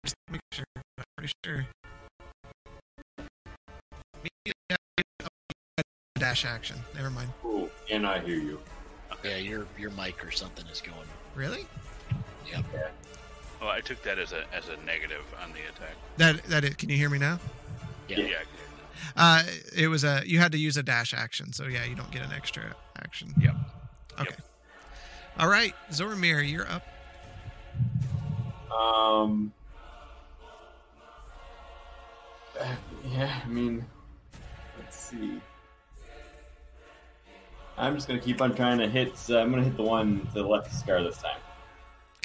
Just make sure. I'm pretty sure. Dash action. Never mind.
Ooh, and I hear you.
Yeah, your your mic or something is going.
Really?
Yeah.
Oh, I took that as a as a negative on the attack.
That that it, can you hear me now?
Yeah.
Yeah. I can.
Uh, it was a you had to use a dash action, so yeah, you don't get an extra action.
Yep.
Okay. All right, Zoramir, you're up.
Um. uh, Yeah, I mean, let's see.
I'm just gonna keep on trying to hit. Uh, I'm gonna hit the one to the left of scar this time.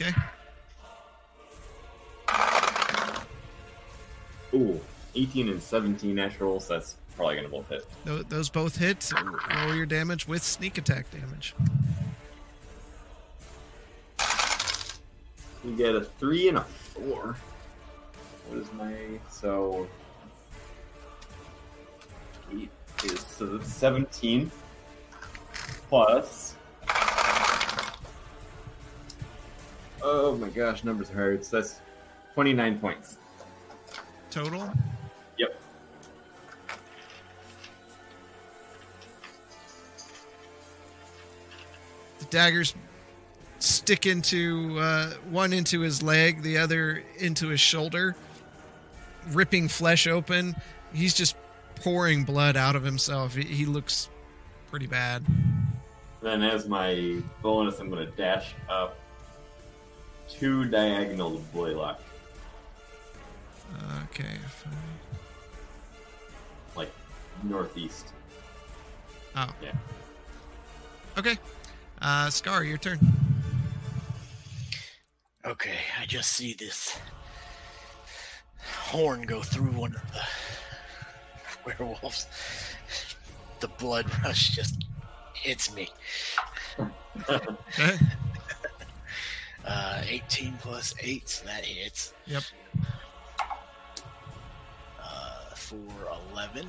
Okay.
Ooh,
18 and 17 naturals.
so that's probably gonna both hit.
Tho- Those both hit. Roll your damage with sneak attack damage.
You get a 3 and a 4. What is my. So. 8 is. So
So
that's
that's 17 plus.
Oh my gosh, numbers are hard. So that's 29 points.
Total.
Yep.
The daggers stick into uh, one into his leg, the other into his shoulder, ripping flesh open. He's just pouring blood out of himself. He, he looks pretty bad.
Then as my bonus, I'm gonna dash up two diagonal to Blaylock,
Okay. fine.
like northeast.
Oh.
Yeah.
Okay. Uh, Scar, your turn.
Okay, I just see this horn go through one of the werewolves. The blood rush just hits me.
Okay.
Uh, 18 plus 8, so that hits.
Yep.
Uh, for 11.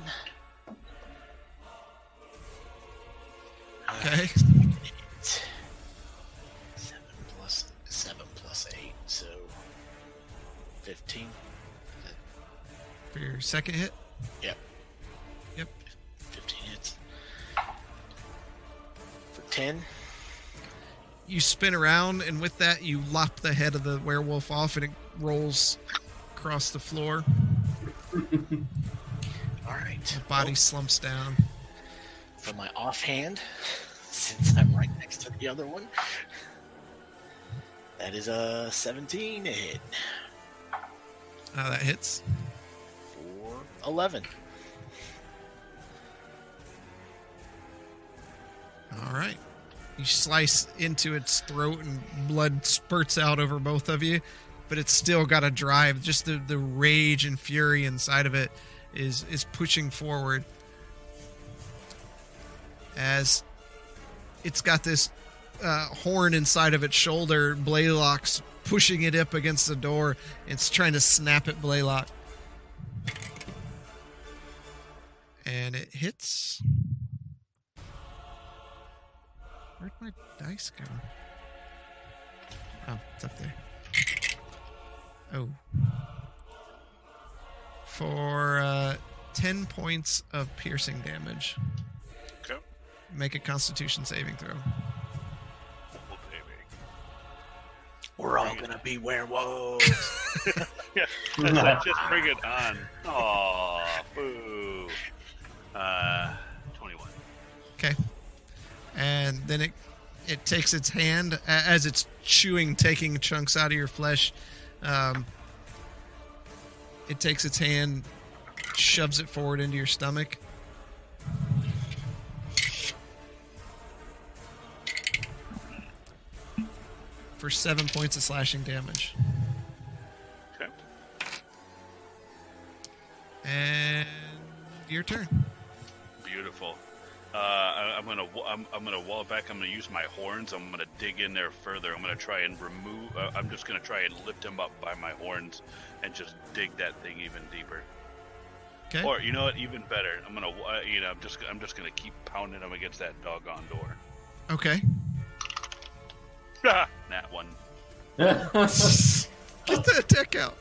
Okay.
Eight. Seven plus seven plus eight, so fifteen.
For your second hit.
Yep.
Yep.
Fifteen hits. For ten.
you spin around and with that you lop the head of the werewolf off and it rolls across the floor
Alright.
body slumps down
Well, for my offhand, since I'm right next to the other one. That is a seventeen to hit.
Uh, that hits.
Four. Eleven.
All right. You slice into its throat and blood spurts out over both of you, but it's still got a drive. Just the, the rage and fury inside of it is is pushing forward as it's got this uh, horn inside of its shoulder. Blaylock's pushing it up against the door. It's trying to snap at Blaylock. And it hits. Where'd my dice go? Oh, it's up there. Oh. For uh, 10 points of piercing damage.
Okay.
Make a constitution saving throw.
Well, baby.
We're all gonna be werewolves.
Let's just bring it on. Aw, boo. Uh, 21.
Okay. And then it it takes its hand a- as it's chewing, taking chunks out of your flesh. Um, it takes its hand, shoves it forward into your stomach. For seven points of slashing damage.
Okay.
And your turn.
Beautiful. Uh, I, I'm gonna, wa- I'm, I'm gonna wall back. I'm gonna use my horns. I'm gonna dig in there further. I'm gonna try and remove. Uh, I'm just gonna try and lift him up by my horns, and just dig that thing even deeper.
Okay.
Or you know what? Even better. I'm gonna, wa- uh, you know, I'm just, I'm just gonna keep pounding him against that doggone door.
Okay.
that one.
this
Get that attack out.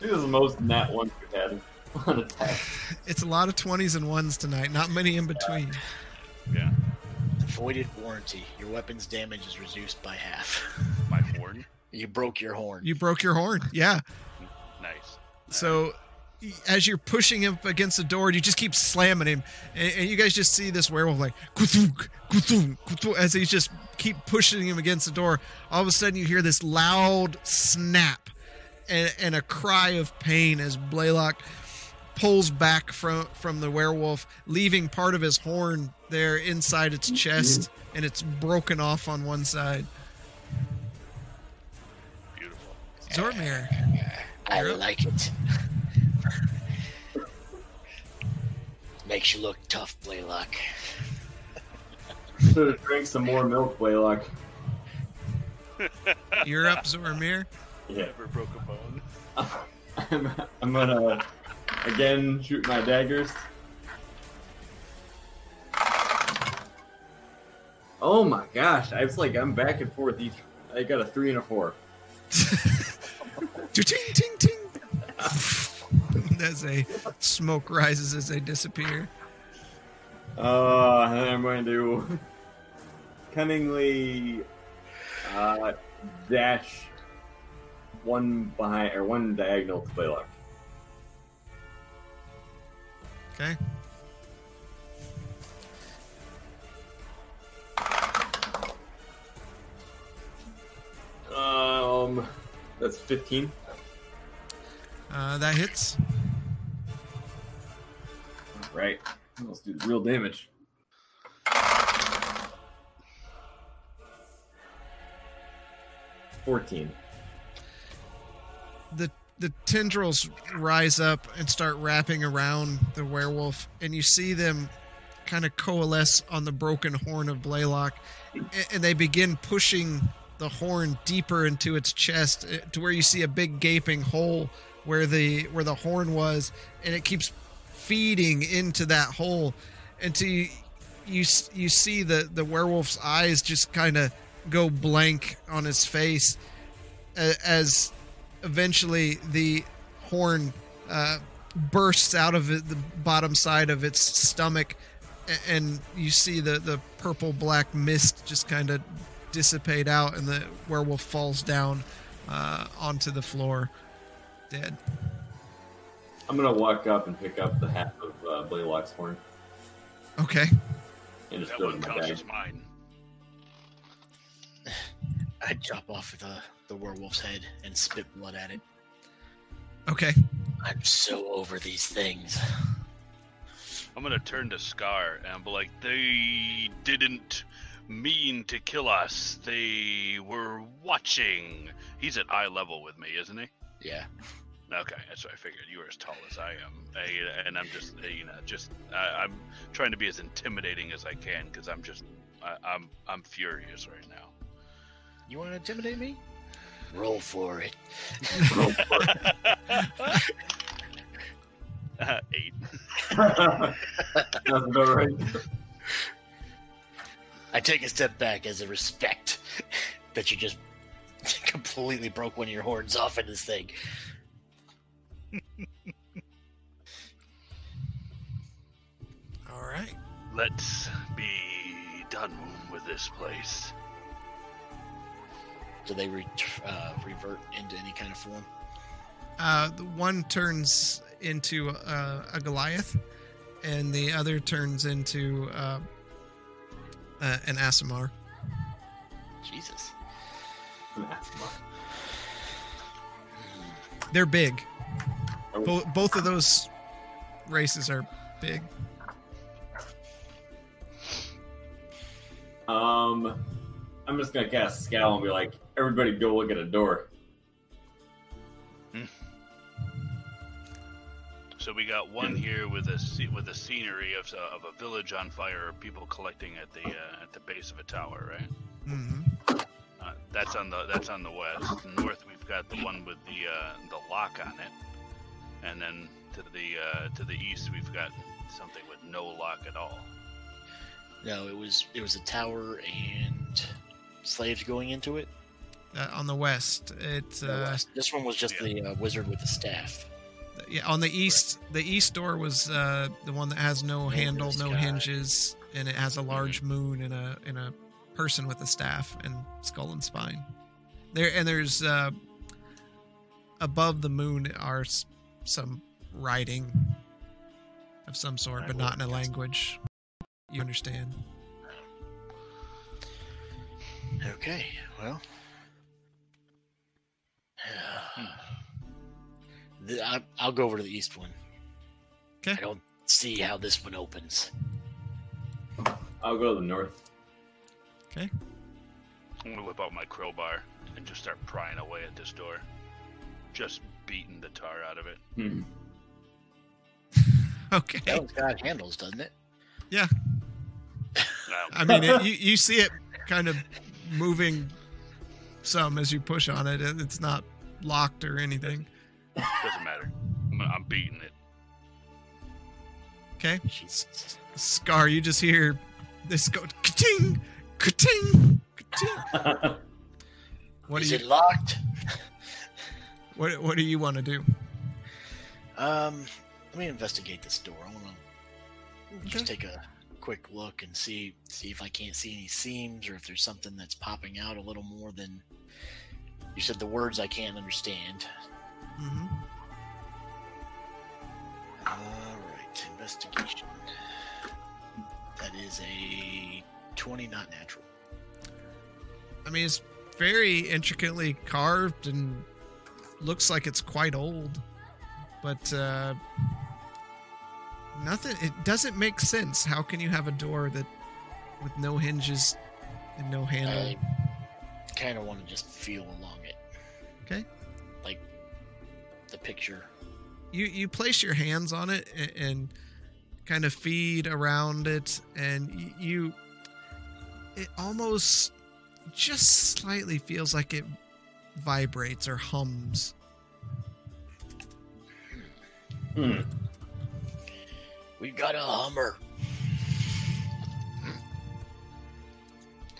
is the most nat one we've had on attack.
It's a lot of 20s and 1s tonight, not many in between.
Yeah.
Voided warranty. Your weapon's damage is reduced by half.
My horn.
You broke your horn.
You broke your horn. Yeah.
Nice.
So y- as you're pushing him against the door, you just keep slamming him. And, and you guys just see this werewolf like, kuthunk, kuthunk, kuthunk, as he's just keep pushing him against the door. All of a sudden, you hear this loud snap and, and a cry of pain as Blaylock pulls back from, from the werewolf, leaving part of his horn there inside its chest. And it's broken off on one side.
Beautiful.
Zormir.
I
You're up.
like it. Makes you look tough, Blaylock.
Should have drank some more milk, Blaylock.
You're up, Zormir.
Yeah.
Never broke a bone.
I'm, I'm gonna again shoot my daggers.
Oh my gosh! I was like, I'm back and forth each. I got a three and a four.
Ting ting ting. as a smoke rises as they disappear.
Uh,
Uh, and I'm going to cunningly uh, dash one behind or one diagonal to Blaylock.
Okay.
Um, that's 15.
Uh, that hits.
Right. Let's do real damage. Fourteen.
The the tendrils rise up and start wrapping around the werewolf, and you see them kind of coalesce on the broken horn of Blaylock, a- and they begin pushing the horn deeper into its chest eh, to where you see a big gaping hole where the where the horn was, and it keeps feeding into that hole until you you, s- you see the the werewolf's eyes just kind of go blank on his face a- as eventually the horn uh, bursts out of it, the bottom side of its stomach, a- and you see the, the purple black mist just kind of dissipate out, and the werewolf falls down uh, onto the floor, dead.
I'm gonna walk up and pick up the half of uh, Blaylock's horn
Okay.
and just
That
throw it in
one
my
counts
bag.
as mine.
I chop off the, the werewolf's head and spit blood at it.
Okay.
I'm so over these things.
I'm gonna turn to Scar and be like, they didn't mean to kill us. They were watching. He's at eye level with me, isn't he?
Yeah.
Okay, that's what I figured. You were as tall as I am, I, and I'm just, you know, just I, I'm trying to be as intimidating as I can because I'm just, I, I'm, I'm furious right now.
You want to intimidate me? Roll for it.
Uh, Eight.
That's about right.
I take a step back as a respect that you just completely broke one of your horns off in this thing.
All right.
Let's be done with this place.
Do they re- uh, revert into any kind of form?
Uh, the one turns into uh, a Goliath, and the other turns into uh, uh, an Asimar.
Jesus.
They're big.
Oh.
Bo- both of those races are big.
Um,
I'm just gonna cast scowl and be like, everybody go look at a door.
So we got one here with a sce- with a scenery of, s- of a village on fire, or people collecting at the uh, at the base of a tower, right?
hmm
Uh, that's on the that's on the west. North, we've got the one with the uh, the lock on it, and then to the uh, to the east, we've got something with no lock at all.
No, it was it was a tower and slaves going into it.
Uh, on the west, it's uh,
this one was just the uh, wizard with the staff.
yeah. On the east, the east door was uh, the one that has no
Hand in
handle,
the
no
sky.
hinges, and it has a large moon and a and a person with a staff and skull and spine. There and there's uh, above the moon are s- some writing of some sort, but not in a language you understand.
Okay, well. The- I, I'll go over to the east one.
'Kay.
I don't see how this one opens.
I'll go to the north.
I'm gonna whip out my crowbar and just start prying away at this door, just beating the tar out of it.
Hmm.
Okay.
That one's got handles, doesn't it?
Um,
I mean, it, you you see it kind of moving some as you push on it. It- It's not locked or anything.
doesn't matter. I'm, I'm beating it.
Okay,
Jesus.
Scar, you just hear this go ka-ting, ka-ting, ka-ting. What
Is
do
it
you
locked?
what What do you want to do?
Um, let me investigate this door. I want to just take a quick look and see see if I can't see any seams or if there's something that's popping out a little more than you said the words I can't understand.
hmm
All right, investigation. That is a twenty, not natural.
I mean, it's very intricately carved and looks like it's quite old, but uh, nothing. It doesn't make sense. How can you have a door that with no hinges and no handle?
I kind of want to just feel along it.
Okay.
Like the picture.
you you place your hands on it and, and kind of feed around it and y- you it almost just slightly feels like it vibrates or hums
Hmm.
We've got a Hummer.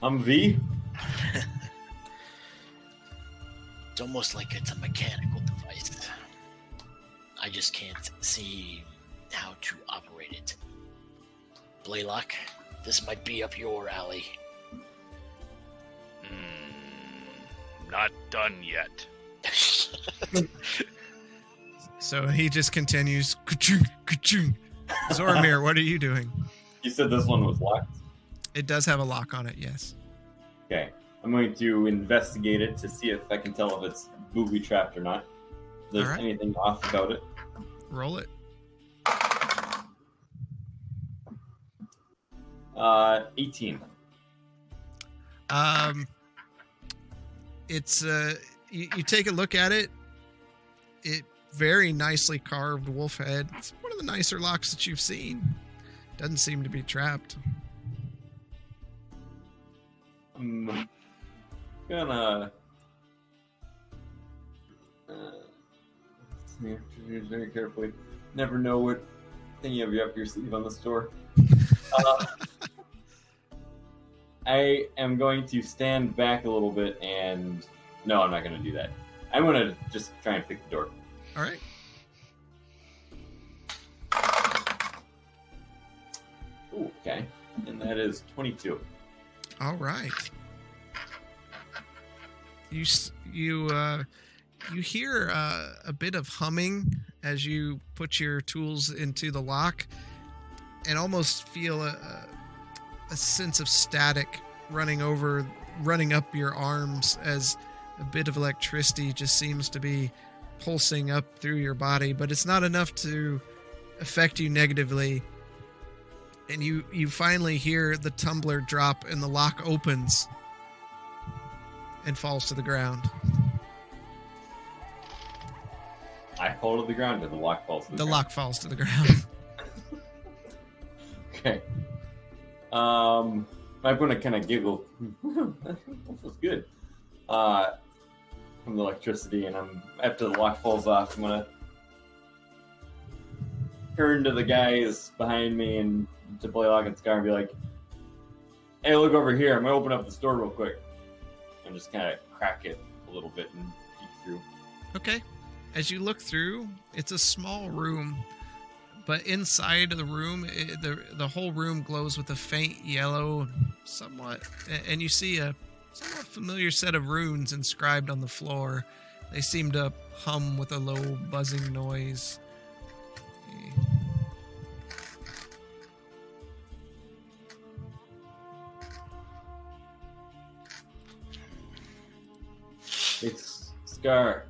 I'm V.
It's almost like it's a mechanical device. I just can't see how to operate it. Blaylock, this might be up your alley.
Mm, not done yet.
so he just continues ka-chung, ka-chung. zoramir what are you doing
You said this one was locked.
it does have a lock on it yes
Okay. I'm going to investigate it to see if I can tell if it's booby trapped or not. there's
Alright.
anything off about it.
Roll it.
Uh, 18.
Um, it's uh, you, you take a look at it. It very nicely carved wolf head. It's one of the nicer locks that you've seen. Doesn't seem to be trapped.
I'm Hmm. gonna. Uh, sneak through very carefully. Never know what thing you have your- up your sleeve on the store. Uh, I am going to stand back a little bit and. No, I'm not gonna do that. I'm gonna just try and pick the door.
All right.
Ooh, okay. And that is 22.
All right. You s- you uh, you hear uh, a bit of humming as you put your tools into the lock, and almost feel a, a, a sense of static running over, running up your arms as a bit of electricity just seems to be pulsing up through your body, but it's not enough to affect you negatively and you you finally hear the tumbler drop and the lock opens and falls to the ground
I fall to the ground and the lock falls. to
the
ground.
lock falls to the ground
Okay. Um, I'm gonna kind of giggle. that feels good. Uh, from the electricity, and I'm after the lock falls off, I'm gonna turn to the guys behind me and to Blaylock and Scar and be like, "Hey, look over here! I'm gonna open up this door real quick." And just kind of crack it a little bit and peek through.
okay as you look through it's a small room but inside of the room it, the the whole room glows with a faint yellow somewhat a- and you see a somewhat familiar set of runes inscribed on the floor they seem to hum with a low buzzing noise
It's Scar.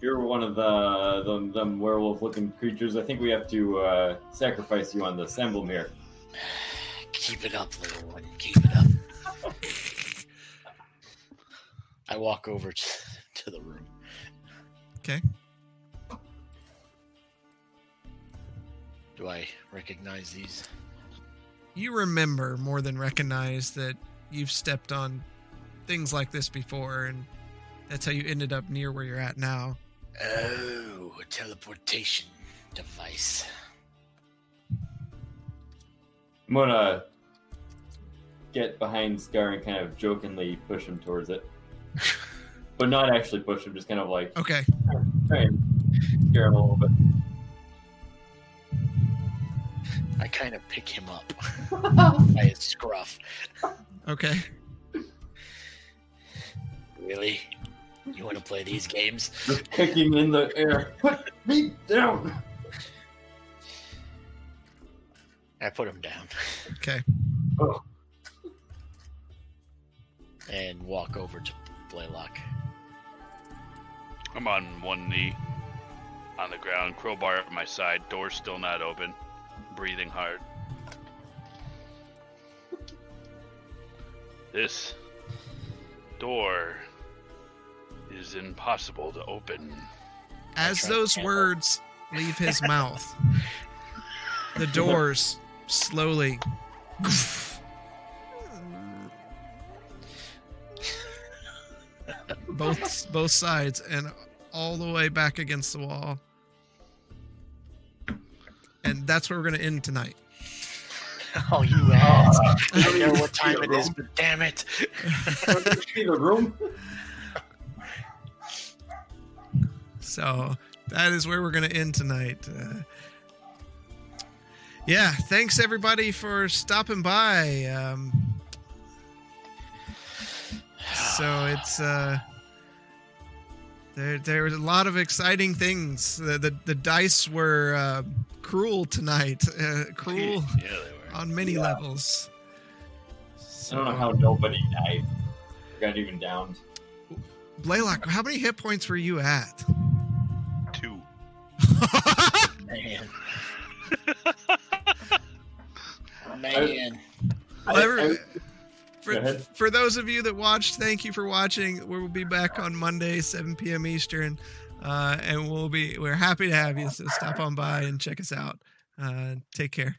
You're one of the them, them werewolf-looking creatures. I think we have to uh, sacrifice you on the emblem here.
Keep it up, little one. Keep it up. I walk over to, to the room.
Okay.
Do I recognize these?
you remember more than recognize that you've stepped on things like this before and that's how you ended up near where you're at now
Oh, a teleportation device.
I'm gonna get behind Scar and kind of jokingly push him towards it, but not actually push him. Just kind of like
okay
try and scare him a little bit.
I kind of pick him up by his scruff.
okay
Really? You want to play these games?
Just kick him in the air. Put me down.
I put him down
okay
and walk over to Blaylock.
I'm on one knee on the ground, crowbar at my side, door still not open, breathing hard. This door is impossible to open.
as
tried to
those
handle-
words leave his mouth the doors slowly both both sides and all the way back against the wall and that's where we're going to end tonight
Oh, you ass. I
don't
don't know
even
what
see
time
the
it is,
room.
but damn it.
Put me in the room.
So that is where we're going to end tonight. Uh, yeah, thanks everybody for stopping by. Um, so it's uh, there. There was a lot of exciting things. The the, the dice were uh, cruel tonight. Uh, cruel
Yeah, they were.
on many
Yeah.
levels.
I
So,
don't know how nobody died. Got even downed.
Blaylock, how many hit points were you at?
Man. Man.
I-
Every-
Go
for,
ahead.
for those of you that watched, thank you for watching. We will be back on Monday, 7 p.m. Eastern, uh, and we'll be we're happy to have you. So stop on by and check us out. Uh, take care.